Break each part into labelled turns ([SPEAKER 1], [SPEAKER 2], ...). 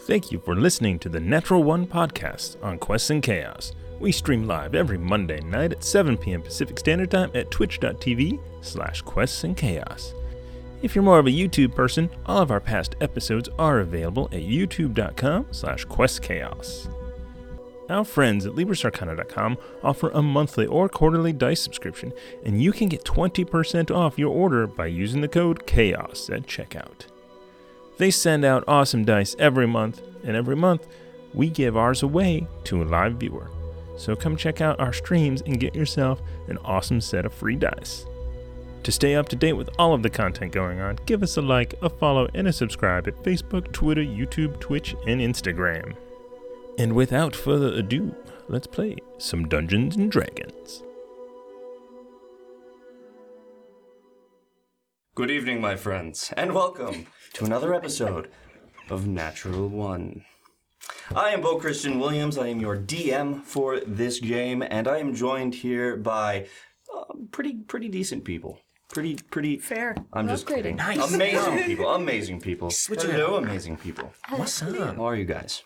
[SPEAKER 1] Thank you for listening to the Natural One podcast on Quests and Chaos. We stream live every Monday night at 7 p.m. Pacific Standard Time at twitch.tv slash quests and chaos. If you're more of a YouTube person, all of our past episodes are available at youtube.com slash questchaos. Our friends at LibraSarcana.com offer a monthly or quarterly dice subscription, and you can get 20% off your order by using the code CHAOS at checkout. They send out awesome dice every month, and every month we give ours away to a live viewer. So come check out our streams and get yourself an awesome set of free dice. To stay up to date with all of the content going on, give us a like, a follow, and a subscribe at Facebook, Twitter, YouTube, Twitch, and Instagram. And without further ado, let's play some Dungeons and Dragons.
[SPEAKER 2] Good evening, my friends, and welcome to another episode of Natural One. I am Bo Christian Williams. I am your DM for this game, and I am joined here by uh, pretty, pretty decent people. Pretty, pretty.
[SPEAKER 3] Fair.
[SPEAKER 2] I'm just kidding.
[SPEAKER 3] Upgraded.
[SPEAKER 2] Amazing people. Amazing people. Hello, amazing people.
[SPEAKER 4] What's up?
[SPEAKER 2] How are you guys?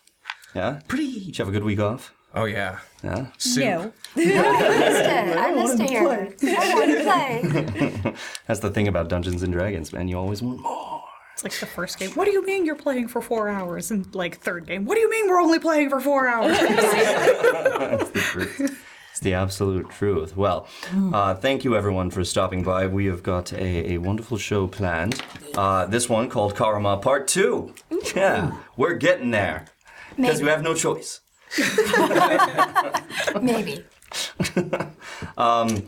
[SPEAKER 2] Yeah. Pretty. Did you have a good week off?
[SPEAKER 4] Oh yeah.
[SPEAKER 2] Yeah.
[SPEAKER 4] Soup.
[SPEAKER 3] No.
[SPEAKER 5] I missed it here. I want to play.
[SPEAKER 2] That's the thing about Dungeons and Dragons, man. You always want more.
[SPEAKER 3] It's like the first game. What do you mean you're playing for four hours? And like third game. What do you mean we're only playing for four hours?
[SPEAKER 2] truth. It's the absolute truth. Well, uh, thank you everyone for stopping by. We have got a, a wonderful show planned. Uh, this one called Karma Part 2. Yeah, we're getting there. Because you have no choice.
[SPEAKER 5] Maybe.
[SPEAKER 2] Um,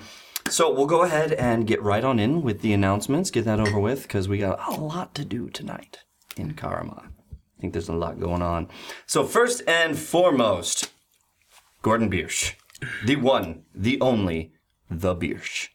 [SPEAKER 2] So we'll go ahead and get right on in with the announcements, get that over with, because we got a lot to do tonight in Karma. I think there's a lot going on. So, first and foremost, Gordon Biersch. The one, the only, the Biersch.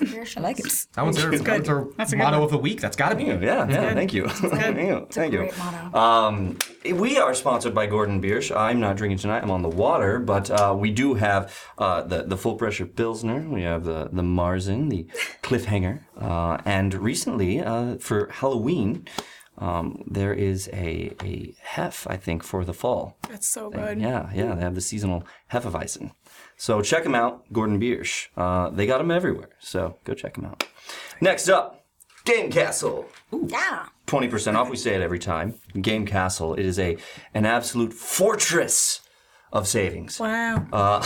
[SPEAKER 5] I like it.
[SPEAKER 4] That one's our, that was our
[SPEAKER 3] That's a good
[SPEAKER 4] motto
[SPEAKER 3] one.
[SPEAKER 4] of the week. That's got to be. it.
[SPEAKER 2] Yeah, yeah, thank you. thank you. Thank you.
[SPEAKER 5] Great motto.
[SPEAKER 2] Um, we are sponsored by Gordon Biersch. I'm not drinking tonight. I'm on the water, but uh, we do have uh, the the full pressure Pilsner. We have the the Marzen, the Cliffhanger, uh, and recently uh, for Halloween. Um, there is a, a hef, I think, for the fall.
[SPEAKER 3] That's so
[SPEAKER 2] Thing.
[SPEAKER 3] Oh, good.
[SPEAKER 2] Yeah, yeah, they have the seasonal Hefeweizen. So check them out, Gordon Biersch. Uh, they got them everywhere, so go check them out. Next up, Game Castle
[SPEAKER 5] Yeah.
[SPEAKER 2] 20% off. We say it every time. Game Castle. It is a an absolute fortress of savings. Uh,
[SPEAKER 3] Wow.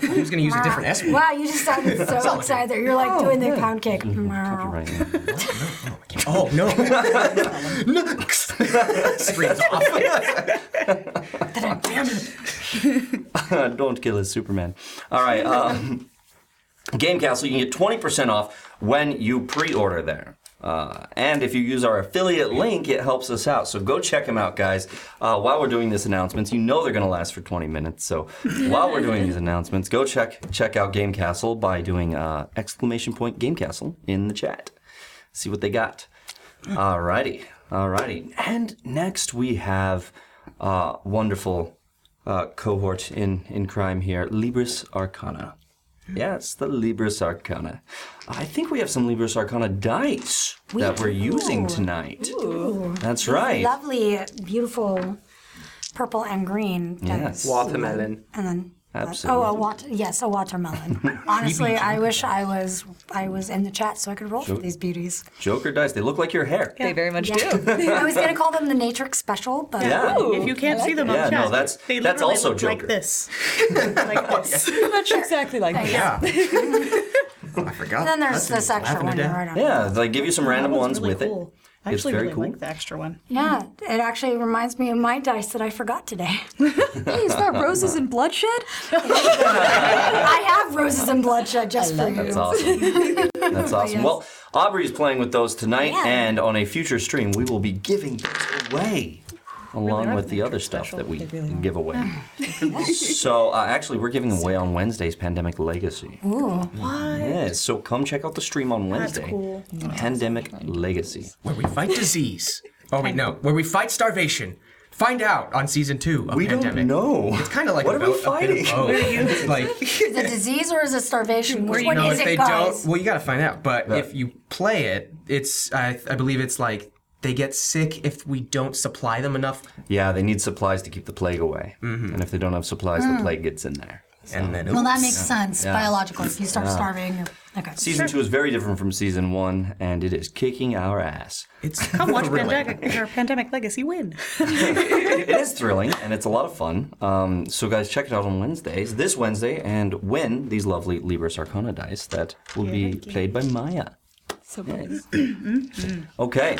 [SPEAKER 4] He was gonna use a different S. word.
[SPEAKER 5] Wow, you just sounded so excited. You're like
[SPEAKER 3] Oh,
[SPEAKER 5] doing the pound cake.
[SPEAKER 2] Mm-hmm.
[SPEAKER 5] Wow.
[SPEAKER 2] Right now.
[SPEAKER 4] Oh no. no. Screams off.
[SPEAKER 2] Don't kill his Superman. All right. Um, Game Castle, you can get 20% off when you pre order there. Uh, and if you use our affiliate link, it helps us out. So go check them out, guys. Uh, while we're doing these announcements, you know they're going to last for 20 minutes. So while we're doing these announcements, go check check out Game Castle by doing uh, exclamation point Game Castle in the chat. See what they got. Alrighty, alrighty. And next we have uh, wonderful uh, cohort in in crime here, Libris Arcana. Yes, the Libris Arcana. I think we have some Libris Arcana dice that we're using tonight. That's right.
[SPEAKER 5] Lovely, beautiful purple and green.
[SPEAKER 2] Yes.
[SPEAKER 6] Watermelon.
[SPEAKER 5] And then
[SPEAKER 2] Absolutely.
[SPEAKER 5] Oh, a water. Yes, a watermelon. Honestly, I wish I was I was in the chat so I could roll for these beauties.
[SPEAKER 2] Joker dice. They look like your hair.
[SPEAKER 7] They very much
[SPEAKER 5] Yeah.
[SPEAKER 7] do.
[SPEAKER 5] I was gonna call them the Natrix Special, but
[SPEAKER 2] Yeah.
[SPEAKER 3] If you can't see them on
[SPEAKER 2] Yeah,
[SPEAKER 3] chat,
[SPEAKER 2] no, that's-
[SPEAKER 3] they
[SPEAKER 2] that's
[SPEAKER 3] literally
[SPEAKER 2] also
[SPEAKER 3] look
[SPEAKER 2] Joker. Oh,
[SPEAKER 3] like this. like this.
[SPEAKER 7] Much exactly like that.
[SPEAKER 4] Yeah. I forgot.
[SPEAKER 5] then there's this extra one right on.
[SPEAKER 2] Yeah, they give you some random
[SPEAKER 3] That
[SPEAKER 2] ones
[SPEAKER 3] really
[SPEAKER 2] with
[SPEAKER 3] cool.
[SPEAKER 2] it.
[SPEAKER 3] I
[SPEAKER 2] It's
[SPEAKER 3] actually
[SPEAKER 2] very
[SPEAKER 3] really
[SPEAKER 2] cool.
[SPEAKER 3] like the extra one.
[SPEAKER 5] Yeah, it actually reminds me of my dice that I forgot today. is that roses and bloodshed? I have roses and bloodshed just for you. Oh,
[SPEAKER 2] That's awesome. That's awesome.
[SPEAKER 5] Yes.
[SPEAKER 2] Well, Aubrey's playing with those tonight,
[SPEAKER 5] Yeah.
[SPEAKER 2] and on a future stream, we will be giving those away along
[SPEAKER 3] are
[SPEAKER 2] with the other stuff
[SPEAKER 3] special.
[SPEAKER 2] that we
[SPEAKER 3] They really are.
[SPEAKER 2] give away. so, uh, actually, we're giving away on Wednesday's Pandemic Legacy.
[SPEAKER 5] Ooh.
[SPEAKER 2] Yeah, so come check out the stream on Wednesday.
[SPEAKER 3] cool.
[SPEAKER 2] Pandemic Legacy.
[SPEAKER 4] Where we fight disease. Oh wait, no. Where we fight starvation. Find out on season two of
[SPEAKER 2] We
[SPEAKER 4] Pandemic.
[SPEAKER 2] don't know.
[SPEAKER 4] It's kind of like
[SPEAKER 2] What are we
[SPEAKER 4] about a bit of
[SPEAKER 2] fighting?
[SPEAKER 4] both. It's like
[SPEAKER 5] Is it disease or is it starvation? Which
[SPEAKER 4] you
[SPEAKER 5] one
[SPEAKER 4] know,
[SPEAKER 5] is
[SPEAKER 4] if they
[SPEAKER 5] it, guys?
[SPEAKER 4] don't, well, you got to find out. But if you play it, it's I, I believe it's like they get sick if we don't supply them enough,
[SPEAKER 2] Yeah, they need supplies to keep the plague away. And if they don't have supplies, the plague gets in there.
[SPEAKER 4] Mm-hmm. and then
[SPEAKER 5] Hmm. Well, that makes sense biologically. If you start starving, you're, okay.
[SPEAKER 2] Season two is very different from season one, and it is kicking our ass.
[SPEAKER 4] it's
[SPEAKER 3] Come watch Pandemic, or Pandemic Legacy win.
[SPEAKER 2] it is thrilling and it's a lot of fun. Um, so, guys, check it out on Wednesdays, this Wednesday, and win these lovely Libra Arcana dice that will be played by Maya.
[SPEAKER 6] So
[SPEAKER 2] Okay,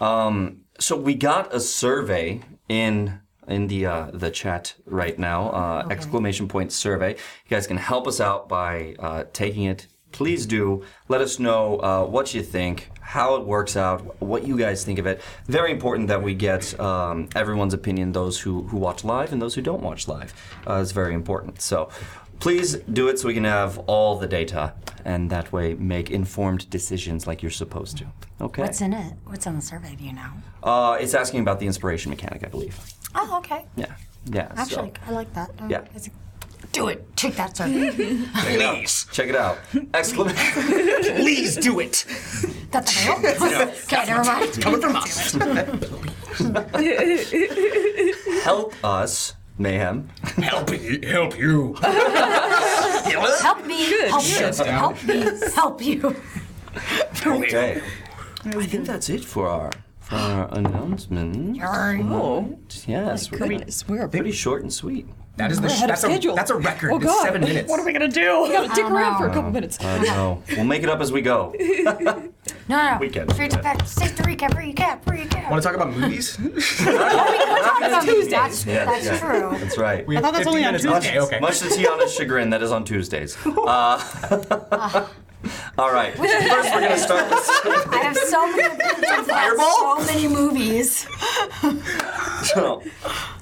[SPEAKER 2] um, so we got a survey in in the uh, the chat right now. Uh, Exclamation point survey. You guys can help us out by uh, taking it. Please do let us know uh, what you think, how it works out, what you guys think of it. Very important that we get um, everyone's opinion, those who, who watch live and those who don't watch live. Uh, it's very important. So please do it so we can have all the data and that way make informed decisions like you're supposed to. Okay.
[SPEAKER 5] What's in it? What's on the survey? Do you know?
[SPEAKER 2] Uh, it's asking about the inspiration mechanic, I believe.
[SPEAKER 5] Oh, okay.
[SPEAKER 2] Yeah. Yeah.
[SPEAKER 5] Actually,
[SPEAKER 2] so
[SPEAKER 5] I like that. Uh,
[SPEAKER 2] Yeah.
[SPEAKER 5] it's- Do it. Take that survey.
[SPEAKER 4] please,
[SPEAKER 2] check it out. Exclamation.
[SPEAKER 4] please do it.
[SPEAKER 5] That's real. okay, never mind.
[SPEAKER 4] Coming from us.
[SPEAKER 2] Help us, Mayhem.
[SPEAKER 4] help you, help you.
[SPEAKER 5] Help me. help you. Help me. Help you.
[SPEAKER 2] Okay. I think that's it for our for our announcement.
[SPEAKER 6] Oh,
[SPEAKER 2] Yes, we're gonna-
[SPEAKER 6] goodness, we're a big
[SPEAKER 2] pretty short and sweet.
[SPEAKER 4] That is the
[SPEAKER 6] ahead of
[SPEAKER 4] that's a,
[SPEAKER 6] schedule.
[SPEAKER 4] that's a record.
[SPEAKER 6] Oh,
[SPEAKER 4] It's
[SPEAKER 6] God.
[SPEAKER 4] seven minutes.
[SPEAKER 3] What are we gonna do?
[SPEAKER 6] gotta dick around for a couple minutes.
[SPEAKER 2] I don't know. We'll make it up as we go.
[SPEAKER 5] No, no, no.
[SPEAKER 2] We can do
[SPEAKER 5] Free to
[SPEAKER 2] that.
[SPEAKER 5] pack. Save the recap. Recap. Recap.
[SPEAKER 4] Want to talk about movies?
[SPEAKER 5] That's, that's,
[SPEAKER 2] Yeah,
[SPEAKER 5] that's
[SPEAKER 2] yeah.
[SPEAKER 5] true.
[SPEAKER 2] That's right.
[SPEAKER 4] I
[SPEAKER 3] thought that's only on Tuesdays.
[SPEAKER 4] Okay.
[SPEAKER 2] Much to Tiana's chagrin, that is on Tuesdays. Uh, all right. First, we're gonna start with.
[SPEAKER 5] I have so many opinions about so many movies.
[SPEAKER 2] So,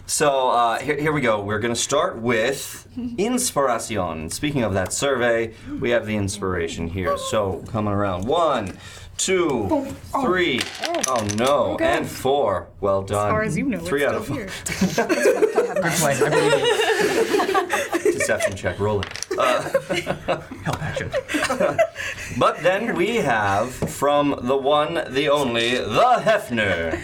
[SPEAKER 2] so uh, here, here we go. We're going to start with inspiration. Speaking of that survey, we have the inspiration here. So coming around one, two,
[SPEAKER 3] oh.
[SPEAKER 2] three. Oh no, and four. Well done. As
[SPEAKER 3] Or as you know,
[SPEAKER 2] three
[SPEAKER 3] it's
[SPEAKER 2] out of
[SPEAKER 3] still
[SPEAKER 2] five.
[SPEAKER 3] here.
[SPEAKER 4] Good play. I believe you.
[SPEAKER 2] Deception check. Roll it.
[SPEAKER 4] Uh, Help action.
[SPEAKER 2] But then we have from the one, the only, the Hefner.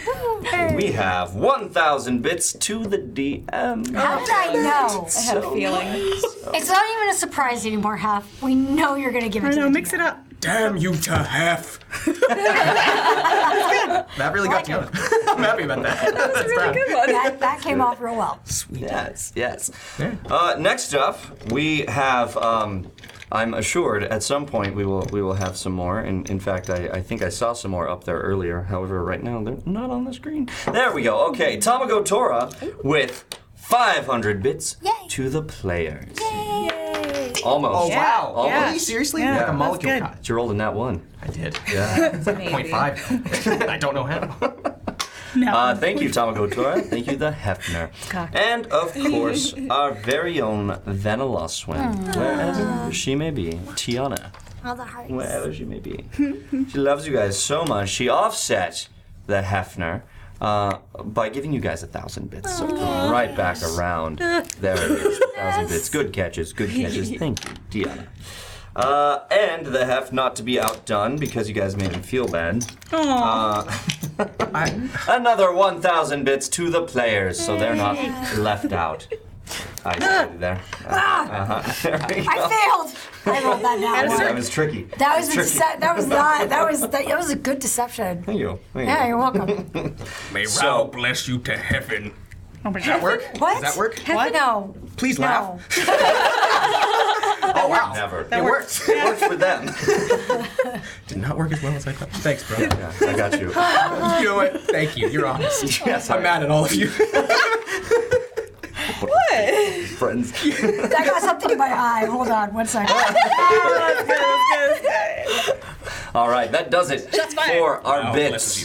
[SPEAKER 2] We have 1,000 bits to
[SPEAKER 4] Oh,
[SPEAKER 2] the DM.
[SPEAKER 5] How did I know?
[SPEAKER 6] I had a feeling.
[SPEAKER 5] It's not even a surprise anymore, Half. We know you're gonna give it
[SPEAKER 3] I
[SPEAKER 5] to
[SPEAKER 3] know,
[SPEAKER 5] the
[SPEAKER 3] mix it up.
[SPEAKER 4] Damn you to half. that really got you. I'm happy about that. That's really good.
[SPEAKER 5] That, that came off real well.
[SPEAKER 2] Yes, yes. Uh, next up, we have. Um, I'm assured at some point we will we will have some more. And in fact, I, I think I saw some more up there earlier. However, right now they're not on the screen. There we go. Okay, Tamago Tora with 500 bits
[SPEAKER 5] Yay.
[SPEAKER 2] to the players. Almost.
[SPEAKER 4] Oh wow! Oh,
[SPEAKER 3] yeah.
[SPEAKER 4] really? Seriously?
[SPEAKER 3] Yeah,
[SPEAKER 4] like a
[SPEAKER 3] that's
[SPEAKER 4] molecule
[SPEAKER 3] good.
[SPEAKER 4] pouch.
[SPEAKER 2] You rolled in that one.
[SPEAKER 4] I did. Yeah. It's like
[SPEAKER 6] Maybe.
[SPEAKER 4] 0.5. I don't know how.
[SPEAKER 3] No.
[SPEAKER 2] Uh, thank you, Tamago Tora. thank you, the Hefner. And of course, our very own Vaneloswin, wherever she may be, Tiana.
[SPEAKER 5] All the hearts.
[SPEAKER 2] wherever she may be. she loves you guys so much. She offset the Hefner uh, by giving you guys a thousand bits. So come right back around. There it is. A thousand bits. Good catches. Good catches. Thank you, Deanna. Uh, and the Hef not to be outdone because you guys made him feel bad. Uh,
[SPEAKER 4] I,
[SPEAKER 2] Another 1,000 bits to the players so they're not left out. I see you there. Uh-huh. There we go.
[SPEAKER 5] Ah. I failed. I rolled that down.
[SPEAKER 2] That was tricky.
[SPEAKER 5] That was a
[SPEAKER 2] tricky.
[SPEAKER 5] dece- that was not that was that, that was a good deception.
[SPEAKER 2] Thank you. Thank
[SPEAKER 5] Yeah,
[SPEAKER 2] you.
[SPEAKER 5] you're welcome.
[SPEAKER 4] may
[SPEAKER 2] So-
[SPEAKER 4] Raoul bless you to heaven.
[SPEAKER 3] Oh my
[SPEAKER 4] That
[SPEAKER 3] God.
[SPEAKER 4] work?
[SPEAKER 5] What?
[SPEAKER 4] Does that work?
[SPEAKER 5] What? No.
[SPEAKER 4] Please
[SPEAKER 5] No.
[SPEAKER 4] laugh. Oh wow!
[SPEAKER 2] Never.
[SPEAKER 4] It works.
[SPEAKER 2] It worked for them.
[SPEAKER 4] Did not work as well as I thought. Thanks, bro.
[SPEAKER 2] Yeah, I got you.
[SPEAKER 4] You know what? Thank you. You're honest.
[SPEAKER 2] Yes,
[SPEAKER 4] I'm mad at all of you.
[SPEAKER 2] friends.
[SPEAKER 5] I got something in my eye. Hold on one second.
[SPEAKER 2] All right, that does it
[SPEAKER 6] Shots fired.
[SPEAKER 2] for our
[SPEAKER 1] Wow,
[SPEAKER 2] bits.
[SPEAKER 1] blesses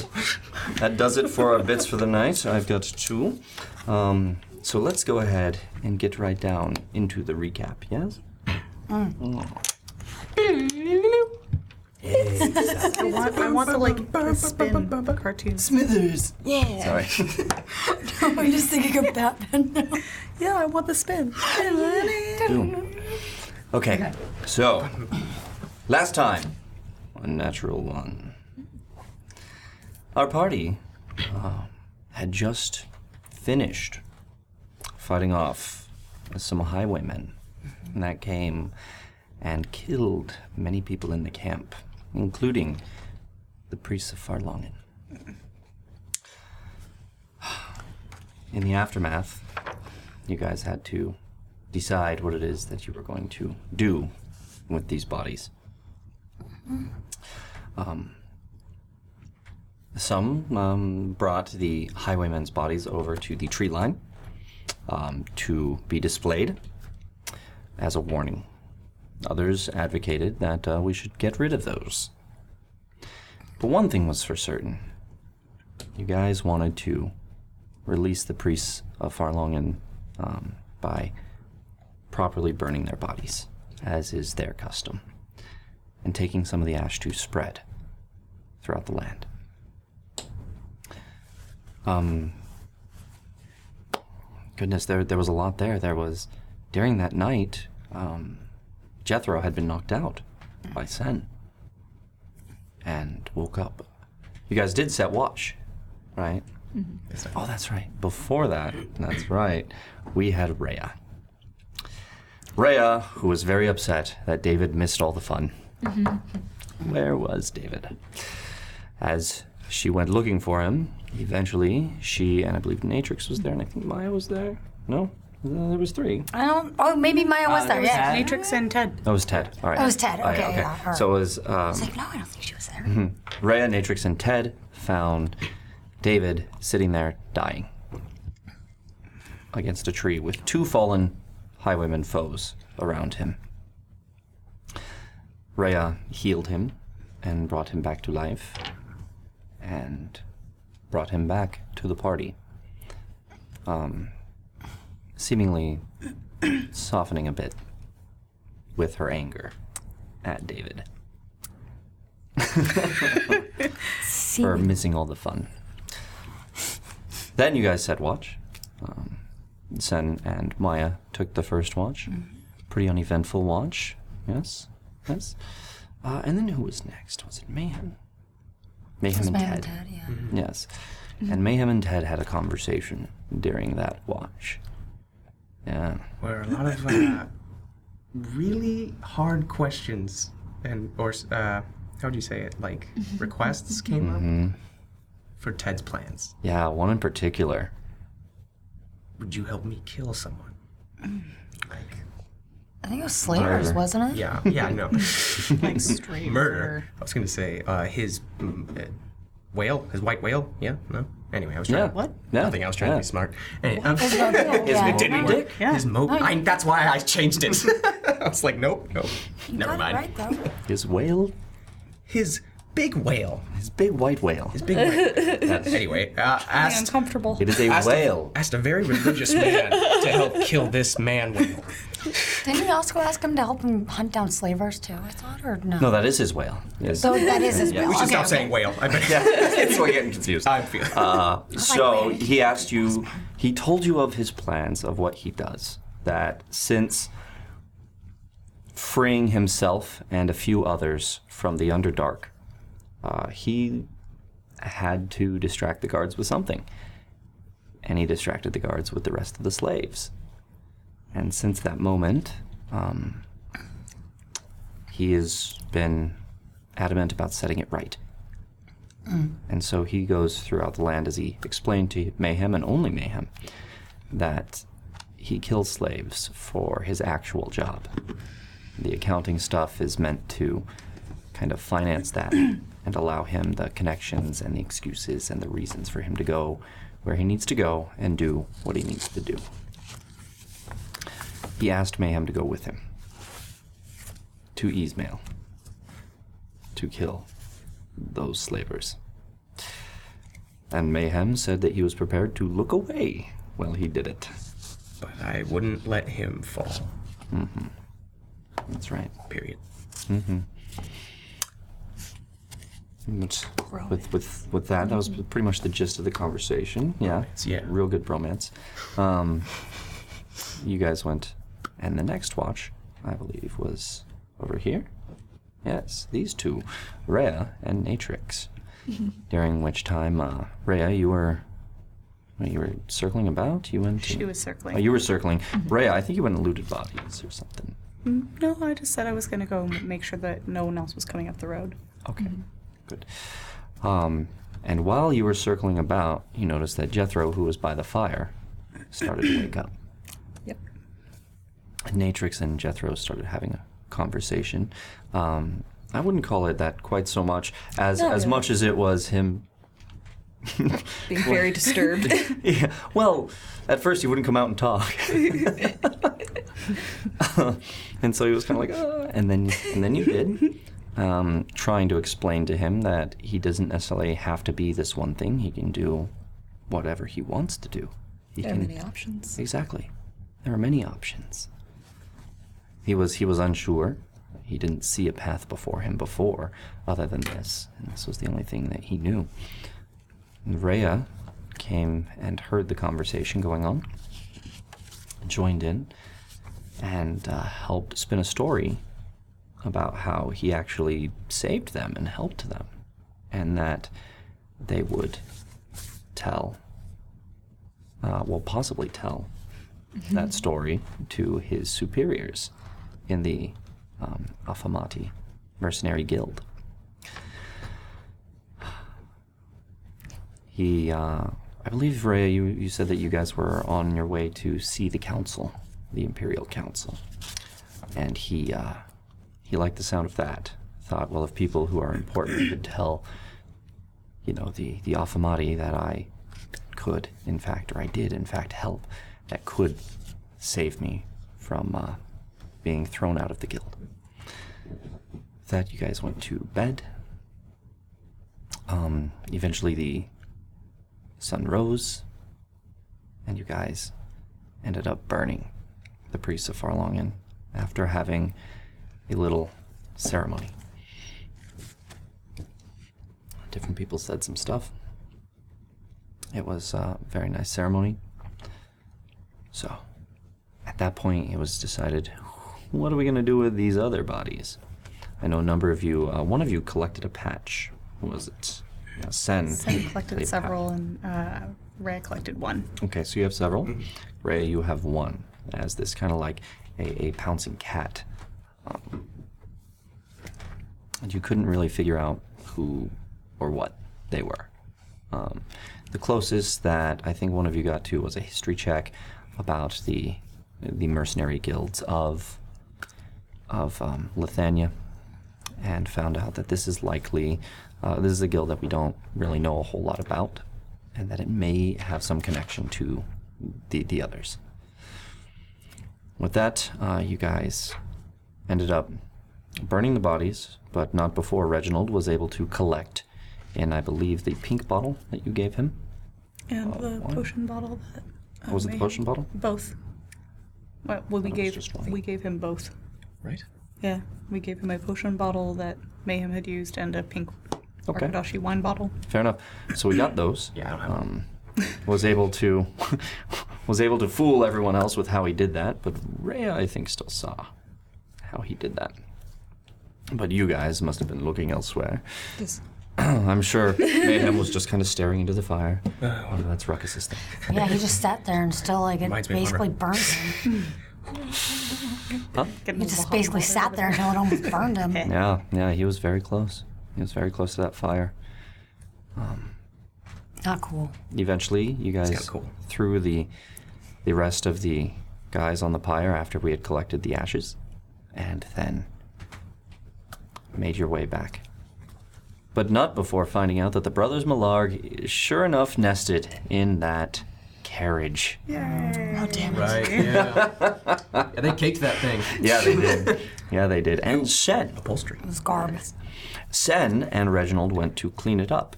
[SPEAKER 1] you.
[SPEAKER 2] that does it for our bits for the night. I've got two. Um, so let's go ahead and get right down into the recap, yes?
[SPEAKER 5] Mm.
[SPEAKER 3] I want, I want the like the spin cartoon.
[SPEAKER 2] Smithers.
[SPEAKER 5] Yeah.
[SPEAKER 2] Sorry.
[SPEAKER 5] I'm just thinking of Batman now.
[SPEAKER 3] Yeah, I want the spin.
[SPEAKER 2] Okay, so last time a natural one. Our party uh, had just finished fighting off some highwaymen that came and killed many people in the camp, including the priests of Farlongen. In the aftermath, you guys had to decide what it is that you were going to do with these bodies. Um, some um, brought the highwaymen's bodies over to the tree line um, to be displayed as a warning. Others advocated that uh, we should get rid of those. But one thing was for certain you guys wanted to release the priests of Farlongen um, by properly burning their bodies, as is their custom, and taking some of the ash to spread throughout the land. Um, goodness, there, there was a lot there. There was, during that night, um, Jethro had been knocked out by Sen and woke up. You guys did set watch, right? Oh, that's right. Before that, that's right, we had Rhea. Rhea, who was very upset that David missed all the fun. Where was David? As she went looking for him, eventually she and I believe Natrix was there, and I think Maya was there. No, Uh, there was three.
[SPEAKER 5] I don't. Oh, maybe Maya was there. Yeah.
[SPEAKER 3] Uh, Matrix and Ted.
[SPEAKER 2] That was Ted. All right.
[SPEAKER 5] That was Ted.
[SPEAKER 2] Oh,
[SPEAKER 5] Okay, yeah, all right.
[SPEAKER 2] So it was um,
[SPEAKER 5] Like, no, I don't think she was there.
[SPEAKER 2] Mm-hmm. Rhea, Natrix, and Ted found David sitting there dying against a tree with two fallen highwaymen foes around him. Rhea healed him and brought him back to life and brought him back to the party. Um, seemingly softening a bit with her anger at David. for missing all the fun. Then you guys said watch. Um, Sen and Maya took the first watch.
[SPEAKER 5] Mm-hmm.
[SPEAKER 2] Pretty uneventful watch. Yes. Yes. Uh, and then who was next? Was it Mayhem? Mayhem and
[SPEAKER 5] Maya
[SPEAKER 2] Ted.
[SPEAKER 5] and Ted, yeah.
[SPEAKER 4] Mm-hmm.
[SPEAKER 5] Mm-hmm.
[SPEAKER 2] Yes. And Mayhem and Ted had a conversation during that watch. Yeah.
[SPEAKER 4] where a lot of uh, really hard questions and or uh, how do you say it like requests came
[SPEAKER 2] Mm-hmm.
[SPEAKER 4] up for Ted's plans.
[SPEAKER 2] Yeah, one in particular.
[SPEAKER 4] Would you help me kill someone? Like
[SPEAKER 5] I think it was Slayers,
[SPEAKER 2] Murder.
[SPEAKER 5] wasn't it?
[SPEAKER 4] yeah, yeah, no
[SPEAKER 6] Like straight
[SPEAKER 4] murder. I was gonna say uh, his mm, uh, whale, his white whale. Yeah, no. Anyway, I was trying.
[SPEAKER 2] Yeah.
[SPEAKER 4] to-
[SPEAKER 2] What?
[SPEAKER 4] Nothing. I was trying to be smart. Anyway, um,
[SPEAKER 5] Yeah.
[SPEAKER 2] It didn't
[SPEAKER 4] Dick? His mope. I, that's why I changed it. I was like, nope, nope. Never
[SPEAKER 5] Got it
[SPEAKER 4] mind.
[SPEAKER 5] right though.
[SPEAKER 2] His whale,
[SPEAKER 4] His big whale.
[SPEAKER 2] his big white whale.
[SPEAKER 4] His big whale. anyway, uh, asked,
[SPEAKER 3] Uncomfortable.
[SPEAKER 2] It is a
[SPEAKER 4] asked,
[SPEAKER 2] whale.
[SPEAKER 4] A, asked a very religious man to help kill this man whale.
[SPEAKER 5] Didn't we also ask him to help him hunt down slavers too? I thought, or no?
[SPEAKER 2] No, that is his whale. Yes.
[SPEAKER 5] So that is his will.
[SPEAKER 4] We should
[SPEAKER 5] okay,
[SPEAKER 4] stop
[SPEAKER 5] okay.
[SPEAKER 4] saying whale. I bet.
[SPEAKER 2] That's why I'm getting confused. Uh,
[SPEAKER 4] I feel.
[SPEAKER 2] so he asked you, he told you of his plans of what he does. That since freeing himself and a few others from the Underdark, uh, he had to distract the guards with something. And he distracted the guards with the rest of the slaves. And since that moment, um, he has been adamant about setting it right. And so he goes throughout the land as he explained to Mayhem and only Mayhem that he kills slaves for his actual job. The accounting stuff is meant to kind of finance that and allow him the connections and the excuses and the reasons for him to go where he needs to go and do what he needs to do. He asked Mayhem to go with him to Ismail to kill those slavers. And Mayhem said that he was prepared to look away while he did it.
[SPEAKER 4] But I wouldn't let him fall.
[SPEAKER 2] Mm-hmm. That's right.
[SPEAKER 4] Period.
[SPEAKER 2] Mm-hmm. That's- with with with that, that was pretty much the gist of the conversation. Yeah,
[SPEAKER 4] yeah.
[SPEAKER 2] real good bromance. Um, you guys went, and the next watch, I believe, was over here. Yes, these two, Rhea and Natrix. During which time, uh, Rhea, you were, well, you were circling about. You went.
[SPEAKER 3] She was circling. Mm-hmm.
[SPEAKER 2] Oh, you were circling. Rhea, I think you went and looted bodies or something.
[SPEAKER 3] Mm, No, I just said I was gonna go m- make sure that no one else was coming up the road.
[SPEAKER 2] Okay, good. Um, and while you were circling about, you noticed that Jethro, who was by the fire, started to wake up.
[SPEAKER 6] Yep.
[SPEAKER 2] And Natrix and Jethro started having a conversation. Um, I wouldn't call it that quite so much as
[SPEAKER 6] Not
[SPEAKER 2] as
[SPEAKER 6] really.
[SPEAKER 2] much as it was him.
[SPEAKER 6] Being very disturbed.
[SPEAKER 2] Yeah. Well, at first he wouldn't come out and talk, and so he was kind of like, "Ah," and then and then you did. um, trying to explain to him that he doesn't necessarily have to be this one thing. He can do whatever he wants to do. He
[SPEAKER 6] there are
[SPEAKER 2] can,
[SPEAKER 6] many options.
[SPEAKER 2] Exactly. There are many options. He was he was unsure. He didn't see a path before him before, other than this, and this was the only thing that he knew. And Rhea came and heard the conversation going on, joined in, and uh, helped spin a story about how he actually saved them and helped them, and that they would tell uh, will possibly tell that story to his superiors in the um, Afamati Mercenary Guild. He, uh, I believe, Rhea, you, you said that you guys were on your way to see the council, the Imperial Council, and he uh, he liked the sound of that. Thought, well, if people who are important could tell, you know, the the Afamati that I could, in fact, or I did, in fact, help that could save me from uh, being thrown out of the guild. With that, you guys went to bed. Um, eventually, the sun rose, and you guys ended up burning the priests of Farlongen after having a little ceremony. Different people said some stuff. It was uh, a very nice ceremony. So, at that point, it was decided what are we going to do with these other bodies? I know a number of you, uh, one of you collected a patch. What was it? Uh, Sen.
[SPEAKER 3] I collected
[SPEAKER 2] They pa-
[SPEAKER 3] several, and uh, Ray collected one.
[SPEAKER 2] Okay, so you have several. Ray, you have one. As this kind of like a, a pouncing cat. Um, and you couldn't really figure out who or what they were. Um, the closest that I think one of you got to was a history check about the the mercenary guilds of of um, Lithania, and found out that this is likely uh, this is a guild that we don't really know a whole lot about, and that it may have some connection to the the others. With that, uh, you guys ended up burning the bodies, but not before Reginald was able to collect, and I believe the pink bottle that you gave him
[SPEAKER 3] And the
[SPEAKER 2] Uh, one.
[SPEAKER 3] potion bottle that. uh,
[SPEAKER 2] was it the
[SPEAKER 3] Mayhem-
[SPEAKER 2] potion bottle?
[SPEAKER 3] Both. Well, well we
[SPEAKER 2] it was
[SPEAKER 3] gave
[SPEAKER 2] just one.
[SPEAKER 3] we gave him both.
[SPEAKER 4] Right?
[SPEAKER 3] Yeah, we gave him a potion bottle that Mayhem had used and a pink
[SPEAKER 2] Okay.
[SPEAKER 3] Arkadashi wine bottle.
[SPEAKER 2] Fair enough. So we got those.
[SPEAKER 4] Yeah, I don't have
[SPEAKER 2] um, was able to was able to fool everyone else with how he did that, but Rhea I think still saw how he did that. But you guys must have been looking elsewhere.
[SPEAKER 6] This-
[SPEAKER 2] I'm sure Mayhem was just kind of staring into the fire. Oh, that's Ruckus's thing.
[SPEAKER 5] Yeah, he just sat there and still like it
[SPEAKER 4] Reminds me of
[SPEAKER 5] basically
[SPEAKER 4] Homer.
[SPEAKER 5] burned him.
[SPEAKER 3] Getting
[SPEAKER 5] He
[SPEAKER 3] a little
[SPEAKER 5] just
[SPEAKER 3] hot
[SPEAKER 5] basically
[SPEAKER 3] water.
[SPEAKER 5] sat there until it almost burned him.
[SPEAKER 2] Yeah, yeah, he was very close. He was very close to that fire. Um,
[SPEAKER 5] Not cool.
[SPEAKER 2] eventually you guys
[SPEAKER 4] kinda cool.
[SPEAKER 2] threw the the rest of the guys on the pyre after we had collected the ashes and then made your way back but not before finding out that the brothers Malarg sure enough nested in that carriage
[SPEAKER 5] Oh damn it.
[SPEAKER 4] Right, yeah. yeah. They caked that thing.
[SPEAKER 2] yeah they did Yeah, they did. And Sen.
[SPEAKER 4] upholstery.
[SPEAKER 5] It was garb.
[SPEAKER 2] Sen and Reginald went to clean it up.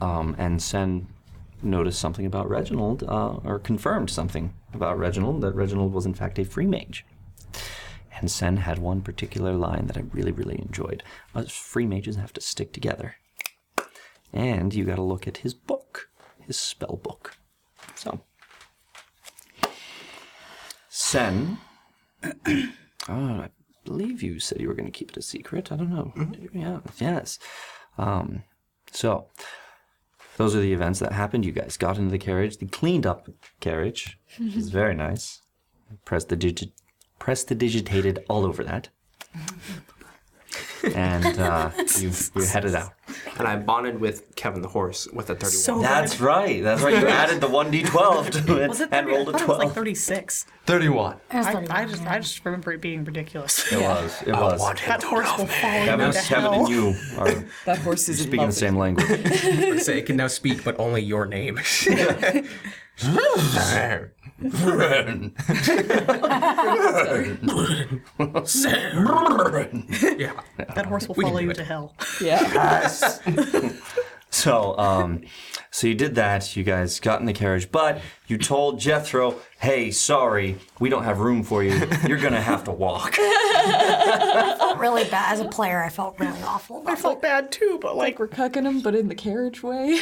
[SPEAKER 2] Um, and Sen noticed something about Reginald, uh, or confirmed something about Reginald, that Reginald was in fact a free mage. And Sen had one particular line that I really, really enjoyed. Us free mages have to stick together. And you got to look at his book, his spell book. So, Sen. oh, I believe you said you were going to keep it a secret. I don't know.
[SPEAKER 8] Mm-hmm.
[SPEAKER 2] Yeah, yes. Um, so, those are the events that happened. You guys got into the carriage, the cleaned up carriage, which is very nice. Prestidigi- Prestidigitated all over that. and uh, you, you headed out.
[SPEAKER 4] And I bonded with Kevin the horse with a 31.
[SPEAKER 3] So
[SPEAKER 2] That's right. That's right. You added the 1d12 to it
[SPEAKER 3] was it
[SPEAKER 2] and
[SPEAKER 3] 30?
[SPEAKER 2] rolled a
[SPEAKER 3] I thought It was
[SPEAKER 2] 12.
[SPEAKER 3] like 36.
[SPEAKER 4] 31.
[SPEAKER 5] It was
[SPEAKER 3] I,
[SPEAKER 5] 31,
[SPEAKER 3] I just
[SPEAKER 5] yeah.
[SPEAKER 3] I just remember it being ridiculous.
[SPEAKER 2] It was. It was.
[SPEAKER 3] That horse will fall
[SPEAKER 5] Oh,
[SPEAKER 2] Kevin,
[SPEAKER 3] into
[SPEAKER 2] Kevin and
[SPEAKER 3] hell.
[SPEAKER 2] you are
[SPEAKER 6] That horse is
[SPEAKER 2] speaking the same language.
[SPEAKER 4] Say it can now speak, but only your name. yeah.
[SPEAKER 3] That horse will
[SPEAKER 4] We can
[SPEAKER 3] follow
[SPEAKER 4] do
[SPEAKER 3] you
[SPEAKER 4] it.
[SPEAKER 3] to hell.
[SPEAKER 6] Yeah.
[SPEAKER 2] So, um, so you did that. You guys got in the carriage, but you told Jethro, "Hey, sorry, we don't have room for you. You're gonna have to walk."
[SPEAKER 5] felt really bad. As a player, I felt really awful.
[SPEAKER 3] I felt bad too, but like
[SPEAKER 6] We're cucking him, but in the carriage way.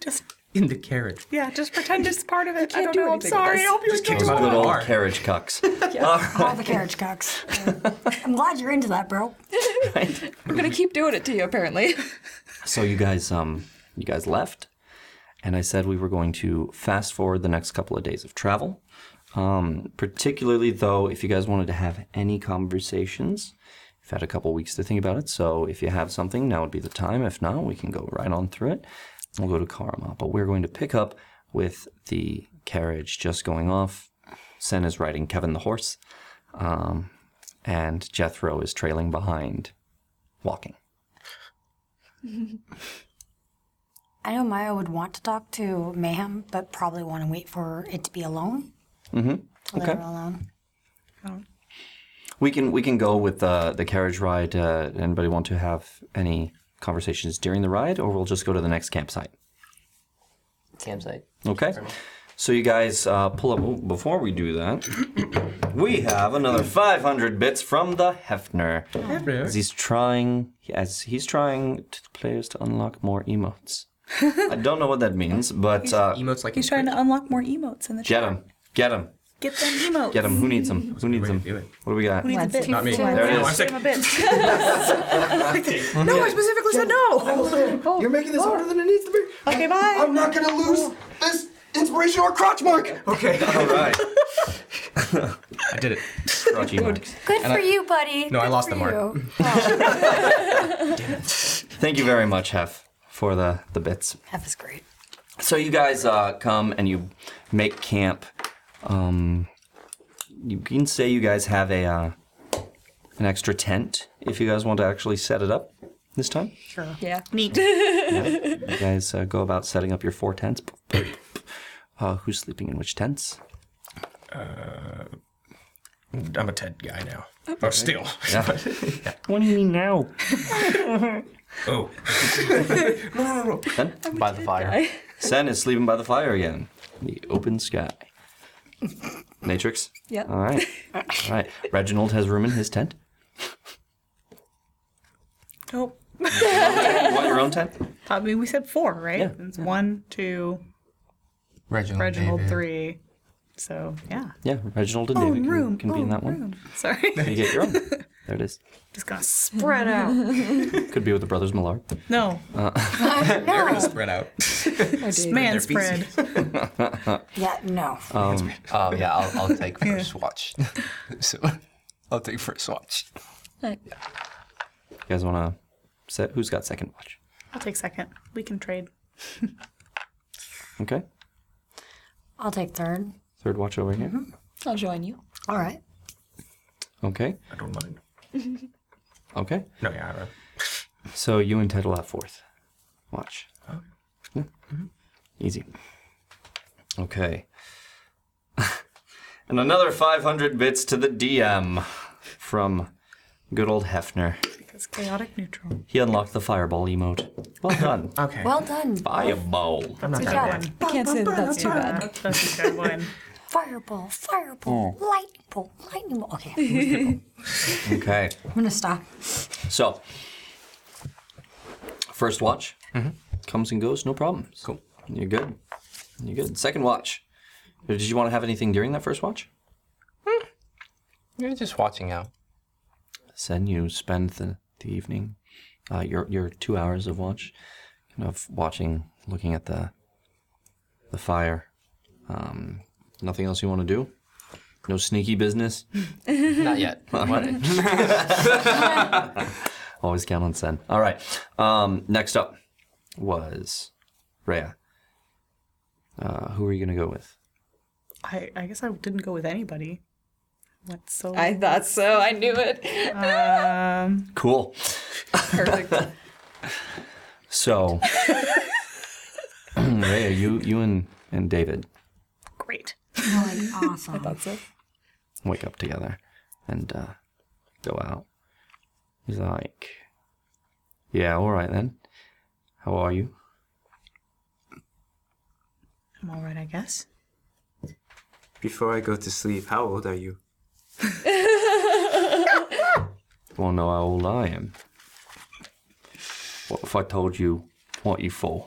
[SPEAKER 3] just
[SPEAKER 4] In the carriage.
[SPEAKER 3] yeah, just pretend it's part of it. I
[SPEAKER 6] can't
[SPEAKER 3] don't
[SPEAKER 6] do
[SPEAKER 3] know. I'm
[SPEAKER 6] anything with
[SPEAKER 3] sorry.
[SPEAKER 6] this.
[SPEAKER 3] I hope you enjoy
[SPEAKER 2] Those
[SPEAKER 4] Come on,
[SPEAKER 2] good old
[SPEAKER 4] Mark.
[SPEAKER 2] carriage cucks.
[SPEAKER 5] All the carriage cocks. I'm glad you're into that, bro.
[SPEAKER 6] We're gonna keep doing it to you, apparently.
[SPEAKER 2] So you guys, um, you guys left, and I said we were going to fast forward the next couple of days of travel. Um, particularly though, if you guys wanted to have any conversations, you've had a couple weeks to think about it. So if you have something, now would be the time. If not, we can go right on through it. We'll go to Karma, but we're going to pick up with the carriage just going off. Sen is riding Kevin the horse, um, and Jethro is trailing behind, walking.
[SPEAKER 5] I know Maya would want to talk to Mayhem, but probably want to wait for it to be alone. Mm-hmm.
[SPEAKER 2] Okay.
[SPEAKER 5] alone.
[SPEAKER 6] Oh.
[SPEAKER 2] We can we can go with the the carriage ride. Uh, anybody want to have any conversations during the ride, or we'll just go to the next campsite?
[SPEAKER 7] Campsite.
[SPEAKER 2] Okay. So you guys uh, pull up. oh, before we do that, we have another 500 bits from the Hefner. As he's trying, as he's trying to the players to unlock more emotes. I don't know what that means, but uh,
[SPEAKER 4] Emotes like
[SPEAKER 3] He's trying to unlock more emotes in the
[SPEAKER 2] get him, get him,
[SPEAKER 3] Get them emotes.
[SPEAKER 2] get him. Who needs him? Who needs
[SPEAKER 4] way to
[SPEAKER 2] him?
[SPEAKER 4] do it.
[SPEAKER 2] What do we got?
[SPEAKER 3] Oh. Needs a bit.
[SPEAKER 4] Not me.
[SPEAKER 2] There it is.
[SPEAKER 4] I'm
[SPEAKER 3] Give him a bit. no, I specifically said no.
[SPEAKER 9] You're making this harder than it needs to be.
[SPEAKER 3] Okay, bye.
[SPEAKER 9] I'm not gonna lose this inspirational crotch mark.
[SPEAKER 4] Okay.
[SPEAKER 2] All right.
[SPEAKER 4] I did it.
[SPEAKER 2] Scratchy Max.
[SPEAKER 5] Good for you, buddy.
[SPEAKER 4] No, I
[SPEAKER 5] Good
[SPEAKER 4] lost
[SPEAKER 5] for
[SPEAKER 4] the mark.
[SPEAKER 5] you.
[SPEAKER 2] Thank you very much, Hef, for the the bits.
[SPEAKER 5] That was great.
[SPEAKER 2] So you guys uh, come and you make camp. Um, you can say you guys have a uh, an extra tent if you guys want to actually set it up this time.
[SPEAKER 6] Yeah.
[SPEAKER 3] Neat.
[SPEAKER 2] You guys uh, go about setting up your four tents. Uh, who's sleeping in which tents?
[SPEAKER 4] Uh, I'm a Ted guy now. Or still.
[SPEAKER 2] What do you mean now?
[SPEAKER 4] Oh. no, no, no.
[SPEAKER 7] By the fire.
[SPEAKER 2] Sen is sleeping by the fire again. The open sky. Matrix.
[SPEAKER 6] Yep.
[SPEAKER 2] All right. All right. Reginald has room in his tent.
[SPEAKER 3] Nope.
[SPEAKER 2] You want your own tent?
[SPEAKER 3] I mean, we said four, right?
[SPEAKER 2] Yeah.
[SPEAKER 3] It's one, two,
[SPEAKER 7] Reginald.
[SPEAKER 3] Reginald
[SPEAKER 7] David.
[SPEAKER 3] three. So yeah.
[SPEAKER 2] Yeah, Reginald and David
[SPEAKER 3] Own
[SPEAKER 2] can,
[SPEAKER 3] room.
[SPEAKER 2] can be in
[SPEAKER 3] own
[SPEAKER 2] that one.
[SPEAKER 3] room. Sorry.
[SPEAKER 2] You get your own. There it is.
[SPEAKER 3] Just gonna spread out.
[SPEAKER 2] Could be with the brothers Uh, Millard.
[SPEAKER 3] No,
[SPEAKER 4] They're gonna spread out.
[SPEAKER 3] man
[SPEAKER 4] Their
[SPEAKER 3] spread.
[SPEAKER 4] feces.
[SPEAKER 2] Mm-hmm.
[SPEAKER 5] Yeah, no.
[SPEAKER 10] uh,
[SPEAKER 7] Um, yeah, I'll, I'll take first watch. so, I'll take first watch.
[SPEAKER 2] You guys want to set? Who's got second watch?
[SPEAKER 3] I'll take second. We can trade.
[SPEAKER 2] Okay.
[SPEAKER 5] I'll take third.
[SPEAKER 2] Third watch over here.
[SPEAKER 6] I'll join you.
[SPEAKER 5] All right.
[SPEAKER 2] Okay.
[SPEAKER 4] I don't mind.
[SPEAKER 2] Okay.
[SPEAKER 4] No, yeah, I don't.
[SPEAKER 2] So you and Ted will have fourth watch. Yeah. Mm-hmm. Easy. Okay. And another 500 bits to the DM from good old Hefner.
[SPEAKER 3] It's chaotic neutral.
[SPEAKER 2] He unlocked the fireball emote. Well done.
[SPEAKER 4] Okay.
[SPEAKER 5] Well done.
[SPEAKER 2] fireball.
[SPEAKER 4] I'm not
[SPEAKER 5] Good
[SPEAKER 4] that
[SPEAKER 5] job.
[SPEAKER 4] bad.
[SPEAKER 6] I can't say that that's too bad.
[SPEAKER 3] That- That's a good one.
[SPEAKER 5] Fireball, fireball, lightning bolt, lightning bolt. Okay, I'm
[SPEAKER 2] Okay.
[SPEAKER 5] gonna stop.
[SPEAKER 2] So, first watch comes and goes, no problems. Cool. You're good. You're good. Second watch. Did you want to have anything during that first watch?
[SPEAKER 7] You're just watching out.
[SPEAKER 2] Then you spend the, the evening, uh, your your two hours of watch, kind of watching, looking at the the fire. Um, nothing else you want to do? No sneaky business.
[SPEAKER 7] Not yet. What?
[SPEAKER 2] Always count on Sen. All right. Um, next up was Rhea. Uh, who are you gonna go with?
[SPEAKER 3] I, I guess I didn't go with anybody. What so?
[SPEAKER 6] I thought so. I knew it.
[SPEAKER 3] um,
[SPEAKER 2] Cool.
[SPEAKER 6] Perfect.
[SPEAKER 2] So, Rhea, you you and and David
[SPEAKER 3] great.
[SPEAKER 5] You're like awesome.
[SPEAKER 2] wake up together and uh, go out. He's like, "Yeah, all right then. How are you?"
[SPEAKER 3] I'm all right, I guess.
[SPEAKER 11] Before I go to sleep, how old are you?
[SPEAKER 2] Wanna know how old I am? What if I told you what you for?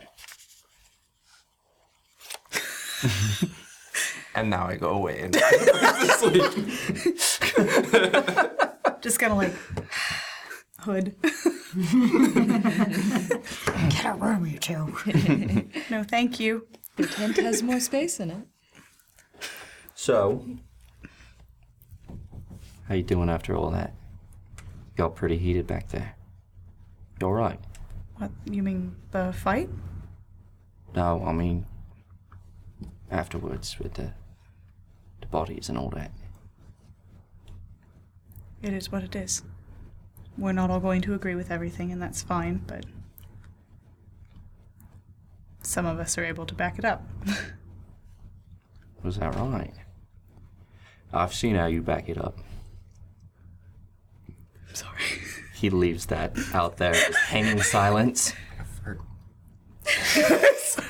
[SPEAKER 11] And now I go away and
[SPEAKER 3] Just kind of like hood.
[SPEAKER 5] Get a room, you two.
[SPEAKER 3] No, thank you.
[SPEAKER 6] the tent has more space in it.
[SPEAKER 2] So, how you doing after all that? Got pretty heated back there. You all right?
[SPEAKER 3] What you mean the fight?
[SPEAKER 2] No, I mean afterwards with the the bodies and all that.
[SPEAKER 3] It is what it is. We're not all going to agree with everything, and that's fine. But some of us are able to back it up.
[SPEAKER 2] Was that right? I've seen how you back it up.
[SPEAKER 3] I'm sorry.
[SPEAKER 2] He leaves that out there, just hanging silence.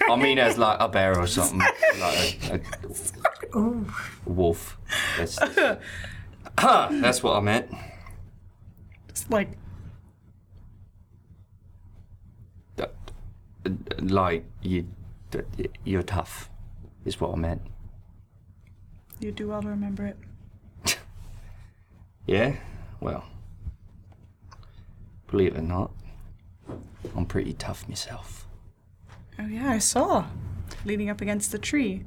[SPEAKER 2] I mean, as like a bear or something, like a, a-
[SPEAKER 12] Oh.
[SPEAKER 2] wolf. That's, that's what I meant.
[SPEAKER 3] Just like
[SPEAKER 2] That- Like you, that you're tough, is what I meant.
[SPEAKER 3] you do well to remember it.
[SPEAKER 2] Yeah, well, believe it or not, I'm pretty tough myself.
[SPEAKER 3] Oh yeah, I saw. Leaning up against the tree.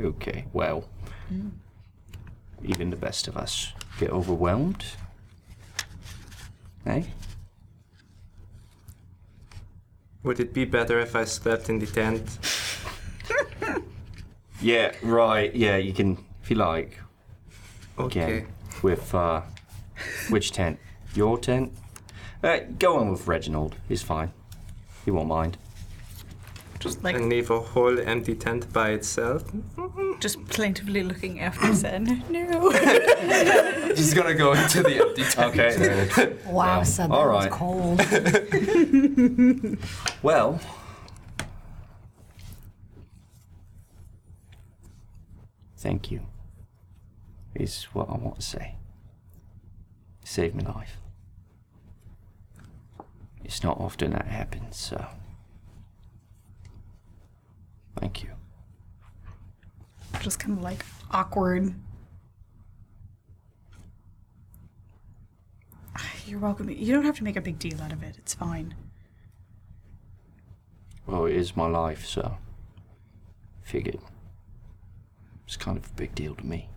[SPEAKER 2] Okay, well, even the best of us get overwhelmed. Eh?
[SPEAKER 11] Would it be better if I slept in the tent?
[SPEAKER 2] Yeah, right. Yeah, you can, if you like.
[SPEAKER 11] Okay.
[SPEAKER 2] Again, with uh, which tent? Your tent? Uh, go on with Reginald. He's fine. He won't mind.
[SPEAKER 3] Just like
[SPEAKER 11] And leave a whole empty tent by itself?
[SPEAKER 3] just plaintively looking after Zen. No.
[SPEAKER 7] He's gonna go into the empty tent.
[SPEAKER 2] Okay.
[SPEAKER 5] Wow, sub.
[SPEAKER 2] all
[SPEAKER 5] that was
[SPEAKER 2] right.
[SPEAKER 5] cold.
[SPEAKER 2] Well, thank you. Is what I want to say. You saved my life. It's not often that happens, so. Thank you.
[SPEAKER 3] just kind of like awkward. You're welcome. You don't have to make a big deal out of it. It's fine.
[SPEAKER 2] Well, it is my life, so. Figured. It's kind of a big deal to me.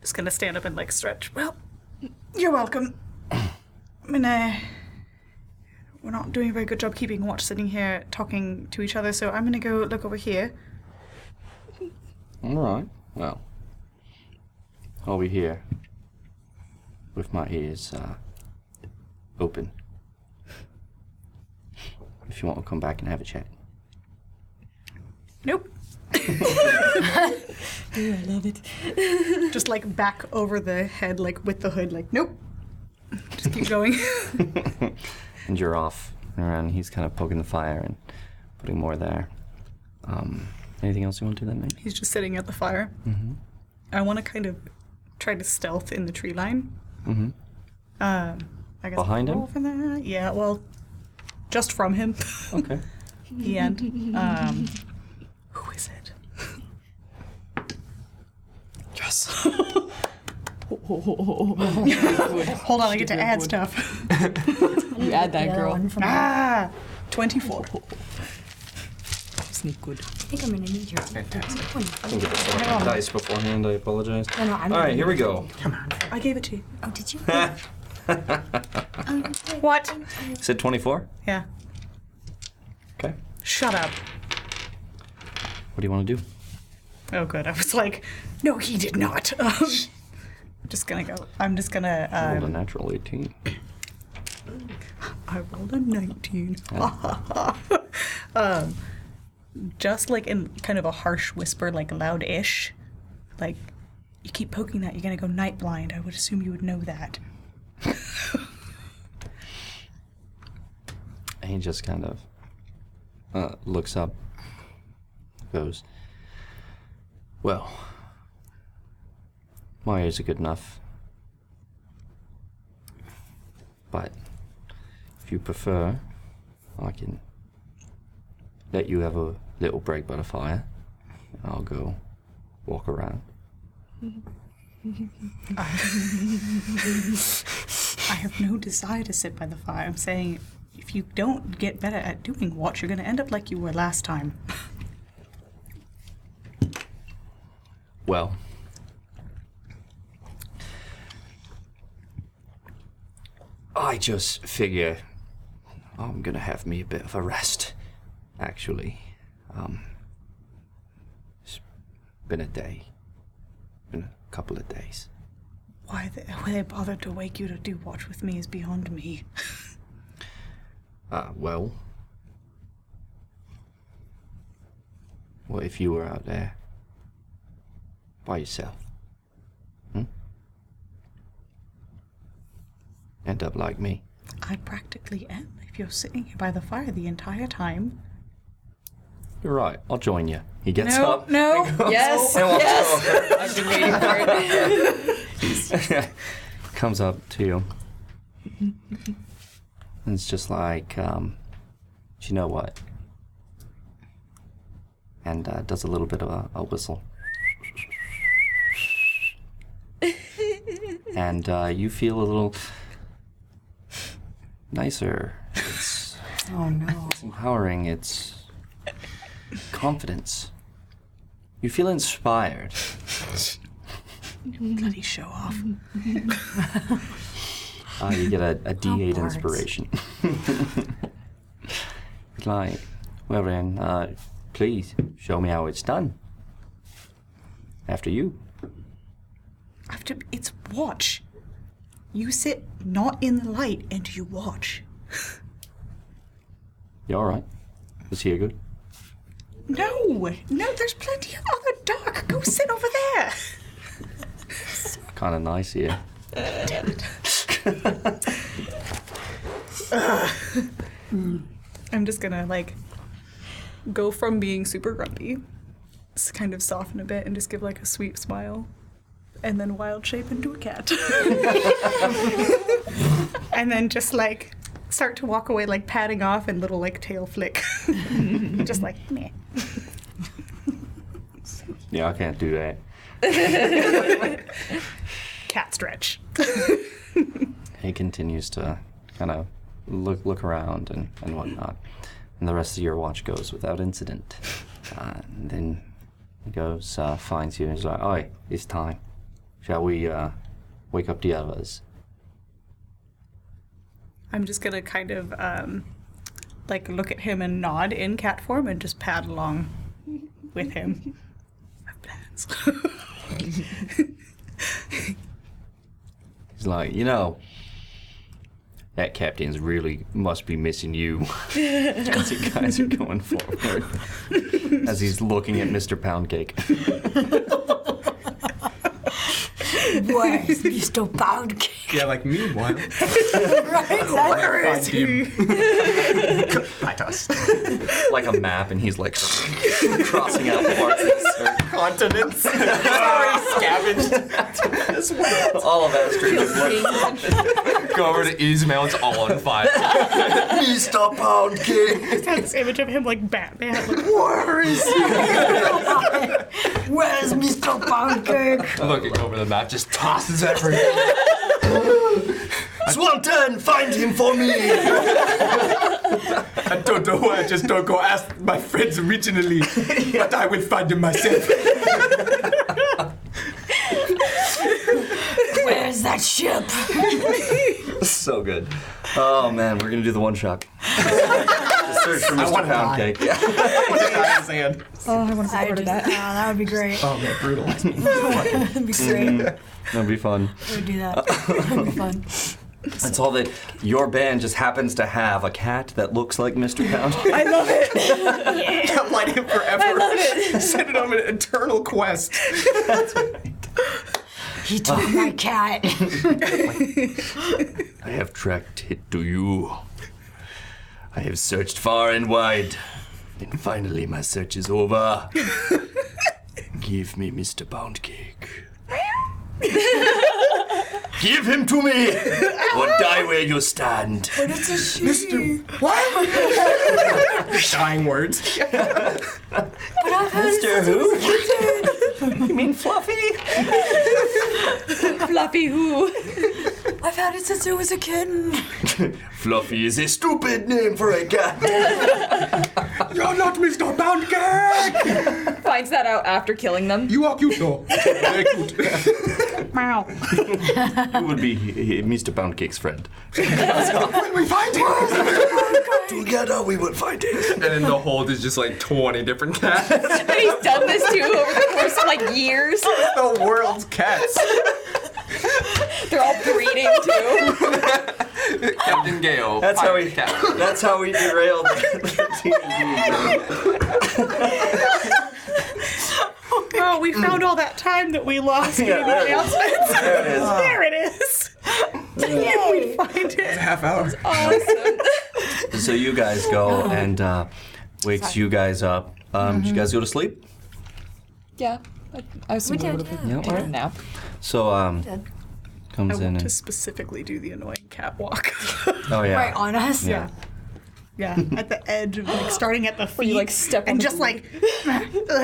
[SPEAKER 3] Just gonna stand up and like stretch. Well, you're welcome. I mean, uh, we're not doing a very good job keeping watch sitting here talking to each other, so I'm gonna go look over here.
[SPEAKER 2] Alright, well. I'll be here. With my ears uh, open. If you want to come back and have a chat.
[SPEAKER 3] Nope.
[SPEAKER 6] I love it.
[SPEAKER 3] Just like back over the head, like with the hood, like nope. Just keep going.
[SPEAKER 2] and you're off and around. He's kind of poking the fire and putting more there. Um, anything else you want to do that night?
[SPEAKER 3] He's just sitting at the fire. I want to kind of try to stealth in the tree line. Um, I
[SPEAKER 2] Mm-hmm.
[SPEAKER 3] guess
[SPEAKER 2] Behind him?
[SPEAKER 3] roll for that. Yeah, well, just from him.
[SPEAKER 2] Okay.
[SPEAKER 3] the end. Um, who is it?
[SPEAKER 6] Yes.
[SPEAKER 3] Hold on, I get to add stuff.
[SPEAKER 6] You add
[SPEAKER 5] The
[SPEAKER 6] that
[SPEAKER 5] other
[SPEAKER 6] girl.
[SPEAKER 5] one from
[SPEAKER 3] ah, twenty-four.
[SPEAKER 6] Sneak good.
[SPEAKER 5] I think I'm gonna need your.
[SPEAKER 2] I didn't
[SPEAKER 5] Fantastic.
[SPEAKER 2] get to select my dice beforehand. I apologize.
[SPEAKER 5] No, no, I'm
[SPEAKER 2] All right, here we go.
[SPEAKER 3] I gave it to you.
[SPEAKER 5] Oh, did you?
[SPEAKER 3] What?
[SPEAKER 2] Said 24.
[SPEAKER 3] Yeah.
[SPEAKER 2] Okay.
[SPEAKER 3] Shut up.
[SPEAKER 2] What do you want to do?
[SPEAKER 3] Oh, good. I was like, no, he did not. Um, I'm just gonna go. I'm just gonna.
[SPEAKER 2] I
[SPEAKER 3] Um,
[SPEAKER 2] rolled a natural 18.
[SPEAKER 3] I rolled a 19. um, just like in kind of a harsh whisper, like loud ish. Like, you keep poking that, you're gonna go night blind. I would assume you would know that.
[SPEAKER 2] And he just kind of uh, looks up, goes, Well, my ears are good enough. But if you prefer, I can let you have a little break by the fire. And I'll go walk around.
[SPEAKER 3] I have no desire to sit by the fire. I'm saying if you don't get better at doing what, you're gonna end up like you were last time.
[SPEAKER 2] Well, I just figure oh, I'm gonna have me a bit of a rest, actually. Um, it's been a day, been a couple of days.
[SPEAKER 3] Why they, why they bothered to wake you to do watch with me is beyond me.
[SPEAKER 2] Uh, well, what if you were out there by yourself? Hmm? End up like me.
[SPEAKER 3] I practically am. If you're sitting here by the fire the entire time.
[SPEAKER 2] You're right. I'll join you. He gets
[SPEAKER 3] No,
[SPEAKER 2] up.
[SPEAKER 3] no.
[SPEAKER 6] Yes.
[SPEAKER 2] And walks
[SPEAKER 6] yes.
[SPEAKER 2] over,
[SPEAKER 6] I've been waiting for it.
[SPEAKER 2] comes up to you. and it's just like, um, do you know what? And uh, does a little bit of a, a whistle. and uh, you feel a little nicer. It's
[SPEAKER 5] Oh no.
[SPEAKER 2] empowering. It's confidence. You feel inspired.
[SPEAKER 3] Bloody show off.
[SPEAKER 2] Uh, you get a, a D8
[SPEAKER 5] bards.
[SPEAKER 2] inspiration. It's like, well then, uh, please show me how it's done. After you.
[SPEAKER 3] I have to. It's watch. You sit not in the light and you watch.
[SPEAKER 2] You alright? Is he a good?
[SPEAKER 3] No, no. There's plenty of other dark. Go sit over there.
[SPEAKER 2] Kind of nice here.
[SPEAKER 3] I'm just gonna like go from being super grumpy, s- kind of soften a bit and just give like a sweet smile, and then wild shape into a cat, and then just like start to walk away like patting off and little like tail flick, just like meh.
[SPEAKER 2] Yeah, I can't do that.
[SPEAKER 3] cat stretch.
[SPEAKER 2] He continues to kind of look look around and, and whatnot. And the rest of your watch goes without incident. Uh, and then he goes, uh, finds you, and is like, Oi, it's time. Shall we uh, wake up the others?
[SPEAKER 3] I'm just gonna kind of um, like look at him and nod in cat form and just pad along with him. I have plans.
[SPEAKER 2] He's like, you know, That captain's really must be missing you. as you guys are going forward. as he's looking at Mr. Poundcake.
[SPEAKER 5] Boy, Mr. Pound Cake.
[SPEAKER 4] Yeah, like meanwhile.
[SPEAKER 5] Where is
[SPEAKER 4] Bite us.
[SPEAKER 2] Like a map, and he's like crossing out parts of the circle.
[SPEAKER 4] Continents. Sorry, scavenged.
[SPEAKER 2] All of that stream is like,
[SPEAKER 7] Go over to Ismail. It's all on fire.
[SPEAKER 9] Mr. Pound Cake.
[SPEAKER 3] Just had this image of him like Batman. Like,
[SPEAKER 9] Where is he?
[SPEAKER 5] Where's Mr. Pound Cake?
[SPEAKER 7] Looking over the map, just tosses everything.
[SPEAKER 9] Swanton, find him for me.
[SPEAKER 4] I don't know why. I just don't go ask my friends originally, but I will find them myself.
[SPEAKER 5] Where's that ship?
[SPEAKER 2] so good. Oh man, we're gonna do the one shot. the search for Mr. Poundcake. Yeah.
[SPEAKER 6] Oh, I want to be part of that.
[SPEAKER 5] Oh, that would be great.
[SPEAKER 4] Oh man, brutal.
[SPEAKER 5] That'd be great.
[SPEAKER 2] Mm, That'd be fun.
[SPEAKER 5] I would do that. That'd be fun.
[SPEAKER 2] It's all that your band just happens to have a cat that looks like Mr. Pound.
[SPEAKER 6] I love it.
[SPEAKER 4] Light him forever. I love it. Set it on an eternal quest.
[SPEAKER 5] He took my cat.
[SPEAKER 2] I have tracked it to you. I have searched far and wide, and finally my search is over. Give me Mr. Poundcake. Mm. Give him to me, or die where you stand.
[SPEAKER 4] Dying words.
[SPEAKER 2] Mr. Who? you mean Fluffy?
[SPEAKER 6] Fluffy who?
[SPEAKER 5] I've had it since I was a kitten.
[SPEAKER 2] Fluffy is a stupid name for a cat.
[SPEAKER 4] You're not Mr. Poundcake.
[SPEAKER 6] Finds that out after killing them.
[SPEAKER 4] You are cute though. Very cute.
[SPEAKER 3] wow.
[SPEAKER 2] Who would be he- he- Mr. Poundcake's friend?
[SPEAKER 4] when we find him.
[SPEAKER 2] Together we will find it.
[SPEAKER 11] And in the hold is just like 20 different cats.
[SPEAKER 6] But he's done this too over the course of like years.
[SPEAKER 4] the world's cats.
[SPEAKER 6] They're all breeding too.
[SPEAKER 7] Captain Gale.
[SPEAKER 2] That's how we.
[SPEAKER 7] Captain.
[SPEAKER 2] That's how we derailed.
[SPEAKER 3] Oh, we found all that time that we lost in
[SPEAKER 2] Yeah,
[SPEAKER 3] the
[SPEAKER 2] there it is.
[SPEAKER 3] announcements.
[SPEAKER 2] There it is.
[SPEAKER 3] There it is. we find it.
[SPEAKER 4] Half hour.
[SPEAKER 6] Awesome.
[SPEAKER 2] So you guys
[SPEAKER 6] Oh.
[SPEAKER 2] go and uh, wakes you guys up. Um,
[SPEAKER 6] Mm-hmm.
[SPEAKER 2] Did you guys go to sleep?
[SPEAKER 6] Yeah. I, I assume we
[SPEAKER 5] We did,
[SPEAKER 6] would have
[SPEAKER 5] yeah.
[SPEAKER 6] taken a nap.
[SPEAKER 2] So um,
[SPEAKER 5] Did.
[SPEAKER 3] I
[SPEAKER 2] comes in
[SPEAKER 3] want to
[SPEAKER 2] and
[SPEAKER 3] specifically do the annoying catwalk.
[SPEAKER 2] oh yeah,
[SPEAKER 5] Right on us.
[SPEAKER 2] yeah.
[SPEAKER 3] yeah, at the edge of like starting at the feet,
[SPEAKER 6] Where you, like, step on
[SPEAKER 3] and
[SPEAKER 6] the
[SPEAKER 3] just like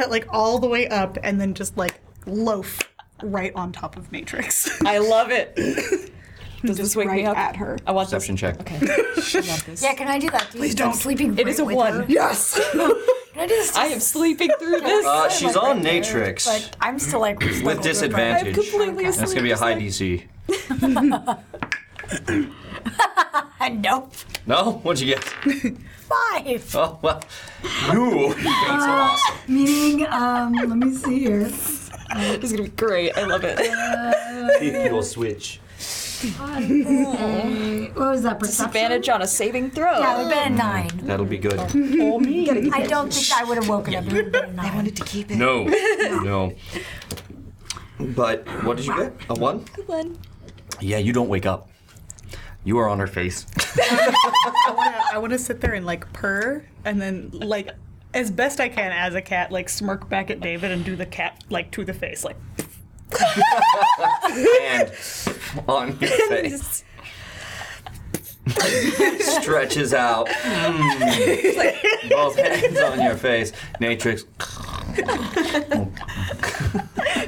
[SPEAKER 3] like all the way up, and then just like loaf right on top of Matrix.
[SPEAKER 6] I love it. Does this wake me
[SPEAKER 3] right
[SPEAKER 6] up?
[SPEAKER 3] at her.
[SPEAKER 6] I want
[SPEAKER 2] Perception check.
[SPEAKER 6] this. Okay. I want this.
[SPEAKER 5] Yeah, can I do that? Please
[SPEAKER 3] don't.
[SPEAKER 5] Sleeping
[SPEAKER 6] It is a
[SPEAKER 5] right with
[SPEAKER 6] one.
[SPEAKER 5] her.
[SPEAKER 3] yes.
[SPEAKER 5] Can I do this?
[SPEAKER 6] I am sleeping through this.
[SPEAKER 2] Uh,
[SPEAKER 5] I'm,
[SPEAKER 2] she's
[SPEAKER 5] like,
[SPEAKER 2] on
[SPEAKER 5] right there,
[SPEAKER 2] Natrix
[SPEAKER 5] But I'm still like stuck over
[SPEAKER 2] with
[SPEAKER 5] the
[SPEAKER 2] disadvantage.
[SPEAKER 6] Completely asleep.
[SPEAKER 2] That's gonna be a high DC.
[SPEAKER 5] bed. Nope.
[SPEAKER 2] No, what'd you get?
[SPEAKER 5] Five.
[SPEAKER 2] Oh well, you. That's awesome.
[SPEAKER 5] Uh, Meaning, um, let me see here.
[SPEAKER 6] This is gonna be great. I love it.
[SPEAKER 2] Keep your switch.
[SPEAKER 5] What was that? Perception?
[SPEAKER 6] Advantage on a saving throw.
[SPEAKER 5] Yeah, it would have been a nine.
[SPEAKER 2] That'll be good.
[SPEAKER 5] I don't think I would have woken up. It would have been a nine. I wanted to keep it.
[SPEAKER 2] No, no. But what did you get? A one?
[SPEAKER 6] One.
[SPEAKER 2] Yeah, you don't wake up. You are on her face.
[SPEAKER 3] I want to. I want to sit there and like purr, and then like as best I can as a cat, like smirk back at David and do the cat like to the face, like
[SPEAKER 2] and on your face. Stretches out. Mm. Both hands on your face. Natrix.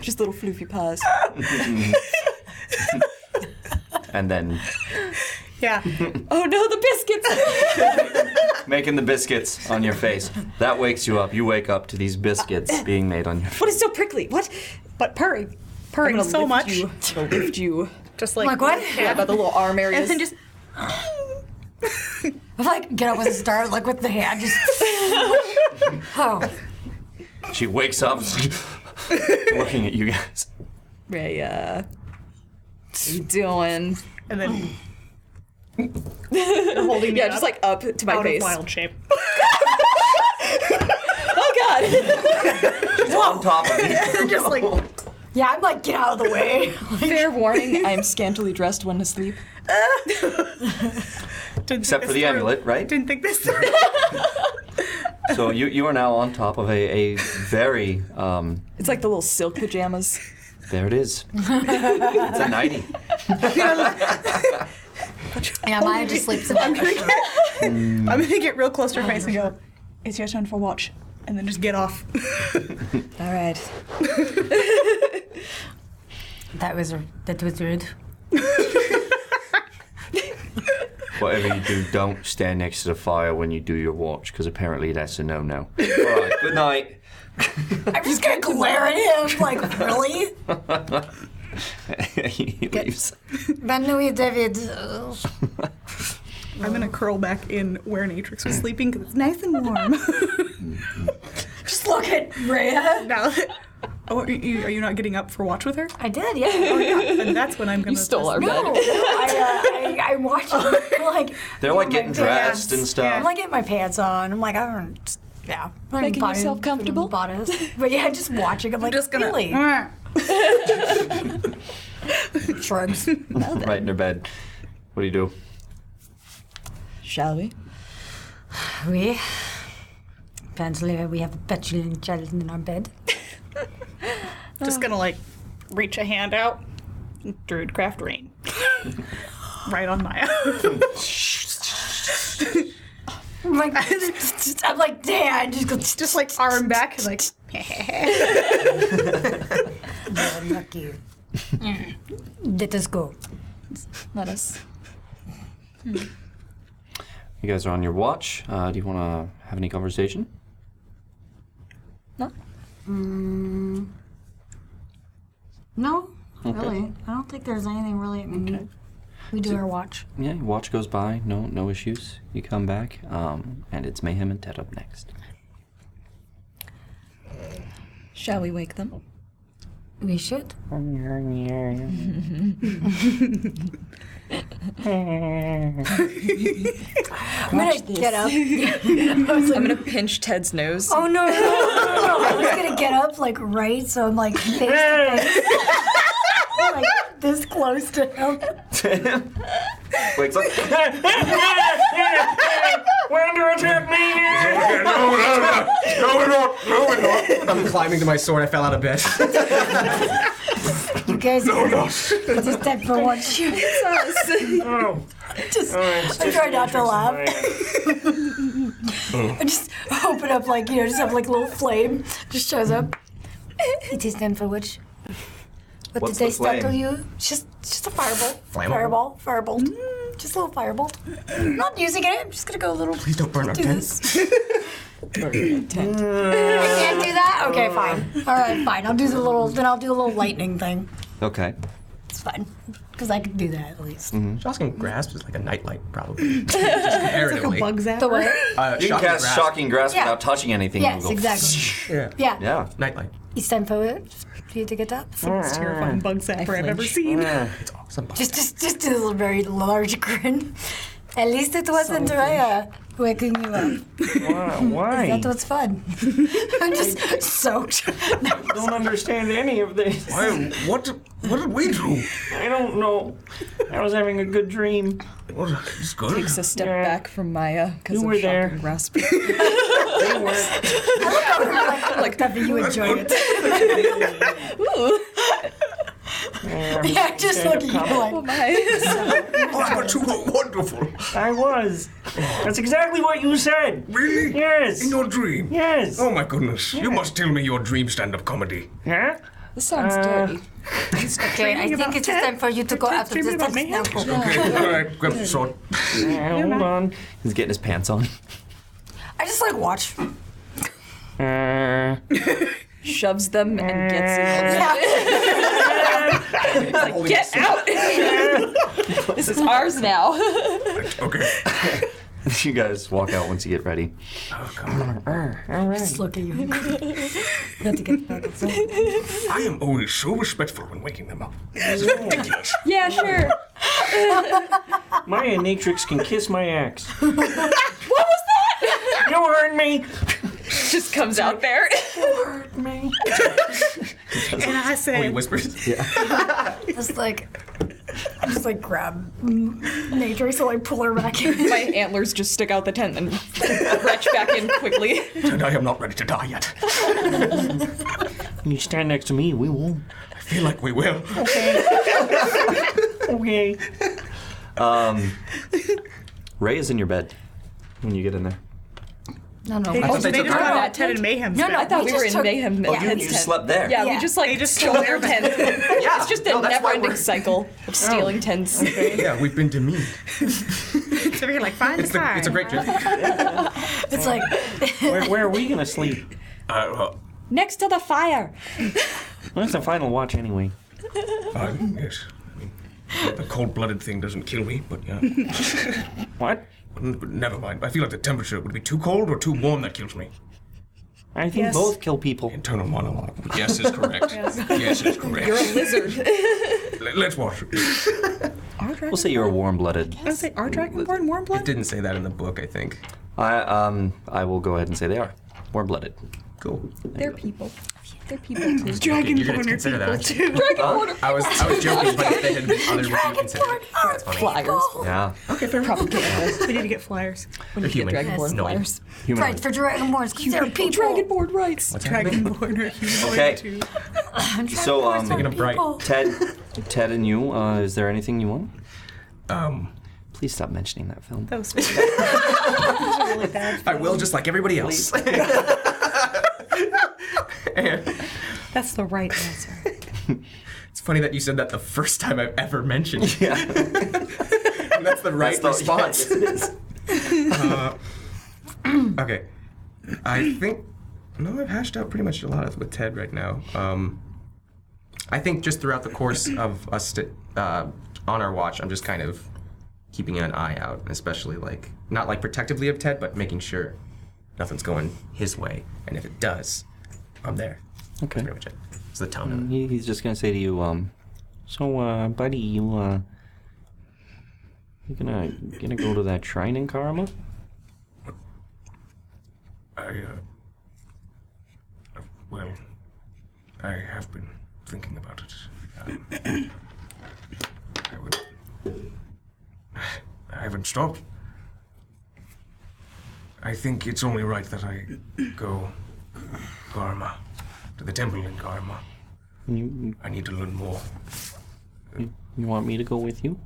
[SPEAKER 6] Just little floofy paws.
[SPEAKER 2] Mm. And then
[SPEAKER 3] yeah.
[SPEAKER 6] Oh no, the biscuits.
[SPEAKER 2] making the biscuits on your face. That wakes you up. You wake up to these biscuits being made on your face.
[SPEAKER 6] what is so prickly? What?
[SPEAKER 3] But purring,
[SPEAKER 6] I'm
[SPEAKER 3] purring
[SPEAKER 6] gonna
[SPEAKER 3] so
[SPEAKER 6] lift
[SPEAKER 3] much,
[SPEAKER 6] You. I'm gonna lift you.
[SPEAKER 3] just like,
[SPEAKER 5] Like what?
[SPEAKER 6] Yeah, about the little arm areas.
[SPEAKER 3] and then just
[SPEAKER 5] I'm like get up with a start, like with the hand. Just oh,
[SPEAKER 2] She wakes up looking at you guys.
[SPEAKER 6] Raya. What are you doing?
[SPEAKER 3] and then holding me
[SPEAKER 6] yeah,
[SPEAKER 3] up
[SPEAKER 6] just like up to my
[SPEAKER 3] out
[SPEAKER 6] face.
[SPEAKER 3] of wild shape.
[SPEAKER 6] Oh god.
[SPEAKER 2] She's on top of you.
[SPEAKER 3] just like
[SPEAKER 5] Yeah, I'm like, get out of the way.
[SPEAKER 6] Fair warning, I am scantily dressed when asleep.
[SPEAKER 3] didn't
[SPEAKER 2] Except
[SPEAKER 3] think
[SPEAKER 2] for
[SPEAKER 3] this
[SPEAKER 2] the
[SPEAKER 3] through.
[SPEAKER 2] amulet, right?
[SPEAKER 3] Didn't think this through.
[SPEAKER 2] So you, you are now on top of a, a very, um,
[SPEAKER 6] It's like the little silk pajamas.
[SPEAKER 2] there it is. it's a 90.
[SPEAKER 5] Yeah, Maya just sleeps in
[SPEAKER 3] I'm gonna get, I'm gonna get real close to her
[SPEAKER 5] Oh,
[SPEAKER 3] face and go, "It's your turn for watch," and then just get off.
[SPEAKER 6] All right.
[SPEAKER 5] That was that was rude.
[SPEAKER 2] Whatever you do, don't stand next to the fire when you do your watch, because apparently that's a no no. All right, good night.
[SPEAKER 5] I'm just gonna glare at him, like, really?
[SPEAKER 2] he leaves.
[SPEAKER 5] Banui David. uh,
[SPEAKER 3] I'm gonna curl back in where Natrix was sleeping because it's nice and warm.
[SPEAKER 5] Just look at Rhea.
[SPEAKER 3] now, oh, are you, are you not getting up for watch with her? Oh,
[SPEAKER 5] I did, yeah.
[SPEAKER 3] And that's when I'm gonna.
[SPEAKER 6] You stole
[SPEAKER 3] just- Oh.
[SPEAKER 6] our
[SPEAKER 5] No,
[SPEAKER 6] bed.
[SPEAKER 5] no, I, uh, I, I watched it. Like,
[SPEAKER 2] They're like getting dressed and
[SPEAKER 5] I'm
[SPEAKER 2] stuff.
[SPEAKER 5] like getting my pants on. I'm like, I don't. Yeah, I'm
[SPEAKER 6] Making
[SPEAKER 5] body-
[SPEAKER 6] yourself comfortable?
[SPEAKER 5] Bodice. But yeah, just watching. I'm like,
[SPEAKER 3] just gonna.
[SPEAKER 5] really? Shrugs.
[SPEAKER 2] Right in their bed. What do you do?
[SPEAKER 6] Shall we?
[SPEAKER 5] We. Apparently, we have a petulant child in our bed. uh,
[SPEAKER 3] Just gonna like reach a hand out. Druidcraft rain. right on Maya.
[SPEAKER 5] I'm like, I'm like, Dad, just go.
[SPEAKER 3] just like arm back, and like.
[SPEAKER 5] "Oh, Look you. Let us go.
[SPEAKER 6] Let us.
[SPEAKER 2] You guys are on your watch. Uh, do you want to have any conversation?
[SPEAKER 5] Mm. No, really. I don't think there's anything really. I mean, we do our watch.
[SPEAKER 2] Yeah, your watch goes by, no no issues. You come back, um, and it's Mayhem and Ted up next.
[SPEAKER 6] Shall we wake them?
[SPEAKER 5] We should. I'm gonna get up.
[SPEAKER 6] I'm gonna pinch Ted's nose.
[SPEAKER 5] Oh no, no, no, no, no. I was gonna get up like right, so I'm like face to face. Like this close to him.
[SPEAKER 2] Wakes up.
[SPEAKER 9] No, we're not. No, we're not.
[SPEAKER 4] I'm climbing to my sword. I fell out of bed.
[SPEAKER 5] You guys just dead for one shoot. just I try not to laugh. I just open up like, you know, just have like a little flame just shows up. It is them for which. What
[SPEAKER 2] What's
[SPEAKER 5] did they
[SPEAKER 2] the
[SPEAKER 5] start to
[SPEAKER 2] flame?
[SPEAKER 5] you? Just just a fireball.
[SPEAKER 4] Flammable? Mm.
[SPEAKER 5] Fireball. Firebolt. Just a little firebolt. Not using it. I'm just gonna go a little.
[SPEAKER 4] Please don't burn our
[SPEAKER 5] do
[SPEAKER 4] tents.
[SPEAKER 5] this. I can't do that. Okay,
[SPEAKER 4] Uh.
[SPEAKER 5] fine. All right, fine. I'll do the little. Then I'll do a little lightning thing.
[SPEAKER 2] Okay.
[SPEAKER 5] It's fine because I can do that at least.
[SPEAKER 4] Shocking grasp is like a nightlight, probably. Comparatively.
[SPEAKER 3] Bugs out.
[SPEAKER 5] The way.
[SPEAKER 4] Uh, shocking
[SPEAKER 2] You can cast
[SPEAKER 4] grasp.
[SPEAKER 2] Shocking Grasp
[SPEAKER 5] Yeah.
[SPEAKER 2] without touching anything.
[SPEAKER 5] Yes,
[SPEAKER 2] You'll go,
[SPEAKER 5] exactly.
[SPEAKER 4] Yeah.
[SPEAKER 5] Yeah.
[SPEAKER 2] Yeah.
[SPEAKER 4] Nightlight.
[SPEAKER 5] It's time for it for you to get up.
[SPEAKER 3] Most terrifying bug zapper I've ever seen.
[SPEAKER 4] It's awesome.
[SPEAKER 5] Just, just, just do a very large grin. At least it wasn't Raya waking you up.
[SPEAKER 11] Why?
[SPEAKER 5] That was fun. I'm just soaked.
[SPEAKER 11] I don't understand any of this.
[SPEAKER 9] Why, what, what did we do?
[SPEAKER 11] I don't know. I was having a good dream.
[SPEAKER 9] What, it's good.
[SPEAKER 6] Takes a step
[SPEAKER 11] Yeah.
[SPEAKER 6] back from Maya because
[SPEAKER 11] You
[SPEAKER 6] of
[SPEAKER 11] were
[SPEAKER 6] shock
[SPEAKER 11] there.
[SPEAKER 6] and grasp.
[SPEAKER 5] like that, you enjoyed it. yeah, just look at you like.
[SPEAKER 9] Oh, but you were wonderful.
[SPEAKER 11] I was. That's exactly what you said.
[SPEAKER 9] Really?
[SPEAKER 11] Yes.
[SPEAKER 9] In your dream?
[SPEAKER 11] Yes.
[SPEAKER 9] Oh my goodness. You must tell me your dream stand-up comedy.
[SPEAKER 11] Huh?
[SPEAKER 6] This sounds
[SPEAKER 11] Uh,
[SPEAKER 6] dirty.
[SPEAKER 5] Okay, I think it's time for you to go after this
[SPEAKER 3] about
[SPEAKER 5] first
[SPEAKER 3] me?
[SPEAKER 5] temple.
[SPEAKER 9] Okay, all right, grab the sword.
[SPEAKER 11] Yeah, hold on.
[SPEAKER 2] He's getting his pants on.
[SPEAKER 5] I just like watch.
[SPEAKER 11] Uh,
[SPEAKER 6] Shoves them and gets in. Get out! this is ours now.
[SPEAKER 9] Okay.
[SPEAKER 2] you guys walk out once you get ready.
[SPEAKER 5] Just look at you. Not to get back. So,
[SPEAKER 9] I am always so respectful when waking them up.
[SPEAKER 6] yeah, sure.
[SPEAKER 11] My Natrix can kiss my axe.
[SPEAKER 6] What was that?
[SPEAKER 11] You heard me.
[SPEAKER 6] Just comes out there. you heard me.
[SPEAKER 3] And I
[SPEAKER 4] Oh, he
[SPEAKER 3] say,
[SPEAKER 4] whispers.
[SPEAKER 5] Just like, I just like grab M- Matrix and like pull her back in.
[SPEAKER 6] My antlers just stick out the tent and retch back in quickly.
[SPEAKER 9] And I am not ready to die yet.
[SPEAKER 11] You stand next to me, we won't.
[SPEAKER 9] I feel like we will.
[SPEAKER 11] Okay.
[SPEAKER 2] Um, Ray is in your bed when you get in there.
[SPEAKER 5] No, no.
[SPEAKER 3] they,
[SPEAKER 5] Oh,
[SPEAKER 3] they
[SPEAKER 5] no,
[SPEAKER 3] just
[SPEAKER 5] no,
[SPEAKER 3] got
[SPEAKER 5] no.
[SPEAKER 3] out Ted and Mayhem's
[SPEAKER 5] No, no,
[SPEAKER 3] bed.
[SPEAKER 5] I thought
[SPEAKER 6] we
[SPEAKER 5] we
[SPEAKER 6] were
[SPEAKER 5] just
[SPEAKER 6] in
[SPEAKER 5] took-
[SPEAKER 6] Mayhem.
[SPEAKER 5] Oh,
[SPEAKER 2] You,
[SPEAKER 5] yeah.
[SPEAKER 2] you slept there.
[SPEAKER 6] Yeah,
[SPEAKER 5] Yeah.
[SPEAKER 6] we just like
[SPEAKER 3] They just
[SPEAKER 6] stole
[SPEAKER 3] stole
[SPEAKER 6] their
[SPEAKER 3] their
[SPEAKER 6] tent. it's just a
[SPEAKER 2] no, that's why
[SPEAKER 6] never-ending
[SPEAKER 2] we're-
[SPEAKER 6] cycle of stealing tents.
[SPEAKER 4] yeah, we've been demeaned.
[SPEAKER 3] So we're like, find
[SPEAKER 4] It's,
[SPEAKER 3] the
[SPEAKER 4] the,
[SPEAKER 3] car.
[SPEAKER 4] it's a great joke.
[SPEAKER 5] It's like
[SPEAKER 11] Where, where are we gonna sleep?
[SPEAKER 9] Uh, well,
[SPEAKER 6] Next to the fire.
[SPEAKER 11] That's the final watch anyway.
[SPEAKER 9] fine, yes. I mean, the cold-blooded thing doesn't kill me, but yeah.
[SPEAKER 11] What?
[SPEAKER 9] Never mind. I feel like the temperature would be too cold or too warm that kills me.
[SPEAKER 11] I think
[SPEAKER 3] Yes.
[SPEAKER 11] both kill people.
[SPEAKER 9] Internal monologue. Yes is correct. yes. is correct.
[SPEAKER 6] You're a lizard.
[SPEAKER 9] Let- Let's watch.
[SPEAKER 2] We'll say you're a warm-blooded.
[SPEAKER 3] I say, are Dragonborn warm
[SPEAKER 4] It
[SPEAKER 3] blood?
[SPEAKER 4] didn't say that in the book, I think.
[SPEAKER 2] I um I will go ahead and say they are warm-blooded.
[SPEAKER 4] Cool.
[SPEAKER 6] They're people. They're people too.
[SPEAKER 4] You're gonna consider that. aren't you? I was I was joking, but if they had been other would you consider it. That's funny.
[SPEAKER 6] Flyers.
[SPEAKER 2] Yeah.
[SPEAKER 6] Propaganda.
[SPEAKER 3] We need to get flyers.
[SPEAKER 6] When you get
[SPEAKER 4] Human.
[SPEAKER 6] dragonborn
[SPEAKER 4] No.
[SPEAKER 6] flyers.
[SPEAKER 2] Human.
[SPEAKER 5] right for Dragonborns because they're people.
[SPEAKER 6] Dragonborn rights.
[SPEAKER 3] Dragonborn are humanoid
[SPEAKER 2] Okay.
[SPEAKER 3] too.
[SPEAKER 2] So um
[SPEAKER 4] Thinking of bright.
[SPEAKER 2] Ted, Ted and you, uh, is there anything you want?
[SPEAKER 9] Um,
[SPEAKER 2] Please stop mentioning that film.
[SPEAKER 3] That was weird.
[SPEAKER 4] I will just like everybody else.
[SPEAKER 5] That's the right answer.
[SPEAKER 4] It's funny that you said that the first time I've ever mentioned. Yeah. that's the right
[SPEAKER 2] That's the-
[SPEAKER 4] response. Uh,
[SPEAKER 2] yes, it is.
[SPEAKER 4] Okay. I think no, I've hashed out pretty much a lot with Ted right now. Um, I think just throughout the course of us sti uh, on our watch, I'm just kind of keeping an eye out, especially like not like protectively of Ted, but making sure nothing's going his way, and if it does, I'm there.
[SPEAKER 2] Okay.
[SPEAKER 4] Pretty much it. It's the
[SPEAKER 7] Mm,
[SPEAKER 4] tone. of it.
[SPEAKER 2] He, he's just gonna say to you, um,
[SPEAKER 7] So, uh, buddy, you, uh, you gonna, you gonna go to that shrine in Karma?
[SPEAKER 9] I, uh, uh, well, I have been thinking about it. Um, I would. I haven't stopped. I think it's only right that I go Karma, to the temple in Karma.
[SPEAKER 7] You,
[SPEAKER 9] I need to learn more.
[SPEAKER 7] you want me to go with you?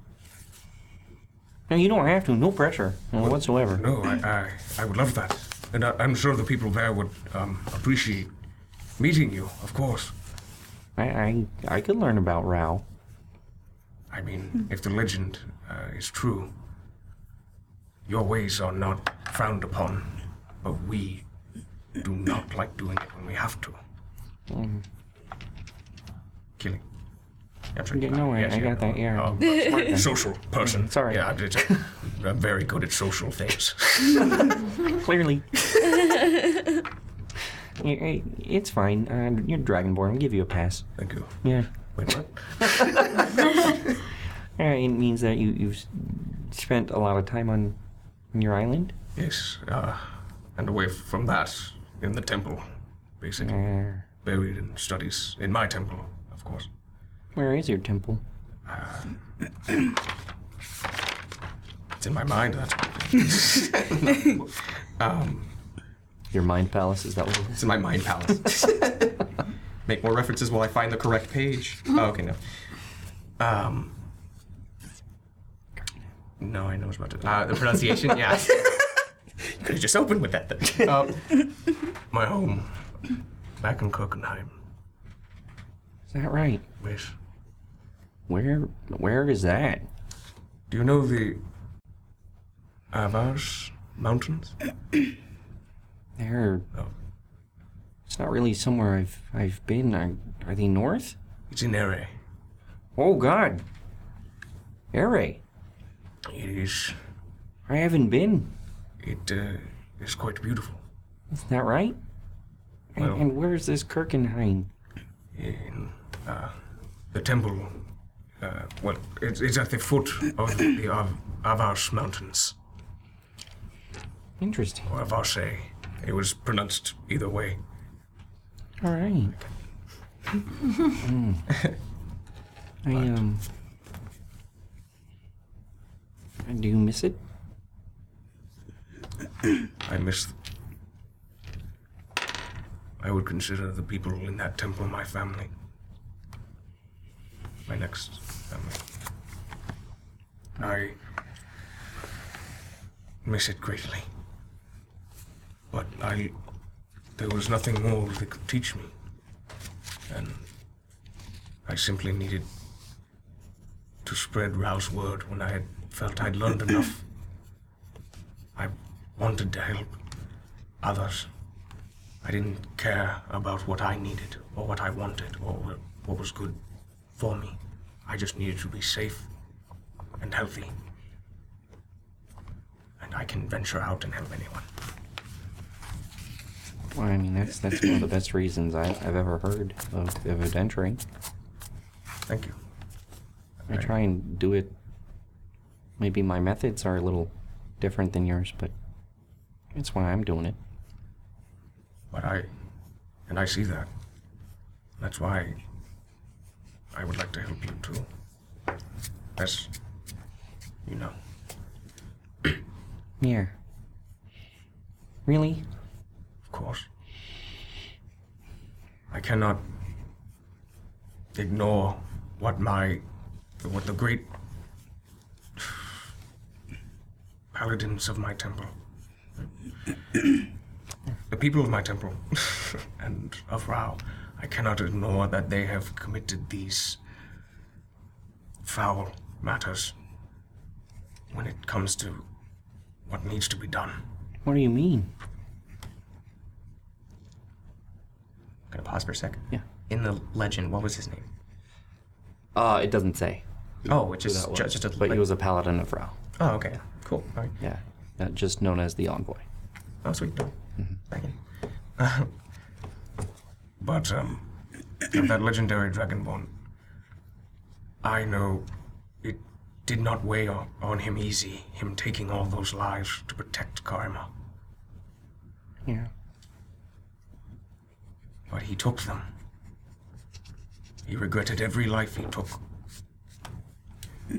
[SPEAKER 7] No, you don't have to. No pressure uh, whatsoever.
[SPEAKER 9] No, I, I, I would love that. And I, I'm sure the people there would um, appreciate meeting you, of course.
[SPEAKER 7] I, I, I could learn about Rao.
[SPEAKER 9] I mean, if the legend uh, is true, your ways are not frowned upon, but we do not like doing it when we have to. Killing. I'm sorry.
[SPEAKER 7] Yeah, no, I- I got that, yeah.
[SPEAKER 9] Um, smart social person.
[SPEAKER 7] Sorry.
[SPEAKER 9] Yeah, I'm, just, I'm very good at social things.
[SPEAKER 7] Clearly. Yeah, hey, it's fine. Uh, you're Dragonborn. I'll give you a pass.
[SPEAKER 9] Thank you.
[SPEAKER 7] Yeah.
[SPEAKER 9] Wait, what?
[SPEAKER 7] Uh, it means that you, you've s- spent a lot of time on, on your island.
[SPEAKER 9] Yes, uh, and away from that, in the temple, basically.
[SPEAKER 7] Uh,
[SPEAKER 9] Buried in studies, in my temple, of course.
[SPEAKER 7] where is your temple?
[SPEAKER 9] It's in my mind, that.
[SPEAKER 2] your mind palace, is that what it is?
[SPEAKER 4] Um, It's in my mind palace. Make more references while I find the correct page. Oh, okay, no. Um. No, I know as much as uh, the pronunciation. Yeah. you could have just opened with that. Then. Um,
[SPEAKER 9] My home, back in Kokenheim.
[SPEAKER 7] Is that right?
[SPEAKER 9] Yes.
[SPEAKER 7] Where where is that?
[SPEAKER 9] Do you know the Avars Mountains? Oh.
[SPEAKER 7] There.
[SPEAKER 9] No.
[SPEAKER 7] It's not really somewhere I've I've been. Are, are they north?
[SPEAKER 9] It's in Ere.
[SPEAKER 7] Oh God. Ere.
[SPEAKER 9] It is.
[SPEAKER 7] I haven't been.
[SPEAKER 9] It uh, is quite beautiful.
[SPEAKER 7] Is that right? And,
[SPEAKER 9] Well-
[SPEAKER 7] and where's this Kirkenhain?
[SPEAKER 9] In uh, the temple Uh, well, it, it's at the foot of the Av- Avash Mountains.
[SPEAKER 7] Interesting.
[SPEAKER 9] Or Avache. It was pronounced either way.
[SPEAKER 7] All right. Mm. I um. Do you miss it?
[SPEAKER 9] I miss. I would consider the people in that temple my family. My next family. I miss it greatly. But I. There was nothing more they could teach me. And I simply needed to spread Rao's word when I had felt I'd learned enough. I wanted to help others. I didn't care about what I needed or what I wanted or wh- what was good for me. I just needed to be safe and healthy. And I can venture out and help anyone.
[SPEAKER 7] Well, I mean, that's that's one of the best reasons I, I've ever heard of, of adventuring.
[SPEAKER 9] Thank you.
[SPEAKER 7] I try and do it. Maybe my methods are a little different than yours, but that's why I'm doing it.
[SPEAKER 9] But I. And I see that. That's why I would like to help you too. As you know.
[SPEAKER 7] Yeah. Really?
[SPEAKER 9] Of course. I cannot ignore what my what the great paladins of my temple the people of my temple and of Rao I cannot ignore that they have committed these foul matters when it comes to what needs to be done
[SPEAKER 7] What do you mean?
[SPEAKER 4] gonna pause for a second.
[SPEAKER 7] Yeah.
[SPEAKER 4] In the legend, what was his name?
[SPEAKER 7] Uh, it doesn't say.
[SPEAKER 4] Oh, which is
[SPEAKER 7] that was.
[SPEAKER 4] ju- just a.
[SPEAKER 7] but he was a paladin of Rao.
[SPEAKER 4] Oh, okay. Cool. All right.
[SPEAKER 7] Yeah. Uh, just known as the envoy.
[SPEAKER 4] Oh, sweet. No. Back in.
[SPEAKER 9] But um, of that legendary dragonborn, I know it did not weigh on, on him easy, him taking all those lives to protect Karma.
[SPEAKER 7] Yeah.
[SPEAKER 9] But he took them. He regretted every life he took.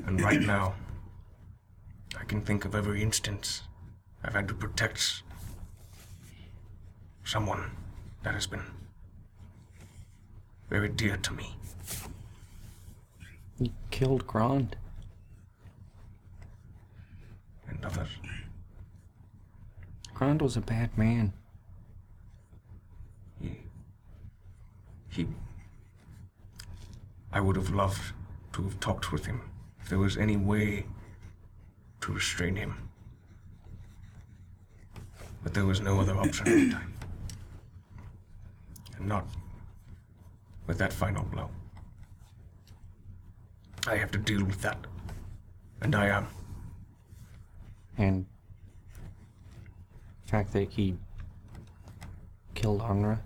[SPEAKER 9] And right now, I can think of every instance I've had to protect someone that has been very dear to me.
[SPEAKER 7] He killed Grand.
[SPEAKER 9] and others.
[SPEAKER 7] Grand was a bad man.
[SPEAKER 9] He, he. I would have loved to have talked with him if there was any way to restrain him. But there was no other option at the time. And not with that final blow. I have to deal with that. And I am.
[SPEAKER 7] And the fact that he killed Anra.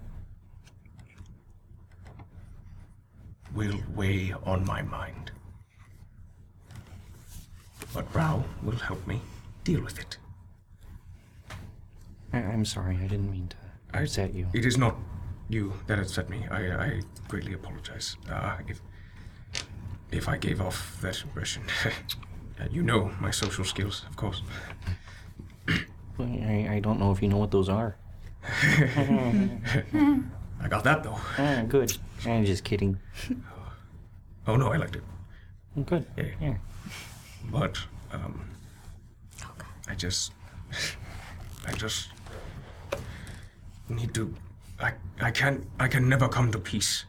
[SPEAKER 9] will weigh on my mind. But Rao will help me deal with it.
[SPEAKER 7] I- I'm sorry, I didn't mean to upset you.
[SPEAKER 9] It is not you that upset me. I, I greatly apologize uh, if if I gave off that impression. Uh, you know my social skills, of course.
[SPEAKER 7] I, I don't know if you know what those are.
[SPEAKER 9] I got that though.
[SPEAKER 7] Ah, good. I'm just kidding.
[SPEAKER 9] Oh no, I liked it.
[SPEAKER 7] Good.
[SPEAKER 9] Yeah.
[SPEAKER 7] Yeah.
[SPEAKER 9] But um, I just, I just need to. I I can I can never come to peace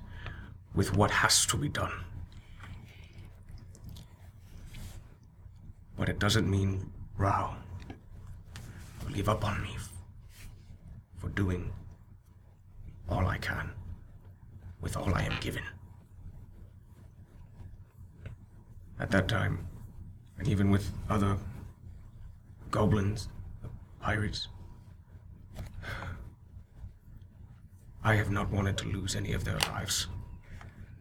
[SPEAKER 9] with what has to be done. But it doesn't mean Rao will give up on me f- for doing all I can with all I am given. At that time, and even with other goblins, pirates. I have not wanted to lose any of their lives.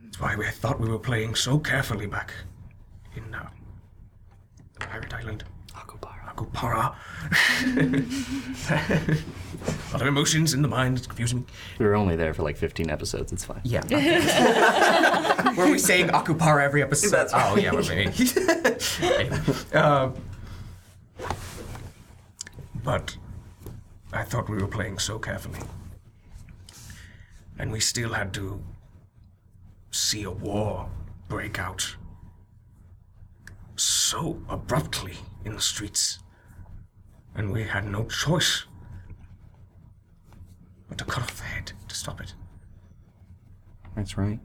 [SPEAKER 9] That's why we thought we were playing so carefully back
[SPEAKER 4] uh,
[SPEAKER 9] Pirate Island. Akupara. Akupara. a lot of emotions in the mind. It's confusing me.
[SPEAKER 7] We were only there for like 15 episodes. It's fine.
[SPEAKER 4] Yeah. Were we saying Akupara every episode?
[SPEAKER 7] That's
[SPEAKER 4] oh yeah, we're
[SPEAKER 7] right.
[SPEAKER 4] maybe. um,
[SPEAKER 9] But I thought we were playing so carefully. And we still had to see a war break out so abruptly in the streets. And we had no choice but to cut off the head to stop it.
[SPEAKER 7] That's right.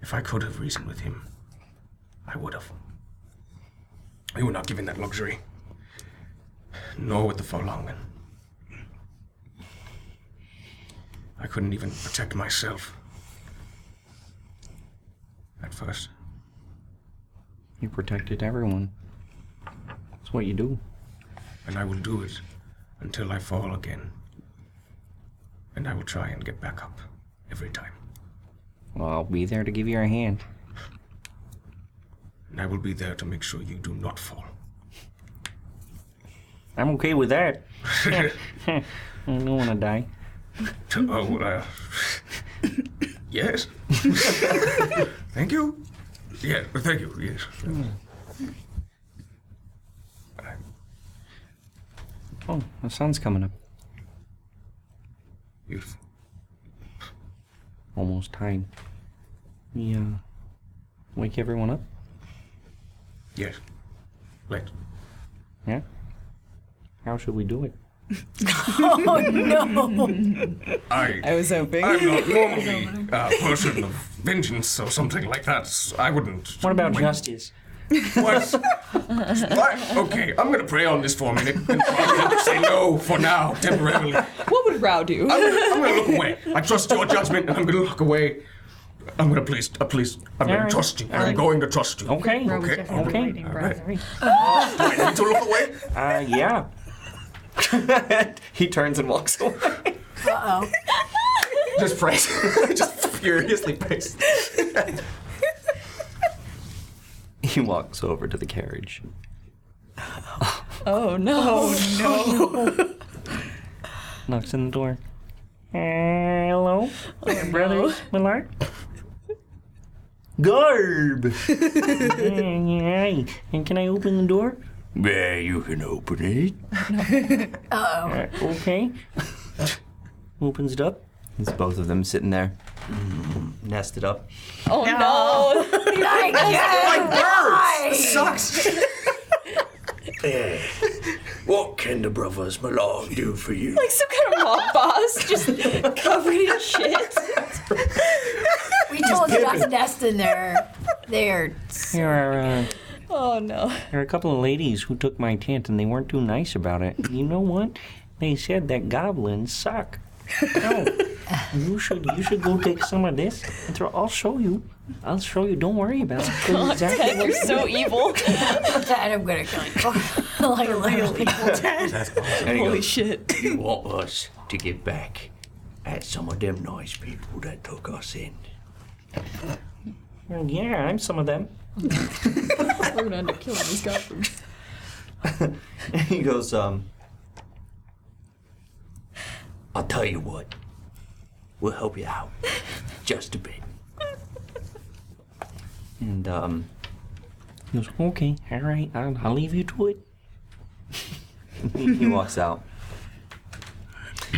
[SPEAKER 9] If I could have reasoned with him, I would have. We were not given that luxury. Nor with the Forlongen. I couldn't even protect myself. At first.
[SPEAKER 7] You protected everyone. That's what you do.
[SPEAKER 9] And I will do it until I fall again. And I will try and get back up every time.
[SPEAKER 7] Well, I'll be there to give you a hand.
[SPEAKER 9] And I will be there to make sure you do not fall.
[SPEAKER 7] I'm okay with that. I don't want to die.
[SPEAKER 9] Oh, uh, yes. thank you. Yeah, but thank you. Yes.
[SPEAKER 7] Oh, the sun's coming up.
[SPEAKER 9] Beautiful.
[SPEAKER 7] Almost time. Yeah. Wake everyone up.
[SPEAKER 9] Yes. Let.
[SPEAKER 7] Yeah. How should we do it?
[SPEAKER 6] oh no!
[SPEAKER 9] I.
[SPEAKER 6] I was hoping.
[SPEAKER 9] I'm not normally a person of vengeance or something like that. so I wouldn't.
[SPEAKER 7] What about
[SPEAKER 9] Wait.
[SPEAKER 7] justice?
[SPEAKER 9] What? What? Okay, I'm gonna pray on this for a minute. And probably say no for now, temporarily.
[SPEAKER 6] What would Rao do?
[SPEAKER 9] I'm gonna, I'm gonna look away. I trust your judgment, and I'm gonna look away. I'm gonna please, uh, please, I'm gonna
[SPEAKER 7] Alright,
[SPEAKER 9] trust you. I'm
[SPEAKER 7] alright.
[SPEAKER 9] going to trust you.
[SPEAKER 7] Okay.
[SPEAKER 9] Okay.
[SPEAKER 7] Okay.
[SPEAKER 9] Do I need to look away?
[SPEAKER 7] Uh, yeah.
[SPEAKER 2] he turns and walks away.
[SPEAKER 5] Uh oh.
[SPEAKER 4] just praise, just furiously praise.
[SPEAKER 7] He walks over to the carriage.
[SPEAKER 6] Oh no!
[SPEAKER 7] Knocks on the door. Hello, brothers Millard.
[SPEAKER 13] Garb!
[SPEAKER 7] Hey, and can I open the door?
[SPEAKER 13] Well, you can open it.
[SPEAKER 7] Uh, okay. Opens it up.
[SPEAKER 2] It's both of them sitting there, nested up.
[SPEAKER 6] Oh no!
[SPEAKER 4] Birds! Sucks.
[SPEAKER 13] There. What can the brothers Malone do for you?
[SPEAKER 6] Like some kind of mob boss, just covered in shit.
[SPEAKER 5] We
[SPEAKER 6] Oh,
[SPEAKER 5] told you not to nest in there. There.
[SPEAKER 7] There are uh,
[SPEAKER 6] Oh no!
[SPEAKER 7] there are a couple of ladies who took my tent and they weren't too nice about it. You know what? They said that goblins suck. No, you should you should go take some of this. And throw, I'll show you. I'll show you. Don't worry about it. This is exactly
[SPEAKER 6] You're
[SPEAKER 7] what-
[SPEAKER 6] so evil.
[SPEAKER 5] Dad, I'm gonna kill you. like literally.
[SPEAKER 13] And he
[SPEAKER 6] Holy
[SPEAKER 13] goes,
[SPEAKER 6] shit!
[SPEAKER 13] You want us to get back at some of them nice people that took us in.
[SPEAKER 7] Well, yeah, I'm some of them.
[SPEAKER 6] We're gonna end up killing these goblins.
[SPEAKER 2] he goes, um,
[SPEAKER 13] I'll tell you what, we'll help you out just a bit.
[SPEAKER 2] and um,
[SPEAKER 7] He goes, okay, all right, I'll, I'll leave you to it.
[SPEAKER 2] he, he walks out.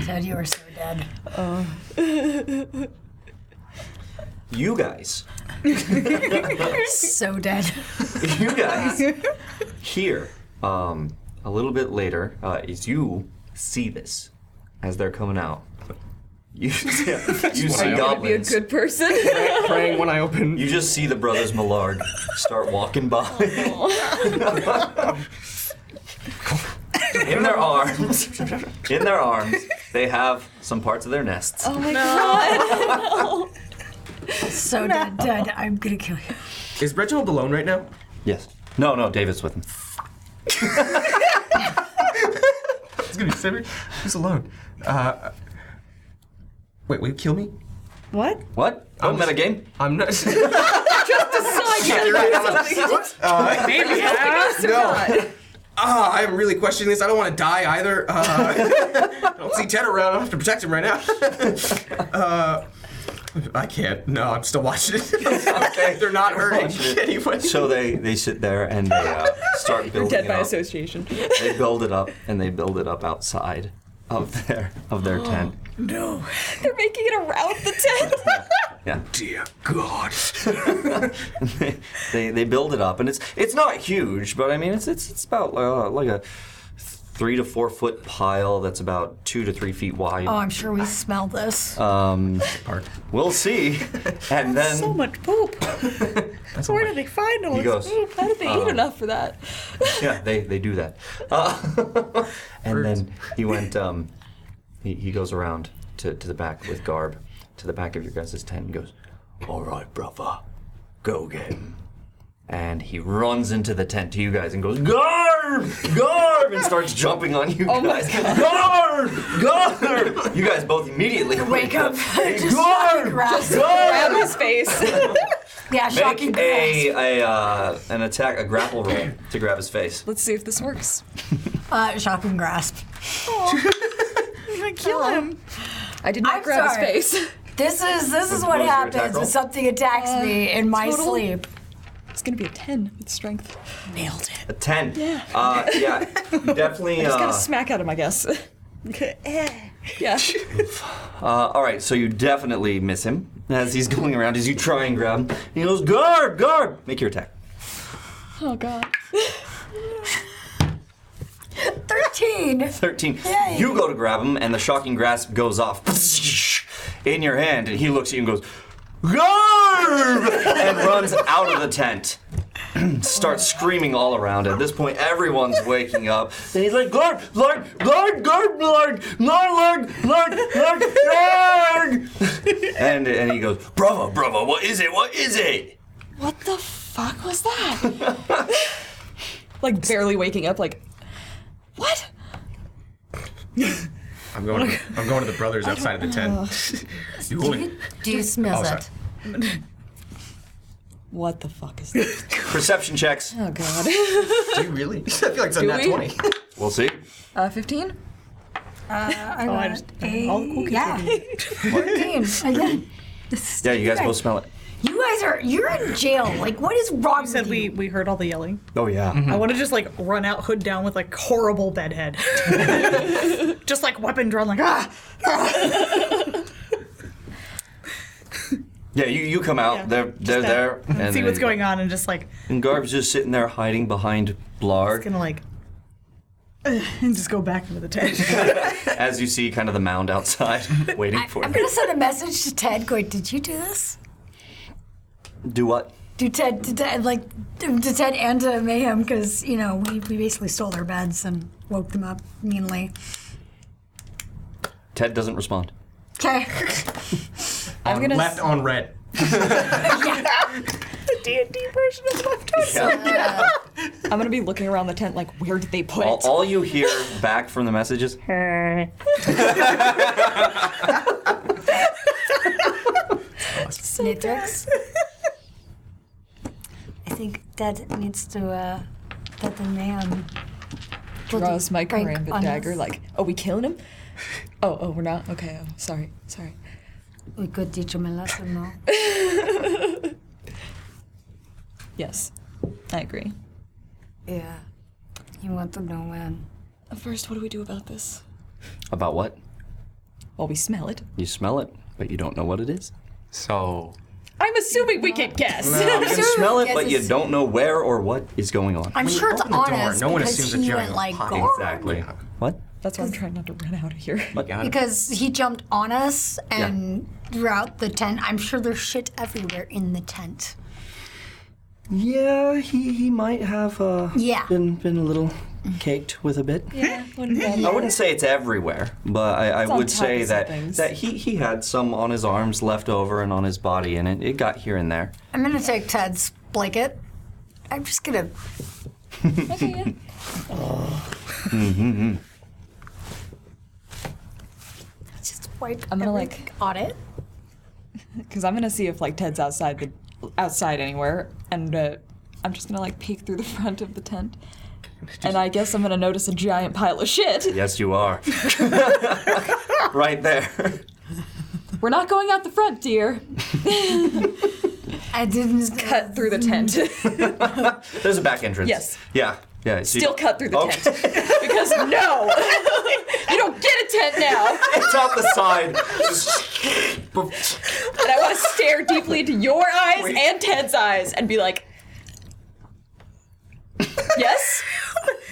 [SPEAKER 5] Dad, you are so dead.
[SPEAKER 6] Oh.
[SPEAKER 2] You guys,
[SPEAKER 5] So dead.
[SPEAKER 2] you guys here um, a little bit later uh, is you see this as they're coming out. You, you see
[SPEAKER 6] Be a
[SPEAKER 2] goblins.
[SPEAKER 6] good person.
[SPEAKER 4] Praying when I open.
[SPEAKER 2] You just see the brothers Millard start walking by. in their arms, in their arms, they have some parts of their nests.
[SPEAKER 6] oh my god!
[SPEAKER 5] So dead. Dad, I'm gonna kill you.
[SPEAKER 4] Is Reginald alone right now?
[SPEAKER 2] Yes. No, no, David's with them.
[SPEAKER 4] It's gonna be Sibby. Who's alone? Uh, wait, will you kill me?
[SPEAKER 6] What?
[SPEAKER 2] What? Oh,
[SPEAKER 4] I'm
[SPEAKER 2] metagame?
[SPEAKER 4] I'm not.
[SPEAKER 6] just a side
[SPEAKER 4] Yeah, you're right. I'm like, what? Uh,
[SPEAKER 6] Maybe ask,
[SPEAKER 4] no. Ah, I'm really questioning this. I don't want to die either. Uh, I don't see Ted around. I have to protect him right now. uh, I can't. No, I'm still watching it. okay, they're not hurting anyway.
[SPEAKER 2] So they, they sit there and they uh, start
[SPEAKER 6] You're
[SPEAKER 2] building
[SPEAKER 6] dead
[SPEAKER 2] it
[SPEAKER 6] by
[SPEAKER 2] up.
[SPEAKER 6] association.
[SPEAKER 2] They build it up and they build it up outside of their of their tent.
[SPEAKER 6] No. They're making it around the tent.
[SPEAKER 2] Yeah.
[SPEAKER 13] Dear God.
[SPEAKER 2] they they build it up and it's it's not huge, but I mean it's it's it's about uh, like a three to four foot pile that's about two to three feet wide.
[SPEAKER 5] Oh, I'm sure we smell this.
[SPEAKER 2] Um, we'll see. And then
[SPEAKER 3] so much poop. Where did they find all
[SPEAKER 2] He
[SPEAKER 3] this
[SPEAKER 2] goes,
[SPEAKER 3] poop? How did they eat
[SPEAKER 2] um,
[SPEAKER 3] enough for that?
[SPEAKER 2] yeah, they, they do that. Uh, and then he went, um, he, he goes around to, to the back with Garb, to the back of your guys' tent and goes, All right, brother, go get him. And he runs into the tent to you guys and goes, Garb! Garb! And starts jumping on you
[SPEAKER 13] Oh my
[SPEAKER 2] guys.
[SPEAKER 13] God.
[SPEAKER 2] Garb! Garb! You guys both immediately
[SPEAKER 5] Wake up.
[SPEAKER 2] Hey,
[SPEAKER 5] Just
[SPEAKER 2] Garb!
[SPEAKER 5] fucking grab-
[SPEAKER 2] Garb!
[SPEAKER 5] yeah, shocking.
[SPEAKER 2] Make a, a uh, an attack, a grapple roll to grab his face.
[SPEAKER 6] Let's see if this works.
[SPEAKER 5] Uh, shocking grasp.
[SPEAKER 6] I'm gonna kill him. I did not
[SPEAKER 5] I'm
[SPEAKER 6] grab
[SPEAKER 5] sorry.
[SPEAKER 6] his face.
[SPEAKER 5] This is this is
[SPEAKER 6] What
[SPEAKER 5] what
[SPEAKER 6] was your attack
[SPEAKER 5] happens
[SPEAKER 6] roll?
[SPEAKER 5] when something attacks me
[SPEAKER 6] Uh,
[SPEAKER 5] in my
[SPEAKER 6] total?
[SPEAKER 5] sleep.
[SPEAKER 6] It's gonna be a ten with strength. Nailed it.
[SPEAKER 2] A 10.
[SPEAKER 6] Yeah.
[SPEAKER 2] Uh, yeah, you
[SPEAKER 6] I
[SPEAKER 2] definitely.
[SPEAKER 6] just got
[SPEAKER 2] Uh,
[SPEAKER 6] to smack at him, I guess.
[SPEAKER 5] Eh.
[SPEAKER 6] yeah.
[SPEAKER 2] uh, all right, so you definitely miss him as he's going around as you try and grab him. He goes, guard, guard. Make your attack.
[SPEAKER 6] Oh god.
[SPEAKER 5] Thirteen.
[SPEAKER 2] 13. You go to grab him, and the shocking grasp goes off in your hand, and he looks at you and goes, Garb! and runs out of the tent. Starts screaming all around. At this point, everyone's waking up. And he's like, Garb, Lord, Lord, Garb, Lord, Lord, Lord, Lord, Lord, Lord! and, and he goes, Bravo, bravo, what is it? What is it?
[SPEAKER 6] What the fuck was that? like barely waking up, like what?
[SPEAKER 4] I'm going. To, I'm going to the brothers outside of the tent. you only.
[SPEAKER 5] Do you smell
[SPEAKER 4] Oh, sorry.
[SPEAKER 5] it?
[SPEAKER 6] What the fuck is this?
[SPEAKER 2] Perception checks.
[SPEAKER 6] Oh god.
[SPEAKER 4] Do you really? I feel like it's a
[SPEAKER 6] Do
[SPEAKER 4] nat
[SPEAKER 6] we?
[SPEAKER 4] twenty.
[SPEAKER 2] We'll see.
[SPEAKER 6] Uh, fifteen.
[SPEAKER 5] Uh, I
[SPEAKER 6] Oh, I
[SPEAKER 5] got
[SPEAKER 6] just-
[SPEAKER 5] a,
[SPEAKER 6] all cool kids
[SPEAKER 5] yeah, fourteen. Again,
[SPEAKER 2] Yeah, you guys both smell it.
[SPEAKER 5] you guys are you're in jail. Like, what is wrong? You said
[SPEAKER 3] we we heard all the yelling.
[SPEAKER 2] Oh, yeah.
[SPEAKER 5] Mm-hmm.
[SPEAKER 3] I want to just like run out, hood down with like horrible bedhead, just like weapon drawn, like ah.
[SPEAKER 2] Yeah, you, you come out. They're, they're
[SPEAKER 3] that-
[SPEAKER 2] there.
[SPEAKER 5] Mm-hmm.
[SPEAKER 3] see what's
[SPEAKER 2] they-
[SPEAKER 3] going on, and just like
[SPEAKER 2] And Garb's just sitting there hiding behind Blarg
[SPEAKER 3] gonna like and just go back into the tent.
[SPEAKER 2] as you see kind of the mound outside waiting for
[SPEAKER 5] I'm
[SPEAKER 2] him.
[SPEAKER 5] gonna send a message to Ted. Going, did you do this?
[SPEAKER 2] Do what?
[SPEAKER 5] To Ted, to Ted, like to Ted and to Mayhem, because you know we, we basically stole their beds and woke them up meanly.
[SPEAKER 2] Ted doesn't respond.
[SPEAKER 5] Okay.
[SPEAKER 4] I'm
[SPEAKER 5] gonna
[SPEAKER 4] left
[SPEAKER 5] s-
[SPEAKER 4] on red.
[SPEAKER 3] the D and D version of left
[SPEAKER 2] Yeah.
[SPEAKER 6] I'm gonna be looking around the tent like, where did they put
[SPEAKER 2] All,
[SPEAKER 6] it?
[SPEAKER 2] all you hear back from the messages.
[SPEAKER 5] Matrix. I think Ted needs to uh, that the man will do
[SPEAKER 6] Draws my
[SPEAKER 5] prank
[SPEAKER 6] Karambit
[SPEAKER 5] on
[SPEAKER 6] dagger.
[SPEAKER 5] us.
[SPEAKER 6] Like, oh, we killing him? Oh, oh, we're not. Okay. Oh, sorry, sorry.
[SPEAKER 5] we could teach him a lesson, no?
[SPEAKER 6] Yes, I agree.
[SPEAKER 5] Yeah. You want to know when?
[SPEAKER 6] First, what do we do about this?
[SPEAKER 2] About what?
[SPEAKER 6] Well, we smell it.
[SPEAKER 2] You smell it, but you don't know what it is. So.
[SPEAKER 6] I'm assuming we can guess.
[SPEAKER 2] you can smell it, but you don't know where or what is going on.
[SPEAKER 5] I'm sure it's honest
[SPEAKER 2] no one
[SPEAKER 5] because
[SPEAKER 2] assumes that
[SPEAKER 5] he
[SPEAKER 2] you're
[SPEAKER 5] went like
[SPEAKER 2] pocket.
[SPEAKER 5] "Gar-"
[SPEAKER 2] Exactly. What?
[SPEAKER 6] That's why I'm trying not to run out of here.
[SPEAKER 5] because he jumped on us
[SPEAKER 2] Yeah.
[SPEAKER 5] and throughout the tent. I'm sure there's shit everywhere in the tent.
[SPEAKER 2] Yeah, he, he might have uh,
[SPEAKER 5] Yeah.
[SPEAKER 2] been been a little caked with a bit.
[SPEAKER 6] Yeah,
[SPEAKER 2] I wouldn't say it's everywhere, but I, I
[SPEAKER 6] It's on
[SPEAKER 2] would
[SPEAKER 6] top
[SPEAKER 2] say
[SPEAKER 6] of some
[SPEAKER 2] that
[SPEAKER 6] things.
[SPEAKER 2] that he, he had some on his arms left over and on his body, and it, it got here and there.
[SPEAKER 5] I'm gonna take Ted's blanket. I'm just gonna.
[SPEAKER 2] Mm-hmm.
[SPEAKER 5] Just wipe
[SPEAKER 6] I'm gonna
[SPEAKER 5] everything
[SPEAKER 6] like
[SPEAKER 5] on it.
[SPEAKER 6] Because I'm gonna see if like Ted's outside the outside anywhere, and uh, I'm just gonna like peek through the front of the tent. And I guess I'm gonna notice a giant pile of shit.
[SPEAKER 2] Yes, you are. right there.
[SPEAKER 6] We're not going out the front, dear.
[SPEAKER 5] I didn't
[SPEAKER 6] cut through the tent.
[SPEAKER 2] There's a back entrance.
[SPEAKER 6] Yes.
[SPEAKER 2] Yeah. Yeah. so you-
[SPEAKER 6] Still cut through the
[SPEAKER 2] Okay.
[SPEAKER 6] tent because no, you don't get a tent now.
[SPEAKER 2] It's out the side.
[SPEAKER 6] And I want to stare deeply into your eyes and Ted's eyes and be like, yes,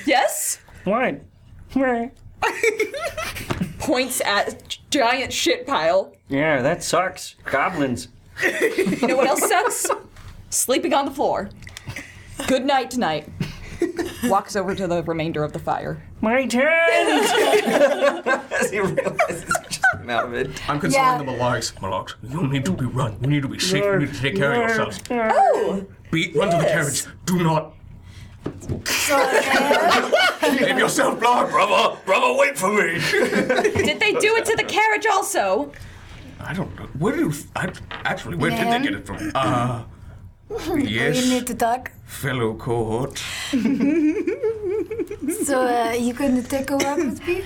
[SPEAKER 6] yes.
[SPEAKER 7] What? Where?
[SPEAKER 6] Points at g- giant shit pile.
[SPEAKER 7] Yeah, that sucks. Goblins.
[SPEAKER 6] You know what else sucks? Sleeping on the floor. Good night tonight. Walks over to the remainder of the fire.
[SPEAKER 7] My tent!
[SPEAKER 2] As he realizes he's
[SPEAKER 9] just
[SPEAKER 2] out of it.
[SPEAKER 9] I'm consoling the Malargs. Malargs, you need to be run. You need to be safe. You need to take care of yourselves.
[SPEAKER 6] Oh!
[SPEAKER 9] Be, run to the carriage. Do not.
[SPEAKER 13] Save yourself, Lord, brother. Brother, wait for me.
[SPEAKER 6] Did they do it to the carriage also?
[SPEAKER 9] I don't know. Where do you. I, actually, where did
[SPEAKER 5] Ma'am?
[SPEAKER 9] they get it from? Uh,
[SPEAKER 5] We
[SPEAKER 9] yes,
[SPEAKER 5] need to talk.
[SPEAKER 9] fellow cohort.
[SPEAKER 5] So, uh, you going to take a walk with me?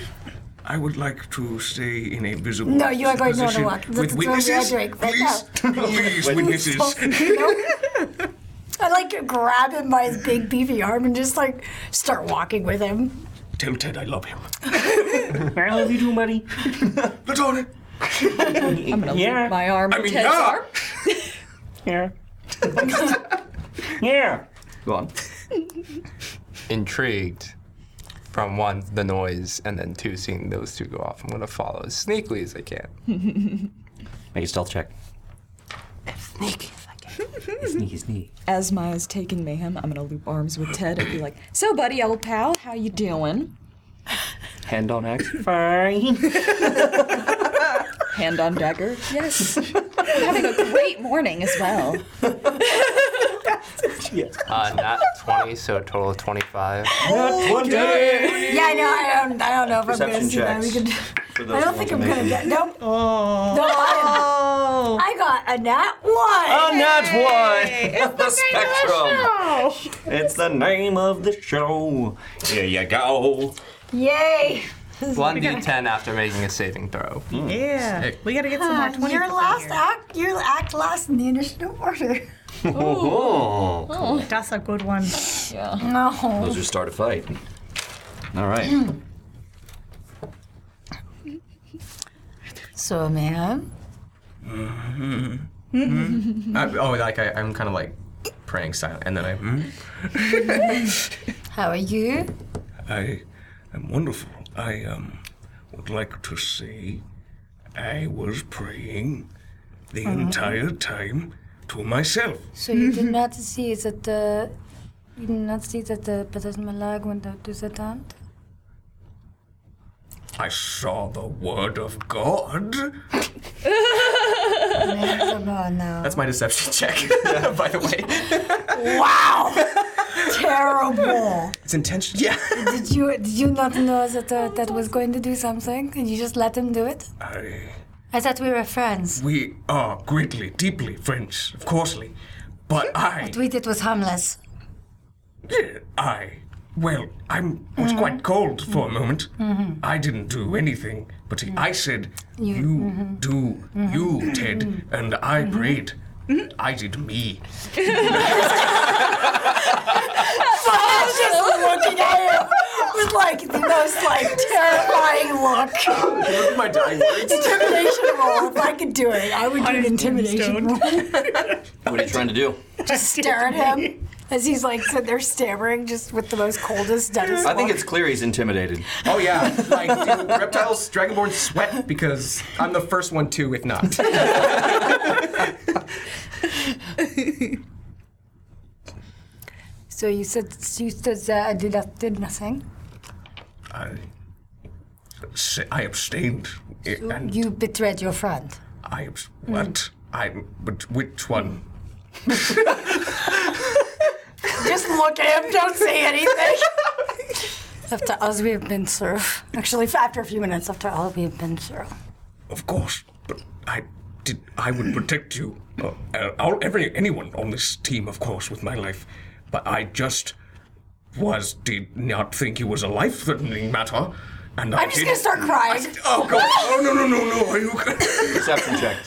[SPEAKER 9] I would like to stay in a visible
[SPEAKER 5] No, you are going to
[SPEAKER 9] position
[SPEAKER 5] walk. That's
[SPEAKER 9] with
[SPEAKER 5] what we are
[SPEAKER 9] witnesses.
[SPEAKER 5] doing right
[SPEAKER 9] please, please, witnesses.
[SPEAKER 5] No. I like grab him by his big beefy arm and just like start walking with him.
[SPEAKER 9] Tell Ted I love him.
[SPEAKER 7] I love you too, buddy.
[SPEAKER 9] Ladonna.
[SPEAKER 6] I'm gonna
[SPEAKER 7] yeah.
[SPEAKER 6] loop my arm.
[SPEAKER 7] I
[SPEAKER 6] in
[SPEAKER 7] mean,
[SPEAKER 6] Ted's
[SPEAKER 7] yeah.
[SPEAKER 6] arm.
[SPEAKER 7] Yeah. yeah.
[SPEAKER 2] Go on.
[SPEAKER 10] Intrigued from one, the noise, and then two, seeing those two go off. I'm going to follow as sneakily as I can.
[SPEAKER 7] Make a stealth check. Sneaky, sneaky.
[SPEAKER 6] As Maya's taking mayhem, I'm gonna loop arms with Ted and be like, "So, buddy, old pal, how you doing?
[SPEAKER 7] Hand on axe. Fine.
[SPEAKER 6] Hand on dagger? Yes. I'm having a great morning as well.
[SPEAKER 10] Uh, not 20, so a total of 25.
[SPEAKER 5] Not
[SPEAKER 2] 20.
[SPEAKER 5] Yeah, I know. I don't. I don't know if
[SPEAKER 10] Perception
[SPEAKER 5] I'm gonna see that. We
[SPEAKER 10] checks.
[SPEAKER 5] could.
[SPEAKER 2] For
[SPEAKER 5] I don't think I'm gonna get. Nope.
[SPEAKER 6] Oh.
[SPEAKER 5] No, I, I got a nat one.
[SPEAKER 2] A nat one. It's the
[SPEAKER 5] spectrum.
[SPEAKER 2] It's the name of the show. Here you go.
[SPEAKER 5] Yay.
[SPEAKER 10] 1d10 after making a saving throw.
[SPEAKER 5] Yeah.
[SPEAKER 3] We gotta get
[SPEAKER 5] Huh, your last act. Your act last in the initiative order.
[SPEAKER 2] Oh.
[SPEAKER 3] That's a good one.
[SPEAKER 6] Yeah.
[SPEAKER 5] No.
[SPEAKER 2] Those are start a fight. All right.
[SPEAKER 5] So, ma'am.
[SPEAKER 4] Mhm. Mhm. I- oh, like I, I'm kind of like praying silent, and then I. mhm.
[SPEAKER 5] How are you?
[SPEAKER 9] I am wonderful. I um would like to say I was praying the
[SPEAKER 5] Uh-huh.
[SPEAKER 9] entire time to myself.
[SPEAKER 5] So you did not see that the you did not see that the Patas Malag went out to the tent?
[SPEAKER 9] I saw the word of God.
[SPEAKER 5] Come on now.
[SPEAKER 4] That's my deception check, by the way.
[SPEAKER 5] Wow! Terrible.
[SPEAKER 4] It's intentional. Yeah.
[SPEAKER 5] Did you did you not know that uh, that was going to do something and you just let him do it?
[SPEAKER 9] I,
[SPEAKER 5] I thought we were friends.
[SPEAKER 9] we are greatly, deeply friends, of coursely. But I,
[SPEAKER 5] What we did was harmless.
[SPEAKER 9] I, well, I'm was quite cold for a moment.
[SPEAKER 5] Mhm.
[SPEAKER 9] I didn't do anything, but I said,
[SPEAKER 5] You.
[SPEAKER 9] "You
[SPEAKER 5] mhm.
[SPEAKER 9] do, you, Ted," and I prayed. I did me.
[SPEAKER 5] mm-hmm. I was just looking at him with like the most like terrifying look.
[SPEAKER 4] Look at my dying words.
[SPEAKER 5] Intimidation roll. If I could do it, I would do an intimidation roll.
[SPEAKER 2] What are you trying to do?
[SPEAKER 5] just stare at him as he's like sitting there stammering, just with the most coldest, dumbest
[SPEAKER 2] I think
[SPEAKER 5] look.
[SPEAKER 2] it's clear he's intimidated.
[SPEAKER 4] Oh yeah, like dude, reptiles, dragonborn sweat because I'm the first one too, if not.
[SPEAKER 5] So you said you said that I did not did nothing.
[SPEAKER 9] I, sa- I abstained. I- And
[SPEAKER 5] You betrayed your friend.
[SPEAKER 9] I abs- what? I but which one?
[SPEAKER 5] Just look at him. Don't say anything. after all we've been through, actually, after a few minutes, after all we've been through.
[SPEAKER 9] Of course, but I did. I would protect you. uh, I'll- every anyone on this team, of course, with my life, but I just was did not think it was a life-threatening matter, and I
[SPEAKER 5] I'm just
[SPEAKER 9] did-
[SPEAKER 5] gonna start crying.
[SPEAKER 9] Oh god! Oh no no no no! Are you?
[SPEAKER 2] Perception check.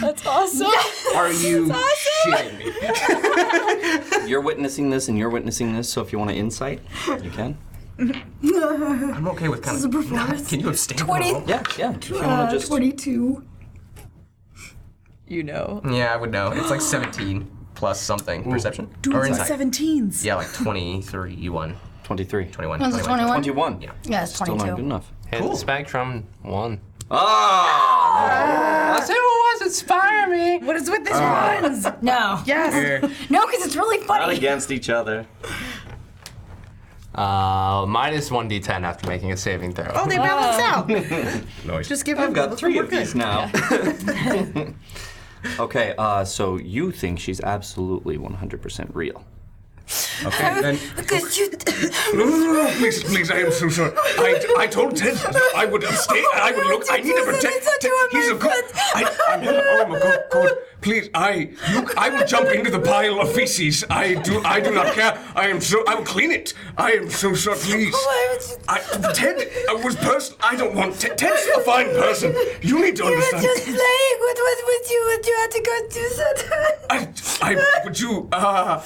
[SPEAKER 6] That's awesome.
[SPEAKER 2] Are you
[SPEAKER 6] awesome.
[SPEAKER 2] shitting me? you're witnessing this, and you're witnessing this. So if you want to insight, you can.
[SPEAKER 4] I'm okay with
[SPEAKER 2] kind
[SPEAKER 5] This is a
[SPEAKER 2] of-
[SPEAKER 5] performance.
[SPEAKER 2] Can you abstain from a roll? Yeah, yeah. If you wanna
[SPEAKER 5] Uh,
[SPEAKER 2] just-
[SPEAKER 5] 22.
[SPEAKER 6] You know.
[SPEAKER 4] Yeah, I would know. It's like 17 plus something perception.
[SPEAKER 3] Dude,
[SPEAKER 4] or
[SPEAKER 3] it's
[SPEAKER 4] insight.
[SPEAKER 3] 17s.
[SPEAKER 4] Yeah, like 23, 1.
[SPEAKER 10] 23.
[SPEAKER 4] 21.
[SPEAKER 3] Mine's a 21.
[SPEAKER 2] 21.
[SPEAKER 4] Yeah.
[SPEAKER 3] Yeah, it's
[SPEAKER 10] Still not good enough. Hit cool. Spectrum 1.
[SPEAKER 2] Ah!
[SPEAKER 10] I say, what was inspire me?
[SPEAKER 3] What is with
[SPEAKER 10] this
[SPEAKER 9] Uh,
[SPEAKER 10] Ah.
[SPEAKER 3] ones?
[SPEAKER 5] No.
[SPEAKER 10] Yes. Yeah.
[SPEAKER 5] No, because it's really
[SPEAKER 10] Not
[SPEAKER 5] funny.
[SPEAKER 10] against each other. Uh, minus 1d10 after making a saving throw.
[SPEAKER 3] Oh, they balance out.
[SPEAKER 10] nice.
[SPEAKER 3] Just give
[SPEAKER 2] I've
[SPEAKER 3] him-
[SPEAKER 2] got three
[SPEAKER 3] we're
[SPEAKER 2] of these
[SPEAKER 3] good.
[SPEAKER 2] now. okay, uh, so you think she's absolutely 100% real.
[SPEAKER 9] Okay, then.
[SPEAKER 5] Because you.
[SPEAKER 9] No, no, no, no, please, please, I am so sorry. I, I told Ted I would abstain, I would look, I need to protect. Ted, he's a god. I, I'm not, oh my god, god, please, I, you, I will jump into the pile of feces. I do, I do not care. I am so, I will clean it. I am so sorry, please. Oh, I, Ted, I was person, I don't want, Ted, Ted's a fine person. You need to
[SPEAKER 5] You were
[SPEAKER 9] understand.
[SPEAKER 5] just playing. What was with you? What you had to go do that?
[SPEAKER 9] I, would you, uh,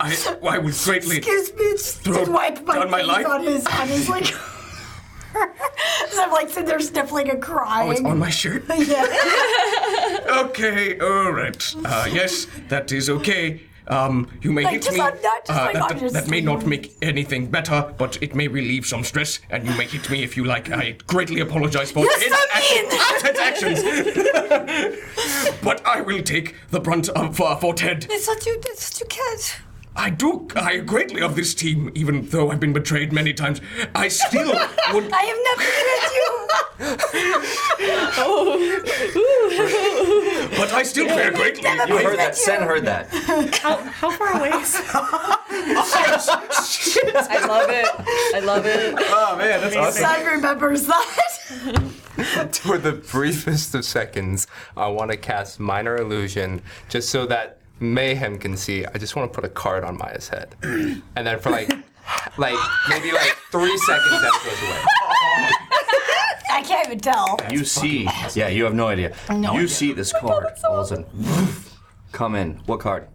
[SPEAKER 9] I, I would greatly.
[SPEAKER 5] Excuse me. Just,
[SPEAKER 9] Throw
[SPEAKER 5] just wipe my
[SPEAKER 9] down my
[SPEAKER 5] face
[SPEAKER 9] life?
[SPEAKER 5] on his on his like. so I'm like sitting there sniffling and crying.
[SPEAKER 9] Oh, it's on my shirt.
[SPEAKER 5] yeah.
[SPEAKER 9] okay, all right. Uh, yes, that is okay. Um, you may
[SPEAKER 5] Like,
[SPEAKER 9] hit
[SPEAKER 5] just
[SPEAKER 9] me. Uh,
[SPEAKER 5] on that, just like
[SPEAKER 9] that,
[SPEAKER 5] on
[SPEAKER 9] that,
[SPEAKER 5] your
[SPEAKER 9] that may not
[SPEAKER 5] sleeve.
[SPEAKER 9] make anything better, but it may relieve some stress, and you may hit me if you like. I greatly apologize for
[SPEAKER 5] You're
[SPEAKER 9] Ted's
[SPEAKER 5] so
[SPEAKER 9] actions- Ted's actions. but I will take the brunt of, for, for Ted.
[SPEAKER 5] It's what you. It's what you can't.
[SPEAKER 9] I do. I greatly of this team, even though I've been betrayed many times. I still would.
[SPEAKER 5] I have nothing with you.
[SPEAKER 9] Oh. But I still care greatly.
[SPEAKER 2] You heard that. Sen heard that.
[SPEAKER 3] How, how far away is
[SPEAKER 6] I love it. I love it.
[SPEAKER 10] Oh, man, that's awesome.
[SPEAKER 5] Son remembers that.
[SPEAKER 10] For the briefest of seconds, I want to cast Minor Illusion just so that Mayhem can see. I just want to put a card on Maya's head. And then for like, like maybe like three seconds, that goes away.
[SPEAKER 5] I can't even tell.
[SPEAKER 2] you see, yeah, you have no idea.
[SPEAKER 5] No
[SPEAKER 2] you
[SPEAKER 5] idea.
[SPEAKER 2] see this card all of a sudden come in. What card?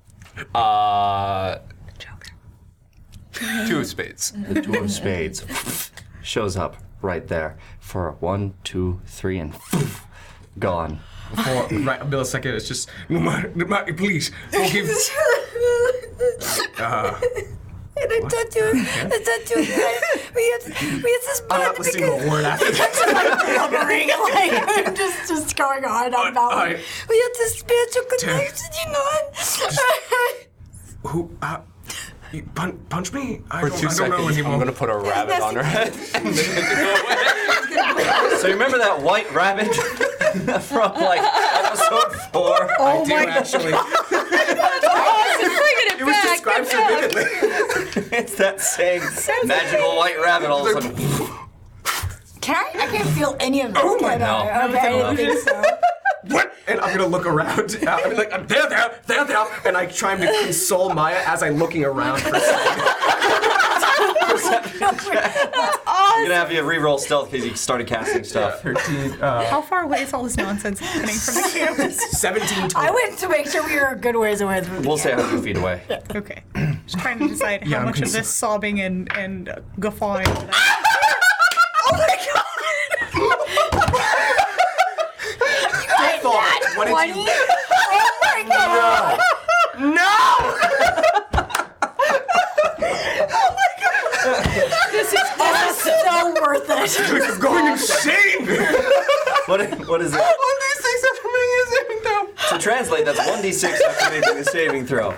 [SPEAKER 10] Uh, Two of spades.
[SPEAKER 2] The two of spades shows up right there for one, two, three, and gone.
[SPEAKER 4] Before, right, a millisecond, it's just.
[SPEAKER 9] No matter, no matter- please forgive.
[SPEAKER 4] Uh,
[SPEAKER 5] And I thought you, I thought you, we had, we had this plan I'm not listening to a
[SPEAKER 4] word after
[SPEAKER 5] that. Lumbering, like, I'm just, just going on and on about it. We had this spiritual connection, you know. And
[SPEAKER 9] Who? Uh, you punch, punch me? I
[SPEAKER 10] For
[SPEAKER 9] don't,
[SPEAKER 10] two
[SPEAKER 9] I don't know
[SPEAKER 10] seconds,
[SPEAKER 9] anymore.
[SPEAKER 10] I'm gonna put a rabbit on her head.
[SPEAKER 2] So you remember that white rabbit from like episode four?
[SPEAKER 10] Oh I do, my actually.
[SPEAKER 6] bringing it,
[SPEAKER 2] was
[SPEAKER 6] back.
[SPEAKER 2] described so vividly. it's that same magical white rabbit all of a sudden.
[SPEAKER 5] can I? I can't feel any of this.
[SPEAKER 9] Oh my
[SPEAKER 5] can I?
[SPEAKER 9] God.
[SPEAKER 5] Okay, I didn't think so.
[SPEAKER 4] What? And I'm gonna look around. Uh, I'm like, I'm there, there, there, there. And I try to console Maya as I'm looking around for
[SPEAKER 2] I'm gonna have you re-roll stealth because you started casting stuff.
[SPEAKER 5] uh,
[SPEAKER 3] How far away is all this nonsense happening from the campus?
[SPEAKER 4] 17
[SPEAKER 5] I went to make sure we were a good ways away from the
[SPEAKER 2] We'll say 100 feet away.
[SPEAKER 3] Okay. Just trying to decide how
[SPEAKER 2] Yeah, I'm
[SPEAKER 3] much of
[SPEAKER 2] concerned.
[SPEAKER 3] this sobbing and, and uh, guffawing.
[SPEAKER 5] Oh my god!
[SPEAKER 4] What did you-
[SPEAKER 5] Oh my god!
[SPEAKER 4] No! No!
[SPEAKER 5] This is so worth it.
[SPEAKER 4] I'm going insane!
[SPEAKER 2] What, what is it? To translate, that's 1d6 after making a saving throw.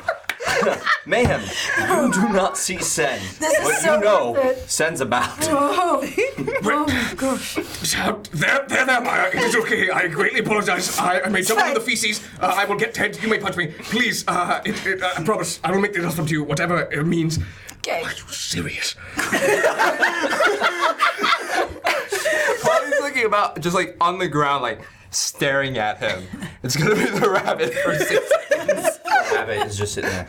[SPEAKER 2] Mayhem, you do not see Sen.
[SPEAKER 5] This is
[SPEAKER 2] but
[SPEAKER 5] so
[SPEAKER 2] you know
[SPEAKER 5] worth
[SPEAKER 2] Sen's about.
[SPEAKER 5] Oh, oh my gosh.
[SPEAKER 9] Shout, there, there, there, Maya. It is okay. I greatly apologize. I, I may jump on the feces. Uh, I will get Ted. You may punch me. Please, uh, it, it, I promise. I will make the adjustment to you, whatever it means.
[SPEAKER 5] Okay.
[SPEAKER 9] Serious.
[SPEAKER 10] Bonnie's looking about, just like on the ground, like, staring at him. It's gonna be the rabbit for six seconds.
[SPEAKER 2] Rabbit is just sitting there,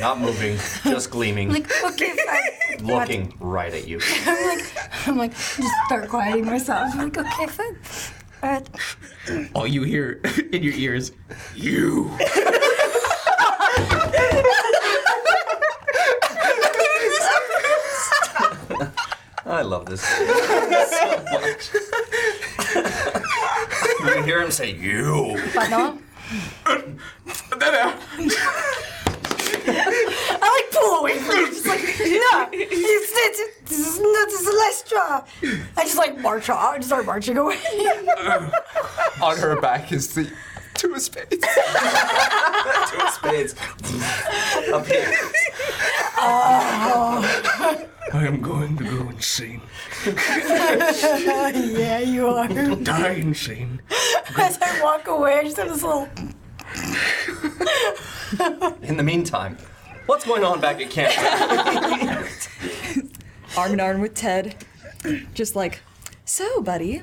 [SPEAKER 2] not moving, just gleaming,
[SPEAKER 5] Like, okay, fine.
[SPEAKER 2] looking right at you.
[SPEAKER 5] I'm like, I'm like, just start quieting myself. I'm like, okay, fine. All right.
[SPEAKER 4] All you hear in your ears, you.
[SPEAKER 2] I love this so much. you hear him say, "You."
[SPEAKER 5] Pardon?
[SPEAKER 12] I like pull away from him. Just like, no, it's, it's, this is not this is the last straw. I just like march off. I just start marching away.
[SPEAKER 10] On her back is the two of spades.
[SPEAKER 2] Two of spades. Up here.
[SPEAKER 12] Oh.
[SPEAKER 9] I am going to go insane.
[SPEAKER 12] yeah, you are.
[SPEAKER 9] Die insane.
[SPEAKER 12] As I walk away, I just have this little.
[SPEAKER 2] In the meantime, what's going on back at camp?
[SPEAKER 6] arm in arm with Ted, just like, so, buddy,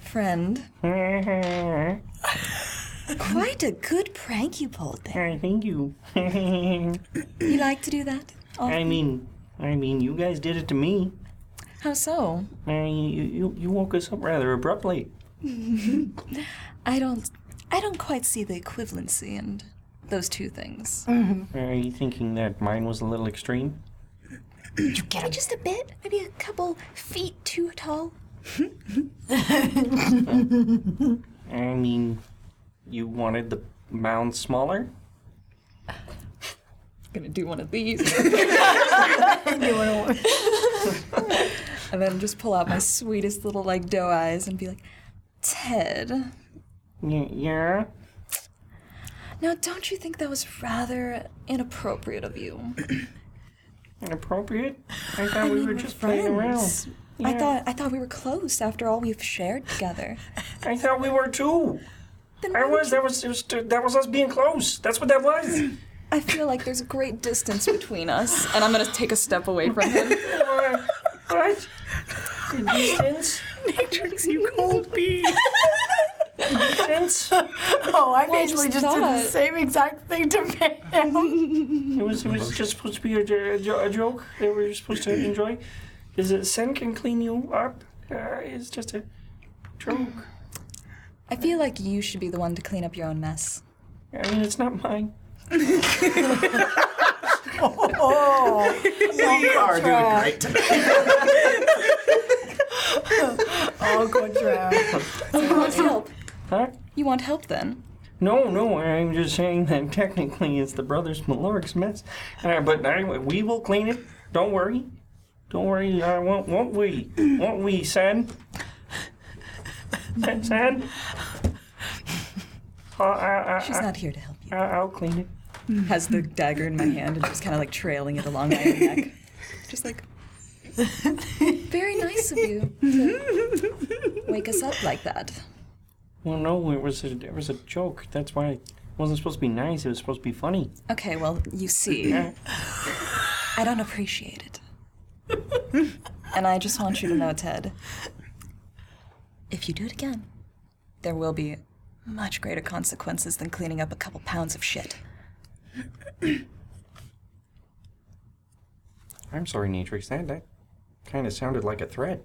[SPEAKER 6] friend, quite a good prank you pulled there.
[SPEAKER 7] thank you.
[SPEAKER 6] You like to do that?
[SPEAKER 7] I
[SPEAKER 6] often?
[SPEAKER 7] mean, I mean, you guys did it to me.
[SPEAKER 6] how so?
[SPEAKER 7] I mean, you, you, you woke us up rather abruptly.
[SPEAKER 6] I don't, I don't quite see the equivalency in those two things.
[SPEAKER 7] Are you thinking that mine was a little extreme?
[SPEAKER 6] You get it just a bit, maybe a couple feet too tall.
[SPEAKER 7] I mean, you wanted the mound smaller?
[SPEAKER 6] Gonna do one of these. and then just pull out my sweetest little like doe eyes and be like, Ted,
[SPEAKER 7] Y- yeah.
[SPEAKER 6] now don't you think that was rather inappropriate of you?
[SPEAKER 7] Inappropriate? I thought we were just playing around.
[SPEAKER 6] friends. I thought I thought we were close after all we've shared together.
[SPEAKER 7] I thought we were too. I was. That was. It was. That was us being close. That's what that was.
[SPEAKER 6] I feel like there's a great distance between us, and I'm gonna take a step away from him.
[SPEAKER 7] what? Distance?
[SPEAKER 12] Matrix, you cold bee.
[SPEAKER 7] Distance?
[SPEAKER 12] Oh, I
[SPEAKER 7] Well, I
[SPEAKER 12] basically
[SPEAKER 7] just
[SPEAKER 12] just, did the
[SPEAKER 7] thought.
[SPEAKER 12] same exact thing to Pam.
[SPEAKER 7] It was. It was just supposed to be a, jo- a jo- a joke that we were supposed to enjoy. Is it sin can clean you up? Uh, it's just a joke.
[SPEAKER 6] I feel like you should be the one to clean up your own mess.
[SPEAKER 7] I mean, it's not mine.
[SPEAKER 12] oh,
[SPEAKER 4] We are doing great
[SPEAKER 12] oh, good job.
[SPEAKER 6] You want help?
[SPEAKER 7] Huh?
[SPEAKER 6] You want help then?
[SPEAKER 7] No, no. I'm just saying that technically it's the brothers Maloric's mess, uh, but anyway, we will clean it. Don't worry. Don't worry. Uh, won't, won't we? Won't we, son? Son? son? Uh, uh,
[SPEAKER 6] She's not here to help Mm-hmm.
[SPEAKER 7] you. I'll clean it.
[SPEAKER 6] Has the dagger in my hand and just kind of like trailing it along my own neck. Just like, very nice of you to wake us up like that.
[SPEAKER 7] Well, no, it was a, it was a joke. That's why it wasn't supposed to be nice. It was supposed to be funny.
[SPEAKER 6] Okay, well, you see, I don't appreciate it. and I just want you to know, Ted, if you do it again, there will be much greater consequences than cleaning up a couple pounds of shit.
[SPEAKER 7] I'm sorry, Natrix. That that kind of sounded like a threat.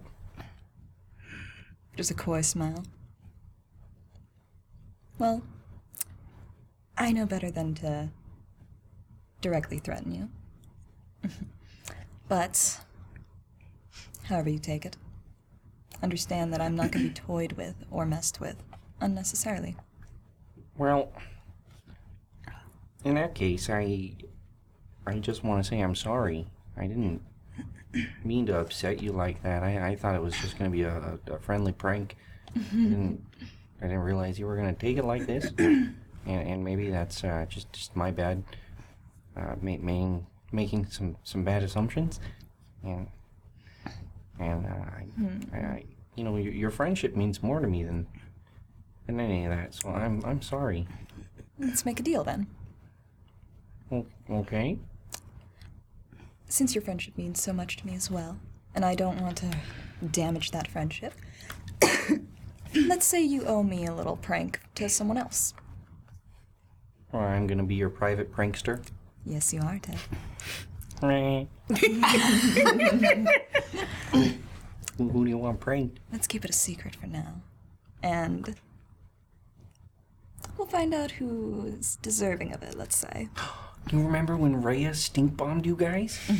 [SPEAKER 6] Just a coy smile. Well, I know better than to directly threaten you. but, however you take it, understand that I'm not going to be toyed with or messed with unnecessarily.
[SPEAKER 7] Well, in that case, I I just want to say I'm sorry. I didn't mean to upset you like that. I, I thought it was just gonna be a, a, a friendly prank. I didn't I didn't realize you were gonna take it like this. and, and maybe that's uh, just just my bad. Uh, ma- main, making some some bad assumptions. And and uh, I,
[SPEAKER 6] Hmm.
[SPEAKER 7] I, I you know your, your friendship means more to me than than any of that. So I'm I'm sorry.
[SPEAKER 6] Let's make a deal then.
[SPEAKER 7] O- Okay.
[SPEAKER 6] Since your friendship means so much to me as well, and I don't want to damage that friendship,
[SPEAKER 14] Let's say you owe me a little prank to someone else.
[SPEAKER 7] Or I'm gonna be your private prankster.
[SPEAKER 14] Yes, you are, Ted.
[SPEAKER 7] Who who do you want pranked?
[SPEAKER 14] Let's keep it a secret for now. And we'll find out who's deserving of it, let's say.
[SPEAKER 7] Do you remember when Rhea stink bombed you guys?
[SPEAKER 14] I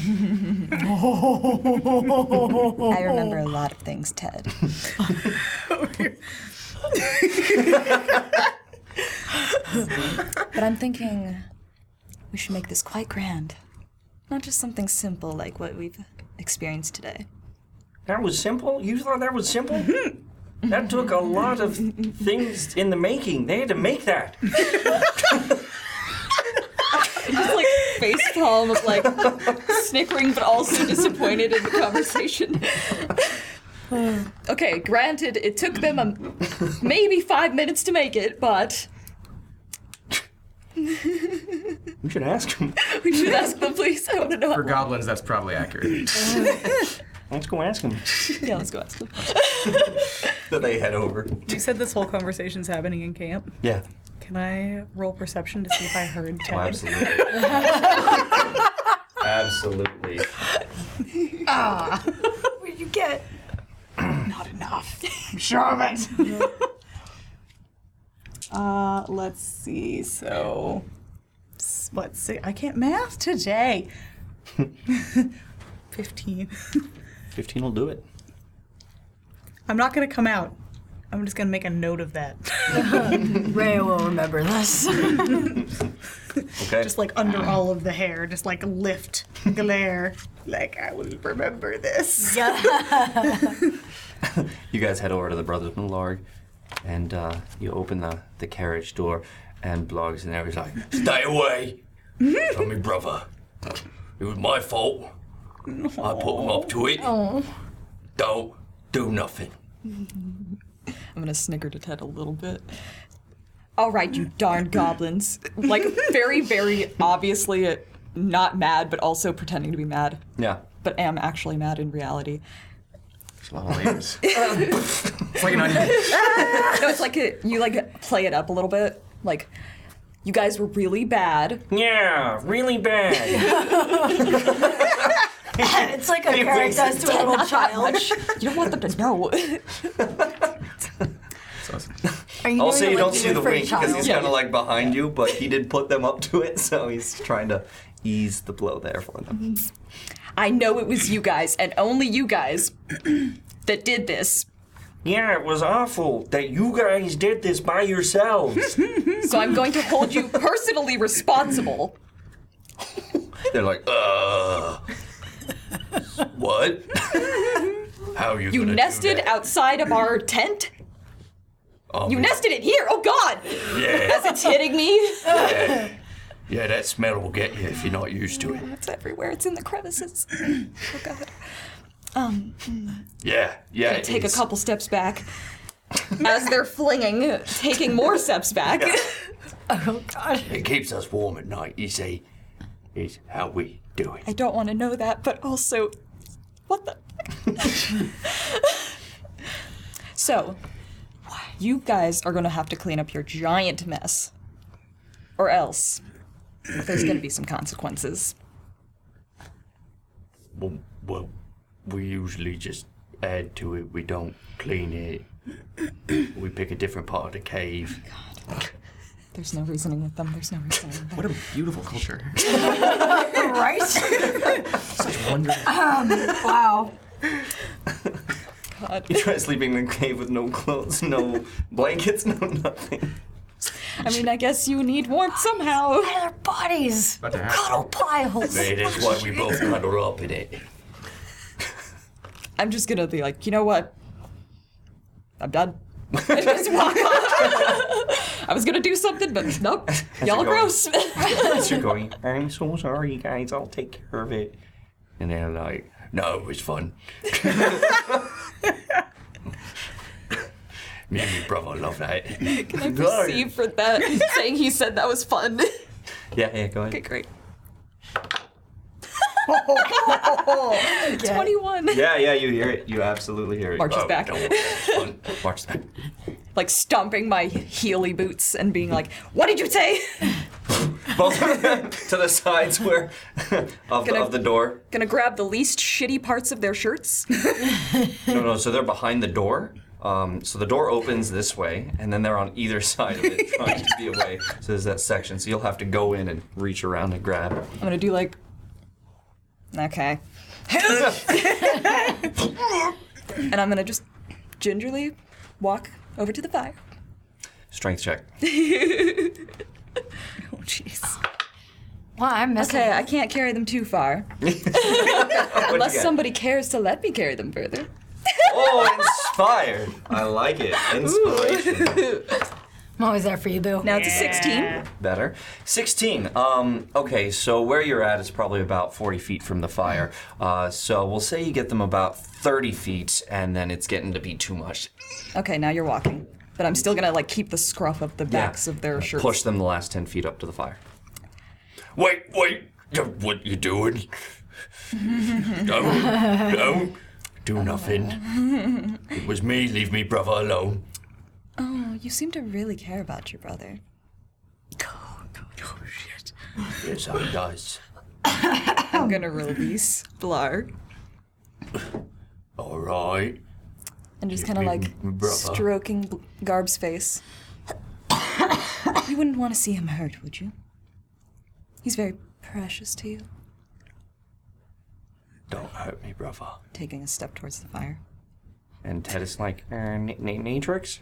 [SPEAKER 14] remember a lot of things, Ted. but I'm thinking we should make this quite grand. Not just something simple like what we've experienced today.
[SPEAKER 7] That was simple? You thought that was simple? that took a lot of things in the making. They had to make that.
[SPEAKER 6] just like face palm of like snickering but also disappointed in the conversation. okay, granted, it took them a, maybe five minutes to make it, but
[SPEAKER 7] We should ask him.
[SPEAKER 6] we should ask them, please. I want to know.
[SPEAKER 4] For goblins, that's probably accurate.
[SPEAKER 7] Let's go ask him.
[SPEAKER 6] yeah, let's go ask them.
[SPEAKER 2] That they head over.
[SPEAKER 3] You said this whole conversation's happening in camp.
[SPEAKER 2] Yeah.
[SPEAKER 3] Can I roll perception to see if I heard Ted?
[SPEAKER 2] Oh, absolutely. Absolutely.
[SPEAKER 12] ah, what'd you get?
[SPEAKER 3] Not enough. I'm sure of it. uh, let's see. So, s- let's see. I can't math today. 15.
[SPEAKER 7] 15 will do it.
[SPEAKER 3] I'm not going to come out. I'm just going to make a note of that.
[SPEAKER 12] Ray will remember this.
[SPEAKER 2] Okay.
[SPEAKER 3] Just like under all of the hair, just like lift glare. Like, I will remember this.
[SPEAKER 2] You guys head over to the Brothers Millarg, and uh, you open the, the carriage door, and Blogs and everybody's like,
[SPEAKER 8] Stay away from me, brother. It was my fault. I put him up to it.
[SPEAKER 6] Oh.
[SPEAKER 8] Don't do nothing.
[SPEAKER 6] I'm gonna snicker to Ted a little bit. All right, you darn goblins! Like very, very obviously not mad, but also pretending to be mad.
[SPEAKER 2] Yeah.
[SPEAKER 6] But am actually mad in reality.
[SPEAKER 2] Oh,
[SPEAKER 4] It's like an onion.
[SPEAKER 6] no, it's like it, you like play it up a little bit. Like you guys were really bad.
[SPEAKER 7] Yeah, really bad.
[SPEAKER 12] it's like a
[SPEAKER 6] He
[SPEAKER 12] parrot
[SPEAKER 6] raises
[SPEAKER 12] does to a little
[SPEAKER 6] not that
[SPEAKER 12] child.
[SPEAKER 6] much. You don't want them to know.
[SPEAKER 12] Are you
[SPEAKER 2] also,
[SPEAKER 12] doing
[SPEAKER 2] you
[SPEAKER 12] it
[SPEAKER 2] don't
[SPEAKER 12] like you
[SPEAKER 2] see
[SPEAKER 12] would
[SPEAKER 2] the
[SPEAKER 12] for a
[SPEAKER 2] wink because he's
[SPEAKER 12] child?
[SPEAKER 2] kind of like behind you, but he did put them up to it, so he's trying to ease the blow there for them.
[SPEAKER 12] Mm-hmm.
[SPEAKER 6] I know it was you guys and only you guys that did this.
[SPEAKER 7] Yeah, it was awful that you guys did this by yourselves.
[SPEAKER 6] So I'm going to hold you personally responsible.
[SPEAKER 8] They're like, uh. what? How are you,
[SPEAKER 6] You
[SPEAKER 8] gonna
[SPEAKER 6] nested outside of our tent.
[SPEAKER 8] Oh,
[SPEAKER 6] You
[SPEAKER 8] yeah.
[SPEAKER 6] nested it here. Oh God!
[SPEAKER 8] Yeah.
[SPEAKER 6] As it's hitting me.
[SPEAKER 8] Yeah. Yeah, that smell will get you if you're not used to it.
[SPEAKER 6] It's everywhere. It's in the crevices. Oh God. Um.
[SPEAKER 8] Yeah, yeah.
[SPEAKER 6] Gonna
[SPEAKER 8] it
[SPEAKER 6] take
[SPEAKER 8] is.
[SPEAKER 6] a couple steps back. As they're flinging, taking more steps back.
[SPEAKER 8] Oh god. It keeps us warm at night, you see. Is how we do it.
[SPEAKER 6] I don't want to know that, but also, what the? so, you guys are gonna have to clean up your giant mess, or else there's gonna be some consequences.
[SPEAKER 8] Well, well, we usually just add to it. We don't clean it. we pick a different part of the cave.
[SPEAKER 6] There's no reasoning with them. There's no reasoning. With them. What a
[SPEAKER 4] Beautiful culture.
[SPEAKER 12] right? Um, wow.
[SPEAKER 6] God.
[SPEAKER 2] You try sleeping in the cave with no clothes, no blankets, no nothing.
[SPEAKER 6] I mean, I guess you need warmth somehow. Their
[SPEAKER 12] bodies.
[SPEAKER 2] About to happen.
[SPEAKER 12] Cuddle piles.
[SPEAKER 8] Maybe that's why we both cuddle up in it.
[SPEAKER 6] I'm just gonna be like, you know what? I'm done. I just walk off. I was gonna do something, but nope. Y'all are gross.
[SPEAKER 2] going.
[SPEAKER 7] I'm so sorry, you guys. I'll take care of it.
[SPEAKER 8] And they're like, no, it was fun. Me and my brother love that.
[SPEAKER 6] Can I perceive for that saying he said that was fun?
[SPEAKER 2] Yeah, yeah, go ahead.
[SPEAKER 6] okay, great.
[SPEAKER 15] Twenty-one.
[SPEAKER 2] Yeah, yeah, you hear it. You absolutely hear it.
[SPEAKER 15] Marches
[SPEAKER 2] Oh,
[SPEAKER 15] back,
[SPEAKER 2] don't Watch that.
[SPEAKER 15] like stomping my heely boots and being like, "What did you say?"
[SPEAKER 2] Both of them to the sides where of, the,
[SPEAKER 15] Gonna-
[SPEAKER 2] of the door.
[SPEAKER 15] Gonna grab the least shitty parts of their shirts.
[SPEAKER 2] No, no. So they're behind the door. Um, so the door opens this way, and then they're on either side of it, trying to be away. So there's that section. So you'll have to go in and reach around and grab.
[SPEAKER 15] I'm gonna do like, okay, and I'm gonna just gingerly walk over to the fire.
[SPEAKER 2] Strength check.
[SPEAKER 15] oh
[SPEAKER 2] Oh,
[SPEAKER 15] jeez. Well, I'm
[SPEAKER 6] missing
[SPEAKER 15] Okay,
[SPEAKER 6] it.
[SPEAKER 15] I can't carry them too far. Unless
[SPEAKER 2] get?
[SPEAKER 15] somebody cares to let me carry them further.
[SPEAKER 2] Oh, inspired. I like it. Inspiration.
[SPEAKER 5] I'm always there for you, boo.
[SPEAKER 15] Now it's a 16.
[SPEAKER 2] Better. 16. Um, okay, so where you're at is probably about 40 feet from the fire. Uh, so we'll say you get them about 30 feet, and then it's getting to be too much.
[SPEAKER 15] Okay, now you're walking. But I'm still gonna like keep the scruff of the
[SPEAKER 2] Yeah.
[SPEAKER 15] backs of their shirts.
[SPEAKER 2] Push them the last 10 feet up to the fire.
[SPEAKER 13] Wait, wait. What you doing?
[SPEAKER 15] no,
[SPEAKER 13] Don't do nothing. It was me. Leave me brother alone.
[SPEAKER 6] Oh, you seem to really care about your brother.
[SPEAKER 13] Yes, I does.
[SPEAKER 15] I'm gonna release Blar
[SPEAKER 13] All right.
[SPEAKER 6] And just
[SPEAKER 13] Give
[SPEAKER 6] kind of
[SPEAKER 13] me
[SPEAKER 6] like
[SPEAKER 13] m- brother.
[SPEAKER 6] stroking Bl- Garb's face. you wouldn't want to see him hurt, would you? He's very precious to you.
[SPEAKER 7] Don't hurt me, brother.
[SPEAKER 6] Taking a step towards the fire.
[SPEAKER 7] And Ted is like,
[SPEAKER 13] "Eh,
[SPEAKER 7] uh, na- na- Natrix?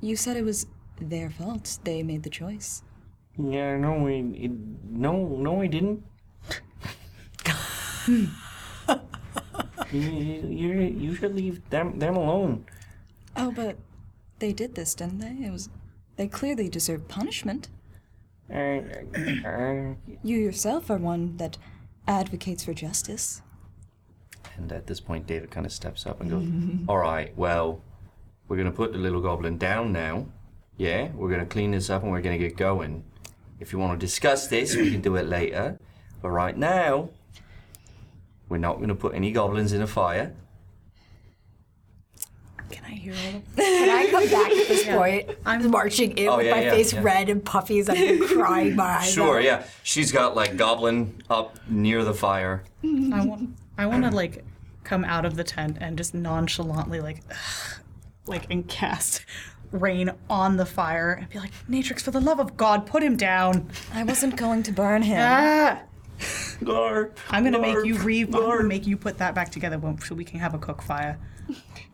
[SPEAKER 6] You said it was their fault. They made the choice.
[SPEAKER 7] Yeah, no, I, it, no, no, I didn't. you, you, you should leave them, them alone.
[SPEAKER 6] Oh, but they did this, didn't they? It was. They clearly deserve punishment.
[SPEAKER 7] Uh, uh,
[SPEAKER 6] You yourself are one that advocates for justice.
[SPEAKER 13] And at this point, David kind of steps up and goes, All right, well, we're going to put the little goblin down now. Yeah, we're going to clean this up and we're going to get going. If you want to discuss this, we can do it later. But right now, we're not going to put any goblins in a fire.
[SPEAKER 3] Can I hear all of
[SPEAKER 5] Can I come back at this
[SPEAKER 3] Yeah.
[SPEAKER 5] point? I'm marching in
[SPEAKER 2] Oh,
[SPEAKER 5] with
[SPEAKER 2] yeah,
[SPEAKER 5] my
[SPEAKER 2] yeah,
[SPEAKER 5] face
[SPEAKER 2] yeah.
[SPEAKER 5] red and puffy as I'm crying my eyes
[SPEAKER 2] Sure,
[SPEAKER 5] out.
[SPEAKER 2] yeah. She's got like goblin up near the fire.
[SPEAKER 3] I want I want to like come out of the tent and just nonchalantly like like and cast rain on the fire and be like, Natrix, for the love of God, put him down.
[SPEAKER 6] I wasn't going to burn him.
[SPEAKER 3] Ah! I'm gonna make you re. I'm gonna make you put that back together when- so we can have a cook fire.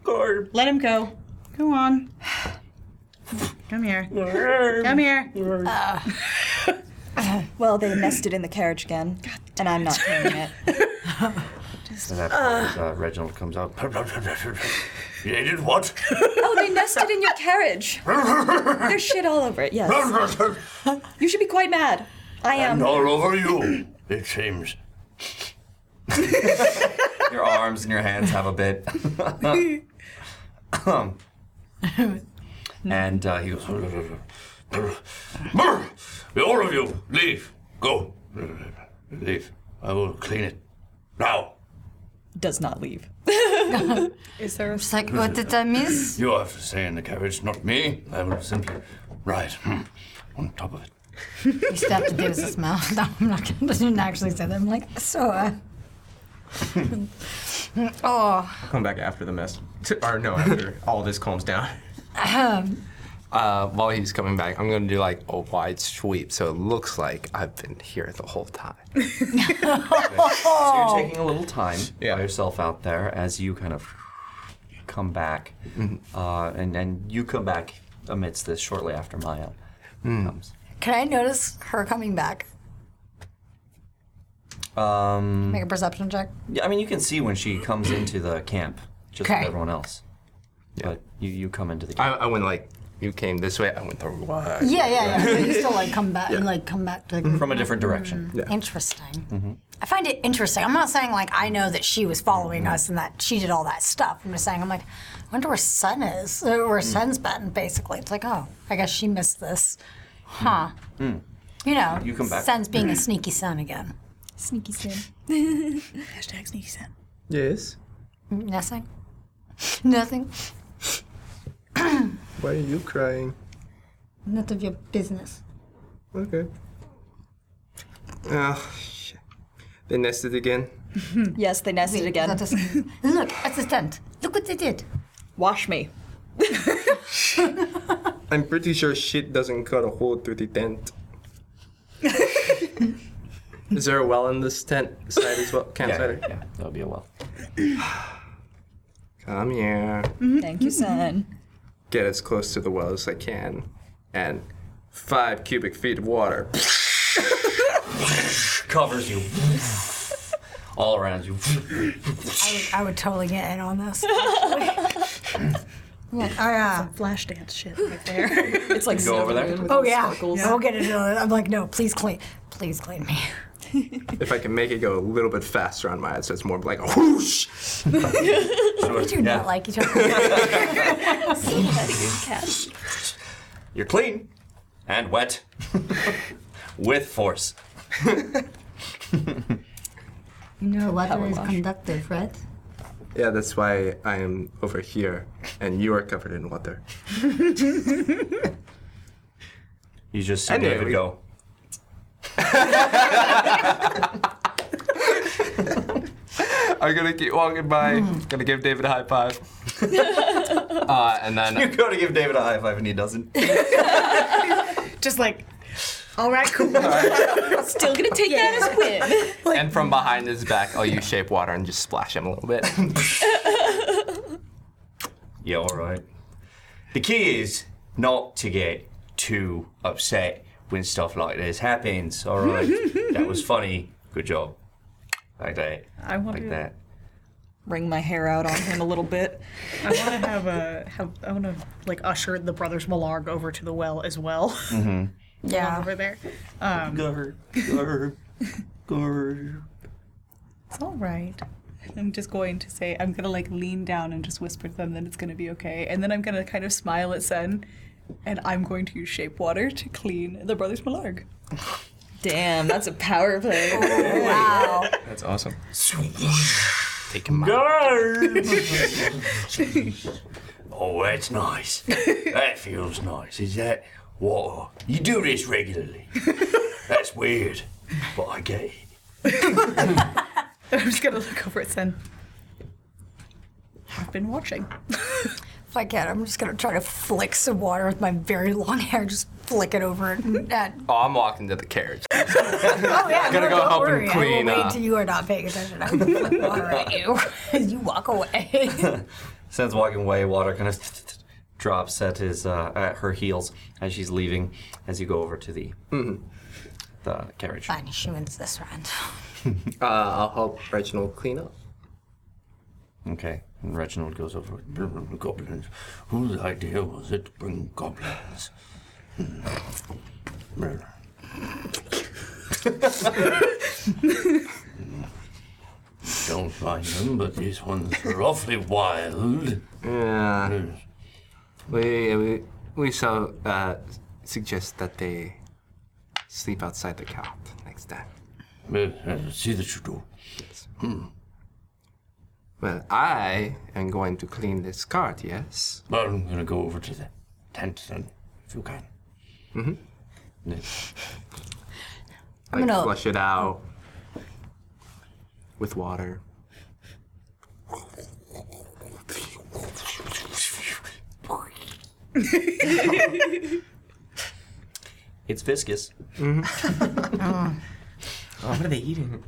[SPEAKER 13] Garb.
[SPEAKER 3] Let him go. Go on. Come here. Come here.
[SPEAKER 6] Well, they nested in the carriage again, and I'm not hearing it.
[SPEAKER 13] And that uh, Reginald comes out. you did what?
[SPEAKER 6] oh, they nested in your carriage. There's shit all over it. Yes. You should be quite mad. I am.
[SPEAKER 13] And all over you, it seems.
[SPEAKER 2] Your arms and your hands have a bit. Um, and uh, he goes,
[SPEAKER 13] Brr! All of you, leave. Go. Leave. I will clean it. Now.
[SPEAKER 15] does not leave.
[SPEAKER 5] Is there a like what did I miss?
[SPEAKER 13] You have to stay in the carriage, not me. I will simply ride hmm, on top of it.
[SPEAKER 5] You still have to give us a smell. No, I'm not gonna didn't actually say that. I'm like, so uh, Oh
[SPEAKER 4] I'll come back after the mess. Or no, after all this calms down.
[SPEAKER 5] ahem.
[SPEAKER 10] Uh, while he's coming back, I'm gonna do like a wide sweep, so it looks like I've been here the whole time. Oh.
[SPEAKER 2] So
[SPEAKER 5] Oh.
[SPEAKER 2] you're taking a little time by yourself out there as you kind of come back,
[SPEAKER 10] Mm-hmm.
[SPEAKER 2] uh, and and you come back amidst this shortly after Maya
[SPEAKER 10] Mm.
[SPEAKER 2] comes.
[SPEAKER 5] Can I notice her coming back?
[SPEAKER 2] Um,
[SPEAKER 5] Make a perception check.
[SPEAKER 2] yeah, I mean you can see when she comes
[SPEAKER 10] Mm.
[SPEAKER 2] into the camp, just
[SPEAKER 5] Okay.
[SPEAKER 2] like everyone else. But you, you come into the
[SPEAKER 10] I, I went like you came this way. I went the wide.
[SPEAKER 5] yeah, yeah, yeah. So you still like come back and like come back to
[SPEAKER 2] Mm-hmm. from a different direction.
[SPEAKER 5] Interesting. I find it interesting. I'm not saying like I know that she was following us and that she did all that stuff. I'm just saying I'm like, I wonder where Sun is or
[SPEAKER 2] Hmm.
[SPEAKER 5] where Sun's been. Basically, it's like, oh, I guess she missed this, huh?
[SPEAKER 2] Mm.
[SPEAKER 5] You know,
[SPEAKER 2] You come back.
[SPEAKER 5] Sun's being a sneaky son again.
[SPEAKER 6] Sneaky Sam.
[SPEAKER 5] Hashtag sneaky Sam.
[SPEAKER 16] Yes.
[SPEAKER 5] Nothing. Nothing.
[SPEAKER 16] Why are you crying?
[SPEAKER 5] None of your business.
[SPEAKER 16] Okay. Oh, shit. They nested again.
[SPEAKER 6] yes, they nested again.
[SPEAKER 5] look, assistant. Look what they did.
[SPEAKER 6] Wash me.
[SPEAKER 16] I'm pretty sure shit doesn't cut a hole through the tent. Is there a well in this tent side as well? Campsite? Yeah, yeah, that'll be a well. Come here.
[SPEAKER 6] Thank you, son.
[SPEAKER 10] Get as close to the well as I can, and five cubic feet of water.
[SPEAKER 2] Covers you all around you.
[SPEAKER 5] I would, I would totally get in on this. Look, I, uh, Some
[SPEAKER 3] flash dance shit right
[SPEAKER 5] there.
[SPEAKER 3] It's
[SPEAKER 2] like Go over there. cinnamon with
[SPEAKER 5] Oh
[SPEAKER 6] little
[SPEAKER 5] yeah,
[SPEAKER 6] sparkles.
[SPEAKER 5] I'll get it. on. I'm like, no, please clean, please clean me.
[SPEAKER 10] if I can make it go a little bit faster on my eyes, so it's more like a whoosh.
[SPEAKER 5] We do
[SPEAKER 10] Yeah.
[SPEAKER 5] not like each other. See,
[SPEAKER 6] Cash.
[SPEAKER 2] You're clean and wet with force.
[SPEAKER 5] you know, water
[SPEAKER 10] Power
[SPEAKER 5] is
[SPEAKER 10] wash.
[SPEAKER 5] conductive, right?
[SPEAKER 10] Yeah, that's why I am over here, and you are covered in water.
[SPEAKER 2] You just see
[SPEAKER 10] I knew
[SPEAKER 2] David
[SPEAKER 10] it.
[SPEAKER 2] go.
[SPEAKER 10] I'm gonna keep walking by. Gonna give David a high five. uh, and then
[SPEAKER 2] you go to give David a high five, and he doesn't.
[SPEAKER 3] Just like, all right, cool.
[SPEAKER 6] Still gonna take that as win.
[SPEAKER 10] and from behind his back, I'll use shape water and just splash him a little bit.
[SPEAKER 2] Yeah, all right. The key is not to get too upset when stuff like this happens. All right, that was funny. Good job. Like that.
[SPEAKER 17] I want
[SPEAKER 2] like
[SPEAKER 17] to-
[SPEAKER 2] that.
[SPEAKER 6] Wring my hair out on him a little bit.
[SPEAKER 3] I want to have a have. I want to like usher the brothers Malarg over to the well as well.
[SPEAKER 2] Mm-hmm.
[SPEAKER 3] Yeah, over there. Um,
[SPEAKER 2] Grr, grr, grr.
[SPEAKER 3] It's all right. I'm just going to say I'm gonna like lean down and just whisper to them that it's gonna be okay, and then I'm gonna kind of smile at Sen, and I'm going to use shape water to clean the brothers Malarg.
[SPEAKER 6] Damn, that's a power play.
[SPEAKER 3] wow.
[SPEAKER 4] That's awesome.
[SPEAKER 10] Take him
[SPEAKER 2] Oh, that's nice. That feels nice. Is that water? You do this regularly. That's weird, but I get it.
[SPEAKER 3] I'm just gonna look over at Sen. I've been watching.
[SPEAKER 5] If I can, I'm just gonna try to flick some water with my very long hair. Just flick it over
[SPEAKER 3] Mm-hmm.
[SPEAKER 5] and. and
[SPEAKER 10] Oh, I'm walking to the carriage.
[SPEAKER 5] oh yeah,
[SPEAKER 10] Gonna go
[SPEAKER 5] no, don't
[SPEAKER 10] help him
[SPEAKER 5] worry.
[SPEAKER 10] clean,
[SPEAKER 5] I will
[SPEAKER 10] uh,
[SPEAKER 5] wait till you are not paying attention. I will flick water at you as you walk away.
[SPEAKER 2] Sen's walking away, water kind of drops at his uh, at her heels as she's leaving. As you go over to the
[SPEAKER 10] Mm-hmm.
[SPEAKER 2] the carriage,
[SPEAKER 5] Fine, she wins this round.
[SPEAKER 10] Uh, I'll help Reginald clean up.
[SPEAKER 8] Okay. And Reginald goes over. Goblins. Whose idea was it to bring goblins? Hmm. Don't mind them, but these ones are awfully wild.
[SPEAKER 10] Yeah. We, we, we shall uh, suggest that they sleep outside the cot next time.
[SPEAKER 8] See that you do. Hmm.
[SPEAKER 10] Well, I am going to clean this cart, yes?
[SPEAKER 8] Well, I'm going to go over to the tent then, if you can.
[SPEAKER 10] Mm-hmm.
[SPEAKER 5] I'm
[SPEAKER 10] like
[SPEAKER 5] gonna-
[SPEAKER 10] flush it out with water.
[SPEAKER 2] it's viscous.
[SPEAKER 10] Mm-hmm.
[SPEAKER 4] Oh, what are they eating?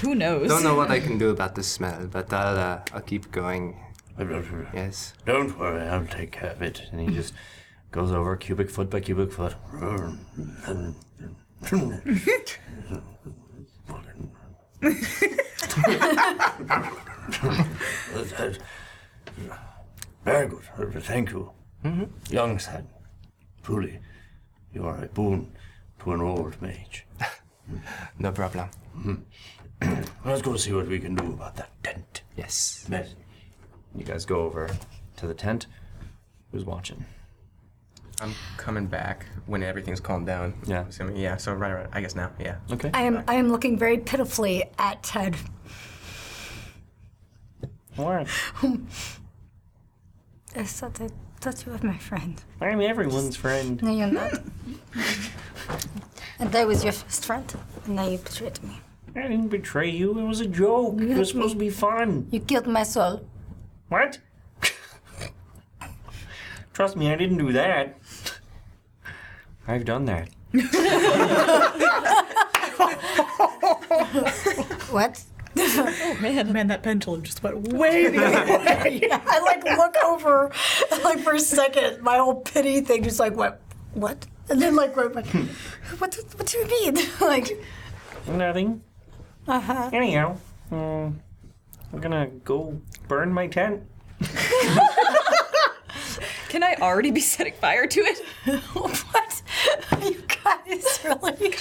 [SPEAKER 6] Who knows?
[SPEAKER 10] Don't know what I can do about the smell, but I'll, uh, I'll keep going. Yes.
[SPEAKER 8] Don't worry, I'll take care of it. And he just goes over cubic foot by cubic foot. Very good. Thank you. Mm-hmm. Young son, truly, you are a boon to an old mage. Mm-hmm.
[SPEAKER 10] No problem.
[SPEAKER 8] Let's go see what we can do about that tent.
[SPEAKER 10] Yes.
[SPEAKER 2] You guys go over to the tent. Who's watching?
[SPEAKER 4] I'm coming back when everything's calmed down. Yeah. I'm assuming. Yeah. So right around. I guess now. Yeah.
[SPEAKER 13] Okay.
[SPEAKER 5] I am I am looking very pitifully at Ted.
[SPEAKER 7] What?
[SPEAKER 5] I thought that thought you were my friend.
[SPEAKER 7] I'm everyone's friend.
[SPEAKER 5] No, you're not. and that was your first friend. And now you betrayed me.
[SPEAKER 7] I didn't betray you. It was a joke. It was supposed to be fun.
[SPEAKER 5] You killed my soul.
[SPEAKER 7] What? Trust me, I didn't do that. I've done that.
[SPEAKER 5] what?
[SPEAKER 3] oh man, man, that pendulum just went way the other way.
[SPEAKER 5] I like look over, like for a second, my whole pity thing just like went, what? And then like right back, what? do- What do you mean? like,
[SPEAKER 7] Nothing.
[SPEAKER 5] uh huh.
[SPEAKER 7] Anyhow, um, I'm gonna go burn my tent.
[SPEAKER 6] Can I already be setting fire to it?
[SPEAKER 5] what? You guys really?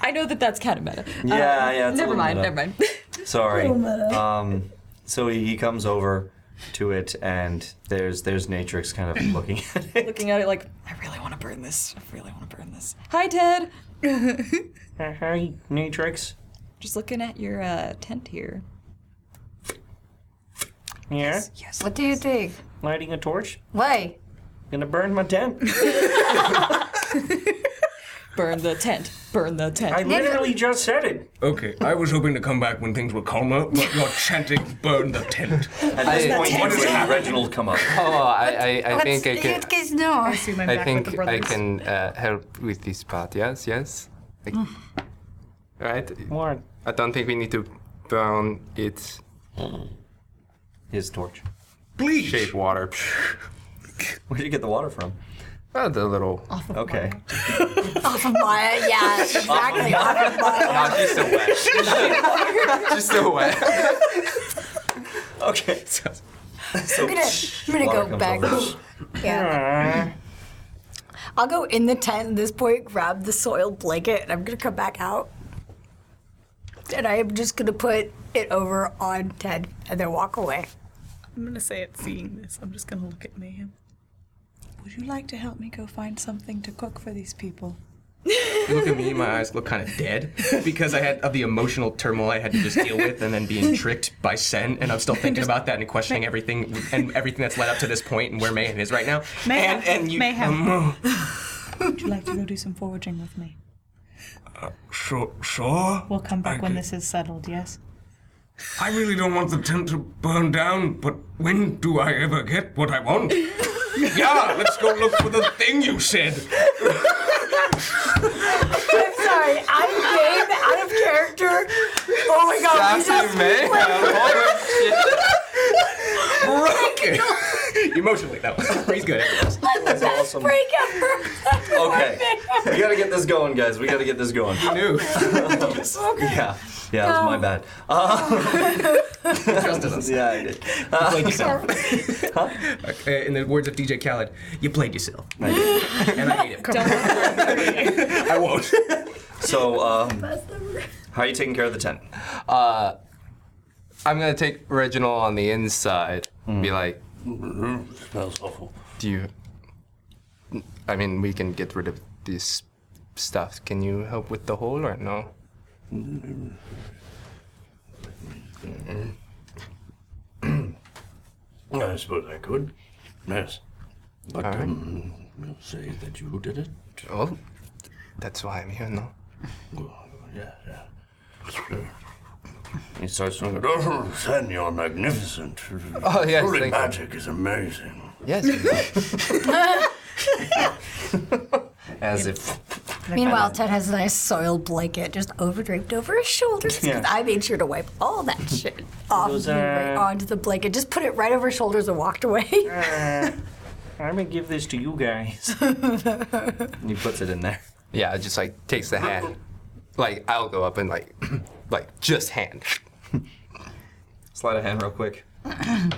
[SPEAKER 6] I know that that's kind of meta. Uh,
[SPEAKER 2] Yeah, yeah, it's a little
[SPEAKER 6] Never mind.
[SPEAKER 2] meta.
[SPEAKER 6] Never mind.
[SPEAKER 2] Sorry.
[SPEAKER 6] Little meta.
[SPEAKER 2] Um, so he he comes over to it, and there's there's Natrix kind of looking at it.
[SPEAKER 6] Looking at it like, I really want to burn this. I really want to burn this. Hi, Ted.
[SPEAKER 7] Hi, Natrix.
[SPEAKER 6] Just looking at your uh, tent here.
[SPEAKER 7] Yeah.
[SPEAKER 6] Yes.
[SPEAKER 5] What do you think?
[SPEAKER 7] Lighting a torch.
[SPEAKER 5] Why?
[SPEAKER 7] Gonna burn my tent.
[SPEAKER 15] Burn the tent. Burn the tent.
[SPEAKER 7] I literally just said it.
[SPEAKER 9] Okay, I was hoping to come back when things were calmer, but you're chanting "burn the tent."
[SPEAKER 2] At this
[SPEAKER 10] I-
[SPEAKER 2] point,
[SPEAKER 10] What is
[SPEAKER 2] when
[SPEAKER 10] happening?
[SPEAKER 2] Reginald come up.
[SPEAKER 10] Oh, I, I, I think I
[SPEAKER 5] you
[SPEAKER 10] can.
[SPEAKER 5] guys know. I see
[SPEAKER 10] I think I can uh, help with this part. Yes, yes. Like, right?
[SPEAKER 7] What?
[SPEAKER 10] I don't think we need to burn it.
[SPEAKER 2] His torch.
[SPEAKER 10] Please. Shape water.
[SPEAKER 2] Where did you get the water from?
[SPEAKER 10] Uh, the little.
[SPEAKER 2] Okay.
[SPEAKER 5] Off of Maya, yeah, exactly. Off of
[SPEAKER 10] Not just a wet. just a wet.
[SPEAKER 2] Okay. So, so
[SPEAKER 5] I'm gonna, I'm gonna
[SPEAKER 2] water
[SPEAKER 5] go
[SPEAKER 2] comes
[SPEAKER 5] back.
[SPEAKER 2] over.
[SPEAKER 5] Yeah. I'll go in the tent at this point, grab the soiled blanket, and I'm gonna come back out. And I am just gonna put it over on Ted and then walk away.
[SPEAKER 3] I'm gonna say it seeing this. I'm just gonna look at Mayhem.
[SPEAKER 6] Would you like to help me go find something to cook for these people?
[SPEAKER 4] You look at me, my eyes look kind of dead because I had of the emotional turmoil I had to just deal with, and then being tricked by Sen, and I'm still thinking about that and questioning everything and everything that's led up to this point and where Mayhem is right now.
[SPEAKER 6] Mayhem,
[SPEAKER 4] and, and you,
[SPEAKER 6] mayhem.
[SPEAKER 4] um,
[SPEAKER 6] Would you like to go do some foraging with me?
[SPEAKER 9] Sure, sure.
[SPEAKER 3] We'll come back when
[SPEAKER 9] Okay.
[SPEAKER 3] this is settled. Yes.
[SPEAKER 9] I really don't want the tent to burn down, but when do I ever get what I want? yeah, let's go look for the thing you said.
[SPEAKER 12] I'm sorry. I came out of character. Oh my god. we
[SPEAKER 10] Sassy
[SPEAKER 12] just-
[SPEAKER 10] man.
[SPEAKER 4] broken emotionally though. He's good.
[SPEAKER 2] That's awesome.
[SPEAKER 12] Break up.
[SPEAKER 2] Okay. We gotta get this going, guys. We gotta get this going. You
[SPEAKER 4] knew.
[SPEAKER 2] Yeah. Yeah, it was my bad. Uh, yeah, I did.
[SPEAKER 4] You played yourself. Uh, In the words of DJ Khaled, you played yourself. and I hate it. I won't.
[SPEAKER 2] So, um, how are you taking care of the tent?
[SPEAKER 10] Uh, I'm gonna take Reginald on the inside.
[SPEAKER 8] Hmm.
[SPEAKER 10] And be like,
[SPEAKER 8] smells Mm-hmm. awful.
[SPEAKER 10] do you? I mean, we can get rid of this stuff. Can you help with the hole or no?
[SPEAKER 8] Mm-hmm. I suppose I could. Yes. But
[SPEAKER 10] All right.
[SPEAKER 8] um, we'll say that you did it.
[SPEAKER 10] Oh, that's why I'm here, no?
[SPEAKER 8] Yeah, yeah. He starts singing, Oh, Sen, you're magnificent.
[SPEAKER 10] Oh, yes,
[SPEAKER 8] Truly
[SPEAKER 10] thank you.
[SPEAKER 8] magic is amazing.
[SPEAKER 10] Yes.
[SPEAKER 2] As if.
[SPEAKER 5] Meanwhile, Ted has a nice soiled blanket just overdraped over his shoulders 'cause
[SPEAKER 2] Yeah.
[SPEAKER 5] I made sure to wipe all that shit off
[SPEAKER 7] Those,
[SPEAKER 5] and right
[SPEAKER 7] uh,
[SPEAKER 5] onto the blanket. Just put it right over his shoulders and walked away.
[SPEAKER 7] Uh, I'm gonna give this to you guys.
[SPEAKER 2] He puts it in there.
[SPEAKER 10] Yeah, just like takes the hand. Like I'll go up and like, like just hand.
[SPEAKER 2] Slide a hand real quick.
[SPEAKER 10] Can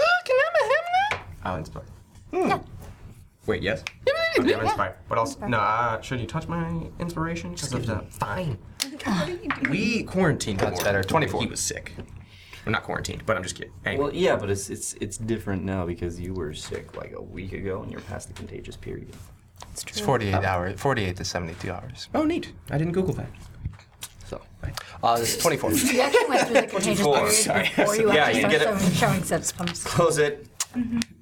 [SPEAKER 10] I have
[SPEAKER 4] I'll inspire. Wait, yes? Okay, I'm inspired. What else? No, uh, should you touch my inspiration? Because of the. Fine. We quarantined. That's better. 24. He was sick. We're not quarantined, but I'm just kidding. Anyway.
[SPEAKER 2] Well, yeah, but it's it's it's different now because you were sick like a week ago and you're past the contagious period.
[SPEAKER 10] It's true. It's 48 hours, 48 to 72 hours.
[SPEAKER 4] Oh, neat. I didn't Google that.
[SPEAKER 10] So, uh, this is 24.
[SPEAKER 5] You actually went through the contagious
[SPEAKER 10] Four.
[SPEAKER 5] period
[SPEAKER 10] Sorry.
[SPEAKER 5] before you
[SPEAKER 10] Yeah,
[SPEAKER 5] actually
[SPEAKER 10] you get
[SPEAKER 5] started
[SPEAKER 10] it.
[SPEAKER 5] showing symptoms.
[SPEAKER 2] Close it.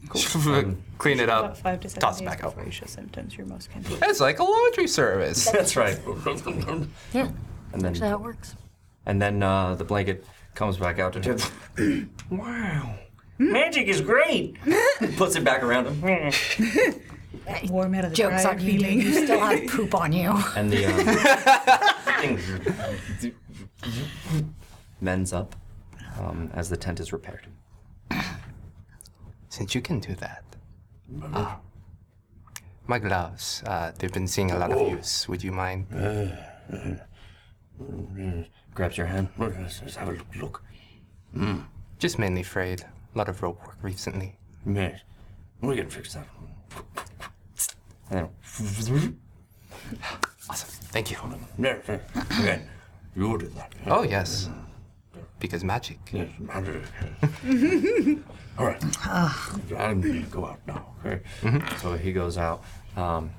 [SPEAKER 2] Um,
[SPEAKER 10] Clean it up.
[SPEAKER 3] About five to seven
[SPEAKER 10] Toss it
[SPEAKER 3] days
[SPEAKER 10] back out.
[SPEAKER 3] before you show symptoms, you're most contagious.
[SPEAKER 10] It's like a laundry service.
[SPEAKER 2] That's right.
[SPEAKER 5] Yeah.
[SPEAKER 2] And
[SPEAKER 5] Actually,
[SPEAKER 2] then
[SPEAKER 5] that works.
[SPEAKER 2] and then uh, the blanket comes back out to
[SPEAKER 7] Wow. Magic is great.
[SPEAKER 2] puts it back around him.
[SPEAKER 3] Warm out of the
[SPEAKER 5] Joke's
[SPEAKER 3] dryer
[SPEAKER 5] on you.
[SPEAKER 3] feeling.
[SPEAKER 5] You still have poop on you.
[SPEAKER 2] And the uh, things
[SPEAKER 10] Mm-hmm.
[SPEAKER 2] mends up um, as the tent is repaired.
[SPEAKER 10] Since you can do that, uh, my gloves, uh, they've been seeing a lot
[SPEAKER 8] Oh.
[SPEAKER 10] of use. Would you mind?
[SPEAKER 8] Uh,
[SPEAKER 2] Grabs your hand. Let's have a look. look.
[SPEAKER 8] Hmm.
[SPEAKER 10] Mm. Just mainly frayed. A lot of rope work recently.
[SPEAKER 8] Yes. We can fix that. Um,
[SPEAKER 2] Awesome.
[SPEAKER 10] Thank you.
[SPEAKER 8] Yes, yes. Again, you did that.
[SPEAKER 10] Oh, yes. Because magic.
[SPEAKER 8] Yes, magic. All right. I'm going to go out now.
[SPEAKER 2] Okay.
[SPEAKER 10] Mm-hmm.
[SPEAKER 2] So he goes out, um,